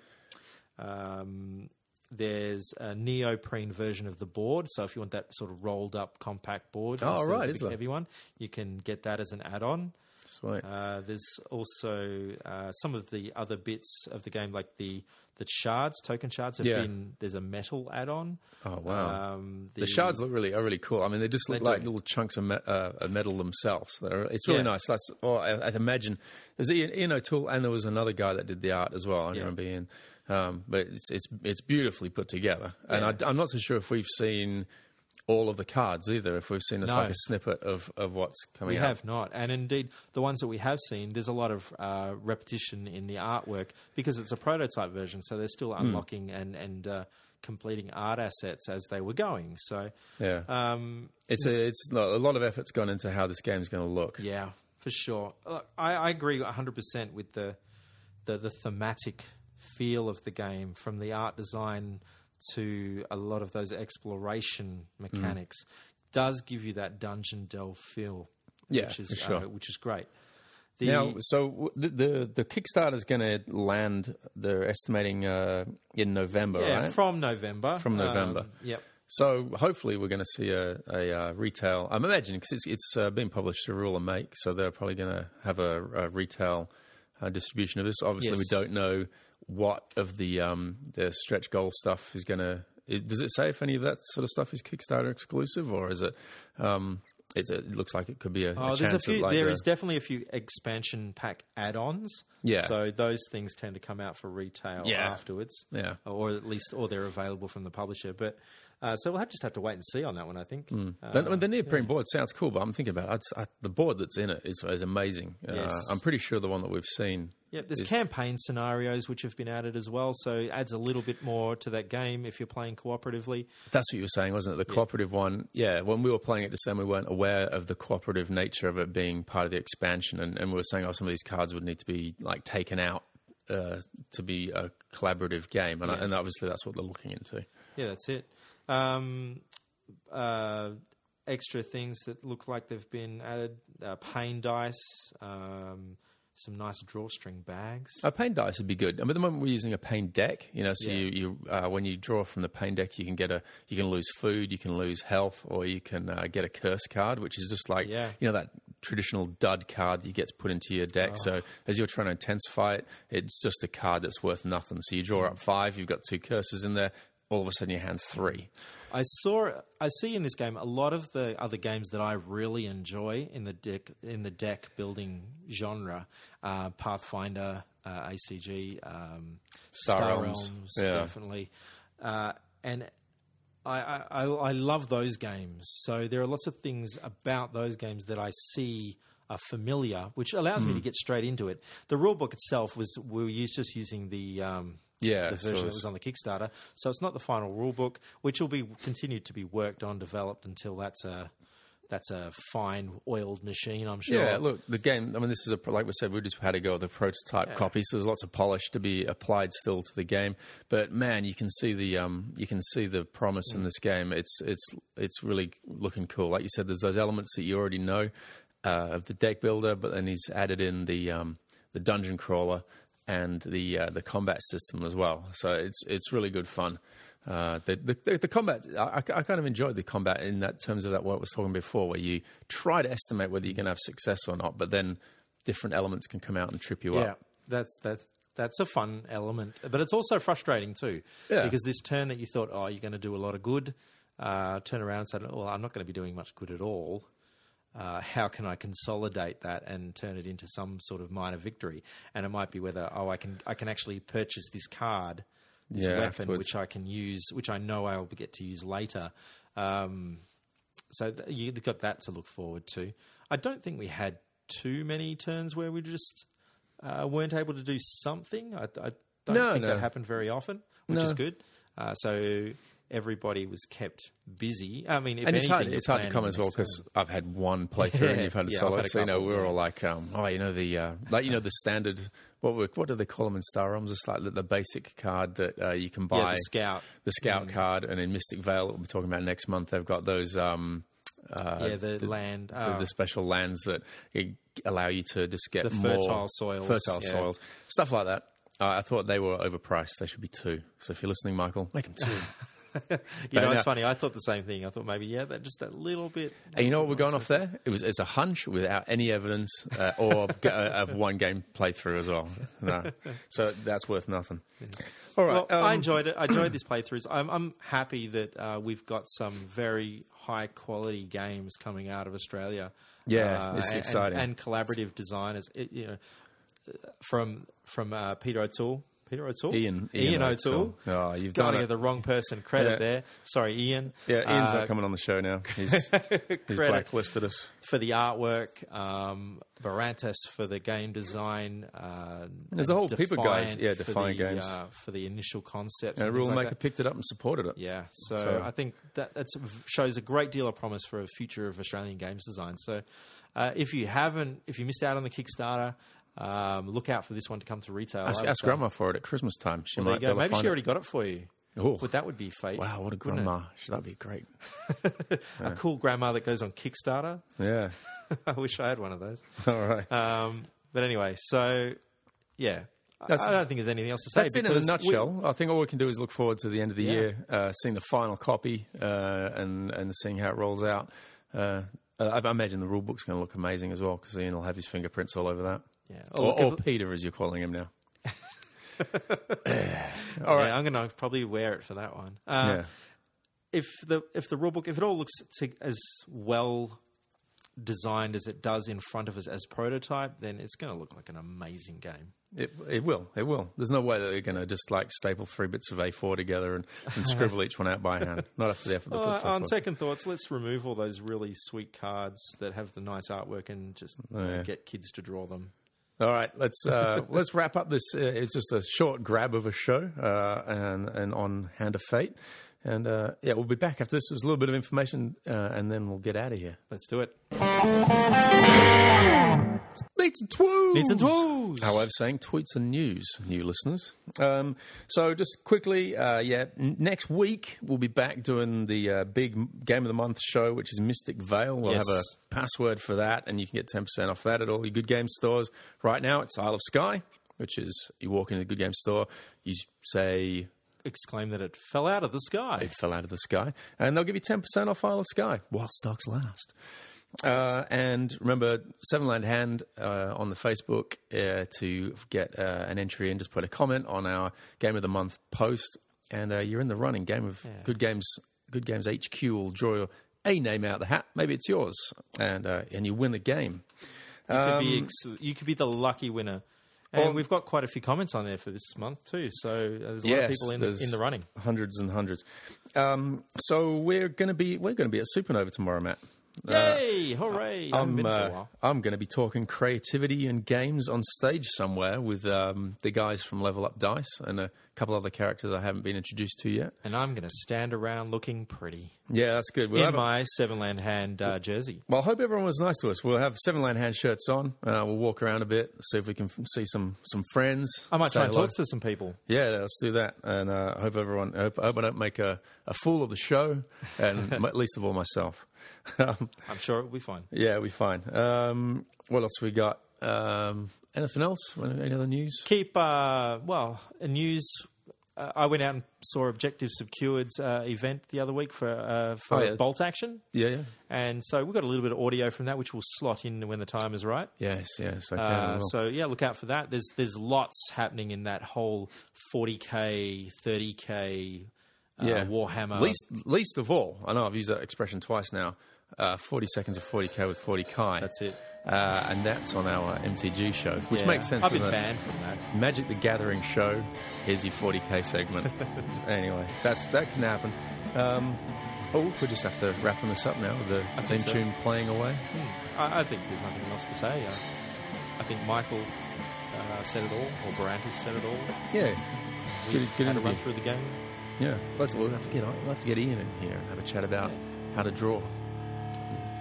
[SPEAKER 5] Um, there's a neoprene version of the board. So if you want that sort of rolled up compact board,
[SPEAKER 4] Oh,
[SPEAKER 5] instead of
[SPEAKER 4] right,
[SPEAKER 5] the
[SPEAKER 4] is
[SPEAKER 5] big
[SPEAKER 4] there?
[SPEAKER 5] heavy one, you can get that as an add on.
[SPEAKER 4] Sweet.
[SPEAKER 5] Uh, there's also uh, some of the other bits of the game, like the the shards, token shards have
[SPEAKER 4] Yeah.
[SPEAKER 5] been. There's a metal add on.
[SPEAKER 4] Oh, wow.
[SPEAKER 5] Um,
[SPEAKER 4] the shards look really are really cool. I mean, they just look
[SPEAKER 5] They
[SPEAKER 4] like
[SPEAKER 5] do.
[SPEAKER 4] little chunks of, me- uh, of metal themselves. They're, it's really
[SPEAKER 5] Yeah.
[SPEAKER 4] nice. That's oh, I, I'd imagine there's Ian, Ian O'Toole and there was another guy that did the art as well. I don't remember Ian, um, but it's it's it's beautifully put together. And I, am not so sure if we've seen all of the cards either. If we've seen just
[SPEAKER 5] No.
[SPEAKER 4] like a snippet of, of what's coming
[SPEAKER 5] We
[SPEAKER 4] up.
[SPEAKER 5] have not, and indeed the ones that we have seen, there's a lot of uh, repetition in the artwork because it's a prototype version, so they're
[SPEAKER 4] Hmm.
[SPEAKER 5] still unlocking and and uh, completing art assets as they were going. So
[SPEAKER 4] Yeah,
[SPEAKER 5] um,
[SPEAKER 4] it's a, it's lo- a lot of effort's gone into how this game's going to look.
[SPEAKER 5] yeah, for sure, Look, I, I agree 100 percent with the, the the thematic feel of the game, from the art design to a lot of those exploration mechanics, does give you that dungeon delve feel,
[SPEAKER 4] Yeah,
[SPEAKER 5] which is
[SPEAKER 4] for sure.
[SPEAKER 5] uh, which is great. The,
[SPEAKER 4] now, so w- the the, the Kickstarter is going to land. They're estimating uh, in November,
[SPEAKER 5] yeah,
[SPEAKER 4] right?
[SPEAKER 5] from November.
[SPEAKER 4] From November.
[SPEAKER 5] Um, yep.
[SPEAKER 4] so hopefully we're going to see a, a uh, retail. I'm imagining because it's it's uh, being published through Rule and Make, so they're probably going to have a, a retail uh, distribution of this. Obviously,
[SPEAKER 5] Yes.
[SPEAKER 4] we don't know what of the um, the stretch goal stuff is going to. Does it say if any of that sort of stuff is Kickstarter exclusive, or is it? Um, it's a, it looks like it could be a,
[SPEAKER 5] Oh,
[SPEAKER 4] a
[SPEAKER 5] there's a
[SPEAKER 4] chance
[SPEAKER 5] few.
[SPEAKER 4] at like
[SPEAKER 5] there
[SPEAKER 4] a-
[SPEAKER 5] is definitely a few expansion pack add-ons.
[SPEAKER 4] Yeah.
[SPEAKER 5] So those things tend to come out for retail
[SPEAKER 4] Yeah.
[SPEAKER 5] afterwards.
[SPEAKER 4] Yeah.
[SPEAKER 5] Or at least, or they're available from the publisher. But uh, so we'll have, just have to wait and see on that one. I think. Uh,
[SPEAKER 4] The, the near print board sounds cool, but I'm thinking about it. I, the board that's in it is, is amazing.
[SPEAKER 5] Yes.
[SPEAKER 4] Uh, I'm pretty sure the one that we've seen.
[SPEAKER 5] yeah. There's
[SPEAKER 4] is-
[SPEAKER 5] campaign scenarios which have been added as well, so it adds a little bit more to that game if you're playing cooperatively.
[SPEAKER 4] That's what you were saying, wasn't it? The cooperative one. Yeah, when we were playing it just then, we weren't aware of the cooperative nature of it being part of the expansion. And, and we were saying, oh, some of these cards would need to be like taken out uh, to be a collaborative game. And, I, and obviously, that's what they're looking into.
[SPEAKER 5] Yeah, that's it. Um, uh, extra things that look like they've been added: uh, pain dice, um, some nice drawstring bags.
[SPEAKER 4] A pain dice would be good. I mean, at the moment we're using a pain deck, you know. So
[SPEAKER 5] Yeah.
[SPEAKER 4] you, you uh, when you draw from the pain deck, you can get a you can lose food, you can lose health, or you can uh, get a curse card, which is just like
[SPEAKER 5] Yeah.
[SPEAKER 4] you know that traditional dud card that gets put into your deck. So
[SPEAKER 5] Oh.
[SPEAKER 4] as you're trying to intensify it, it's just a card that's worth nothing. So you draw
[SPEAKER 5] Hmm.
[SPEAKER 4] up five, you've got two curses in there. All of a sudden, your hand's three.
[SPEAKER 5] I saw. I see in this game a lot of the other games that I really enjoy in the deck in the deck building genre, uh, Pathfinder, uh, ACG, um, Star, Realms,
[SPEAKER 4] Realms. Yeah.
[SPEAKER 5] definitely, uh, and. I, I, I I love those games. So there are lots of things about those games that I see are familiar, which allows
[SPEAKER 4] Hmm.
[SPEAKER 5] me to get straight into it. The rule book itself was we were used, just using the um,
[SPEAKER 4] Yeah,
[SPEAKER 5] the
[SPEAKER 4] so
[SPEAKER 5] version that
[SPEAKER 4] it's-
[SPEAKER 5] was on the Kickstarter. So it's not the final rule book, which will be continued to be worked on, developed until that's a that's a fine oiled machine. I'm sure.
[SPEAKER 4] Yeah, look, the game. I mean, this is a like we said, we just had a go at the prototype copy, so there's lots of polish to be applied still to the game. But man, you can see the um, you can see the promise in this game. It's it's it's really looking cool. Like you said, there's those elements that you already know uh, of the deck builder, but then he's added in the um, the dungeon crawler and the uh, the combat system as well. So it's it's really good fun. Uh, the, the the combat, I, I kind of enjoyed the combat in that terms of that what I was talking before, where you try to estimate whether you're going to have success or not, but then different elements can come out and trip you
[SPEAKER 5] yeah.
[SPEAKER 4] up.
[SPEAKER 5] That's that. That's a fun element, but it's also frustrating too,
[SPEAKER 4] Yeah.
[SPEAKER 5] because this turn that you thought, oh, you're going to do a lot of good, uh, turn around and say, well, I'm not going to be doing much good at all. Uh, how can I consolidate that and turn it into some sort of minor victory? And it might be whether, oh, I can I can actually purchase this card, this
[SPEAKER 4] Yeah,
[SPEAKER 5] weapon,
[SPEAKER 4] afterwards.
[SPEAKER 5] which I can use, which I know I'll get to use later. Um, so th- you've got that to look forward to. I don't think we had too many turns where we just uh, weren't able to do something. I, I don't
[SPEAKER 4] No,
[SPEAKER 5] think
[SPEAKER 4] no.
[SPEAKER 5] that happened very often, which is
[SPEAKER 4] No.
[SPEAKER 5] good. Uh, so everybody was kept busy. I mean, if
[SPEAKER 4] And it's
[SPEAKER 5] anything,
[SPEAKER 4] hard.
[SPEAKER 5] you're
[SPEAKER 4] It's hard to
[SPEAKER 5] planning
[SPEAKER 4] come
[SPEAKER 5] the
[SPEAKER 4] as well
[SPEAKER 5] next
[SPEAKER 4] because
[SPEAKER 5] turn.
[SPEAKER 4] I've had one playthrough and
[SPEAKER 5] Yeah,
[SPEAKER 4] you've had a
[SPEAKER 5] yeah, I've
[SPEAKER 4] solo.
[SPEAKER 5] had a
[SPEAKER 4] so you know
[SPEAKER 5] couple,
[SPEAKER 4] we're
[SPEAKER 5] yeah.
[SPEAKER 4] all like, um, oh, you know the uh, like you know the standard. What we, what do they call them in Star Realms? It's like the, the basic card that uh, you can buy.
[SPEAKER 5] yeah, the scout, Mm.
[SPEAKER 4] the scout card, and in Mystic Vale, that we'll be talking about next month, they've got those um, uh,
[SPEAKER 5] yeah, the, land,
[SPEAKER 4] the,
[SPEAKER 5] uh,
[SPEAKER 4] the special lands that eh, allow you to just get
[SPEAKER 5] The
[SPEAKER 4] more
[SPEAKER 5] fertile soils,
[SPEAKER 4] fertile
[SPEAKER 5] yeah.
[SPEAKER 4] soils, stuff like that. Uh, I thought they were overpriced. They should be two. So if you're listening, Michael, make them two.
[SPEAKER 5] you know,
[SPEAKER 4] no.
[SPEAKER 5] it's funny. I thought the same thing. I thought maybe yeah, that just that little bit.
[SPEAKER 4] and you know what we're going off there? It was it's a hunch without any evidence uh, or of, uh, of one game playthrough as well. No. So that's worth nothing. All right.
[SPEAKER 5] Well, I
[SPEAKER 4] um,
[SPEAKER 5] enjoyed it. I enjoyed these playthroughs. I'm, I'm happy that uh, we've got some very high quality games coming out of Australia.
[SPEAKER 4] Yeah,
[SPEAKER 5] Uh,
[SPEAKER 4] it's
[SPEAKER 5] and-
[SPEAKER 4] exciting.
[SPEAKER 5] and, collaborative designers. It, you know, uh, from from uh, Peter O'Toole. Peter O'Toole,
[SPEAKER 4] Ian- Ian O'Toole. Oh, you've
[SPEAKER 5] Gotta
[SPEAKER 4] done it.
[SPEAKER 5] give the wrong person credit
[SPEAKER 4] Yeah.
[SPEAKER 5] there. Sorry, Ian.
[SPEAKER 4] yeah, Ian's
[SPEAKER 5] Uh,
[SPEAKER 4] not coming on the show now. He's, he's blacklisted us.
[SPEAKER 5] for the artwork. Um, Barantas for the game design. Uh,
[SPEAKER 4] There's a whole heap of guys,
[SPEAKER 5] Defiant
[SPEAKER 4] yeah,
[SPEAKER 5] for
[SPEAKER 4] Defiant
[SPEAKER 5] the,
[SPEAKER 4] games.
[SPEAKER 5] uh, for the initial concepts.
[SPEAKER 4] And
[SPEAKER 5] and
[SPEAKER 4] Rule
[SPEAKER 5] things like
[SPEAKER 4] Maker
[SPEAKER 5] that.
[SPEAKER 4] picked it up and supported it.
[SPEAKER 5] Yeah, so,
[SPEAKER 4] So-
[SPEAKER 5] I think that that's, shows a great deal of promise for a future of Australian games design. So, uh, if you haven't, if you missed out on the Kickstarter, um, look out for this one to come to retail. I
[SPEAKER 4] Ask,
[SPEAKER 5] would
[SPEAKER 4] ask
[SPEAKER 5] say.
[SPEAKER 4] Grandma for it at Christmas time. She
[SPEAKER 5] There you
[SPEAKER 4] might be
[SPEAKER 5] go.
[SPEAKER 4] able to
[SPEAKER 5] Maybe
[SPEAKER 4] find
[SPEAKER 5] she
[SPEAKER 4] it.
[SPEAKER 5] already got it for you.
[SPEAKER 4] Ooh.
[SPEAKER 5] But that would be fate.
[SPEAKER 4] Wow, what a
[SPEAKER 5] wouldn't
[SPEAKER 4] grandma. That'd be great.
[SPEAKER 5] it? A cool grandma that goes on Kickstarter.
[SPEAKER 4] Yeah.
[SPEAKER 5] I wish I had one of those.
[SPEAKER 4] All right.
[SPEAKER 5] Um, But anyway, so yeah, I-
[SPEAKER 4] That's-
[SPEAKER 5] I don't think there's anything else to say.
[SPEAKER 4] That's it in a
[SPEAKER 5] because we-
[SPEAKER 4] nutshell. I think all we can do is look forward to the end of the
[SPEAKER 5] Yeah.
[SPEAKER 4] year, uh, seeing the final copy, uh, and and seeing how it rolls out. Uh, I, I imagine the rule book's going to look amazing as well because Ian will have his fingerprints all over that.
[SPEAKER 5] yeah. Oh,
[SPEAKER 4] Or,
[SPEAKER 5] look,
[SPEAKER 4] or
[SPEAKER 5] if-
[SPEAKER 4] Peter, as you're calling him now.
[SPEAKER 5] yeah, I'm going to probably wear it for that one. Uh,
[SPEAKER 4] yeah.
[SPEAKER 5] if the if the rule book if it all looks to, as well designed as it does in front of us as prototype, then it's going to look like an amazing game.
[SPEAKER 4] It, it will. It will. There's no way that they're going to just like staple three bits of A4 together and, and scribble each one out by hand. Not after the effort. they put
[SPEAKER 5] Uh,
[SPEAKER 4] so
[SPEAKER 5] on
[SPEAKER 4] forth.
[SPEAKER 5] second thoughts, let's remove all those really sweet cards that have the nice artwork and just you know,
[SPEAKER 4] Oh, yeah.
[SPEAKER 5] get kids to draw them.
[SPEAKER 4] All right, let's uh, let's wrap up this. Uh, it's just a short grab of a show uh, and and on Hand of Fate, and uh, yeah, we'll be back after this. There's a little bit of information, uh, and then we'll get out of here.
[SPEAKER 5] Let's do it.
[SPEAKER 4] Needs and twos. Needs and twos. How I'm saying tweets and news, new listeners. Um, so just quickly, uh, yeah, n- next week we'll be back doing the uh, big m- game of the month show, which is Mystic Veil. We'll
[SPEAKER 5] Yes.
[SPEAKER 4] have a password for that, and you can get ten percent off that at all your good game stores. Right now, it's Isle of Sky, which is you walk into the good game store, you s- say
[SPEAKER 5] Exclaim that it fell out of the sky.
[SPEAKER 4] it fell out of the sky, and they'll give you ten percent off Isle of Sky while stocks last. Uh, and remember, Seven Land Hand uh, on the Facebook uh, to get uh, an entry and just put a comment on our Game of the Month post, and uh, you're in the running. Game of Good Games, Good Games HQ will draw a name out of the hat. Maybe it's yours, and uh, and you win the game.
[SPEAKER 5] You could,
[SPEAKER 4] Um,
[SPEAKER 5] be ex- you could be the lucky winner. And we've got quite a few comments on there for this month too. So uh, there's a lot of
[SPEAKER 4] Yes,
[SPEAKER 5] people in,
[SPEAKER 4] there's
[SPEAKER 5] in the running.
[SPEAKER 4] hundreds and hundreds. Um, so we're gonna be we're gonna be at Supernova tomorrow, Matt.
[SPEAKER 5] Yay! Hooray!
[SPEAKER 4] uh,
[SPEAKER 5] I haven't
[SPEAKER 4] I'm,
[SPEAKER 5] been for
[SPEAKER 4] uh,
[SPEAKER 5] a while.
[SPEAKER 4] I'm going to be talking creativity and games on stage somewhere with um, the guys from Level Up Dice and a couple other characters I haven't been introduced to yet.
[SPEAKER 5] And I'm going to stand around looking pretty
[SPEAKER 4] Yeah, that's good. We'll
[SPEAKER 5] in
[SPEAKER 4] have a-
[SPEAKER 5] my seven land hand uh, jersey.
[SPEAKER 4] well, I hope everyone was nice to us. We'll have Seven Land Hand shirts on. Uh, we'll walk around a bit, see if we can f- see some some friends.
[SPEAKER 5] I might
[SPEAKER 4] say
[SPEAKER 5] try and
[SPEAKER 4] hello.
[SPEAKER 5] talk to some people.
[SPEAKER 4] Yeah, let's do that. And uh, I hope everyone, I hope, I hope I don't make a, a fool of the show, and m- least of all myself. um,
[SPEAKER 5] I'm sure it'll be fine.
[SPEAKER 4] yeah, we fine. Um, what else we got? Um, anything else? Any other news?
[SPEAKER 5] Keep uh, well uh, news. Uh, I went out and saw Objective Secured's uh, event the other week for uh, for
[SPEAKER 4] Oh, yeah.
[SPEAKER 5] bolt action,
[SPEAKER 4] Yeah, yeah.
[SPEAKER 5] and so we got a little bit of audio from that, which will slot in when the time is right.
[SPEAKER 4] Yes, yes, I can. I
[SPEAKER 5] Uh,
[SPEAKER 4] will.
[SPEAKER 5] so yeah, look out for that. There's there's lots happening in that whole 40k, 30k, uh, Warhammer.
[SPEAKER 4] Least, least of all, I know I've used that expression twice now. Uh, forty seconds of forty k with forty k.
[SPEAKER 5] That's it.
[SPEAKER 4] uh, and that's on our MTG show, which
[SPEAKER 5] Yeah.
[SPEAKER 4] makes sense.
[SPEAKER 5] I've been
[SPEAKER 4] doesn't it?
[SPEAKER 5] banned from that.
[SPEAKER 4] Magic the Gathering show. Here's your forty k segment. anyway, that's that can happen. Um, oh, we just have to wrapping this up now with the theme
[SPEAKER 5] think so.
[SPEAKER 4] tune playing away.
[SPEAKER 5] I, I think there's nothing else to say. Uh, I think Michael uh, said it all, or Barantis said it all.
[SPEAKER 4] Yeah,
[SPEAKER 5] We've
[SPEAKER 4] good
[SPEAKER 5] had a run
[SPEAKER 4] interview.
[SPEAKER 5] through the game.
[SPEAKER 4] yeah. Let's we'll have to get we'll have to get Ian in here and have a chat about how to draw.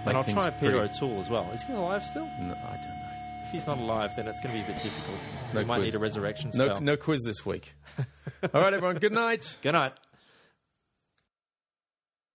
[SPEAKER 4] Make
[SPEAKER 5] and I'll
[SPEAKER 4] things
[SPEAKER 5] try Peter
[SPEAKER 4] pretty.
[SPEAKER 5] O'Toole as well. Is he alive still?
[SPEAKER 4] No, I don't know.
[SPEAKER 5] If he's not alive, then it's going to be a bit difficult.
[SPEAKER 4] No
[SPEAKER 5] we might
[SPEAKER 4] quiz.
[SPEAKER 5] need a resurrection
[SPEAKER 4] No,
[SPEAKER 5] spell.
[SPEAKER 4] no quiz this week. All right, everyone. Good night.
[SPEAKER 5] Good night.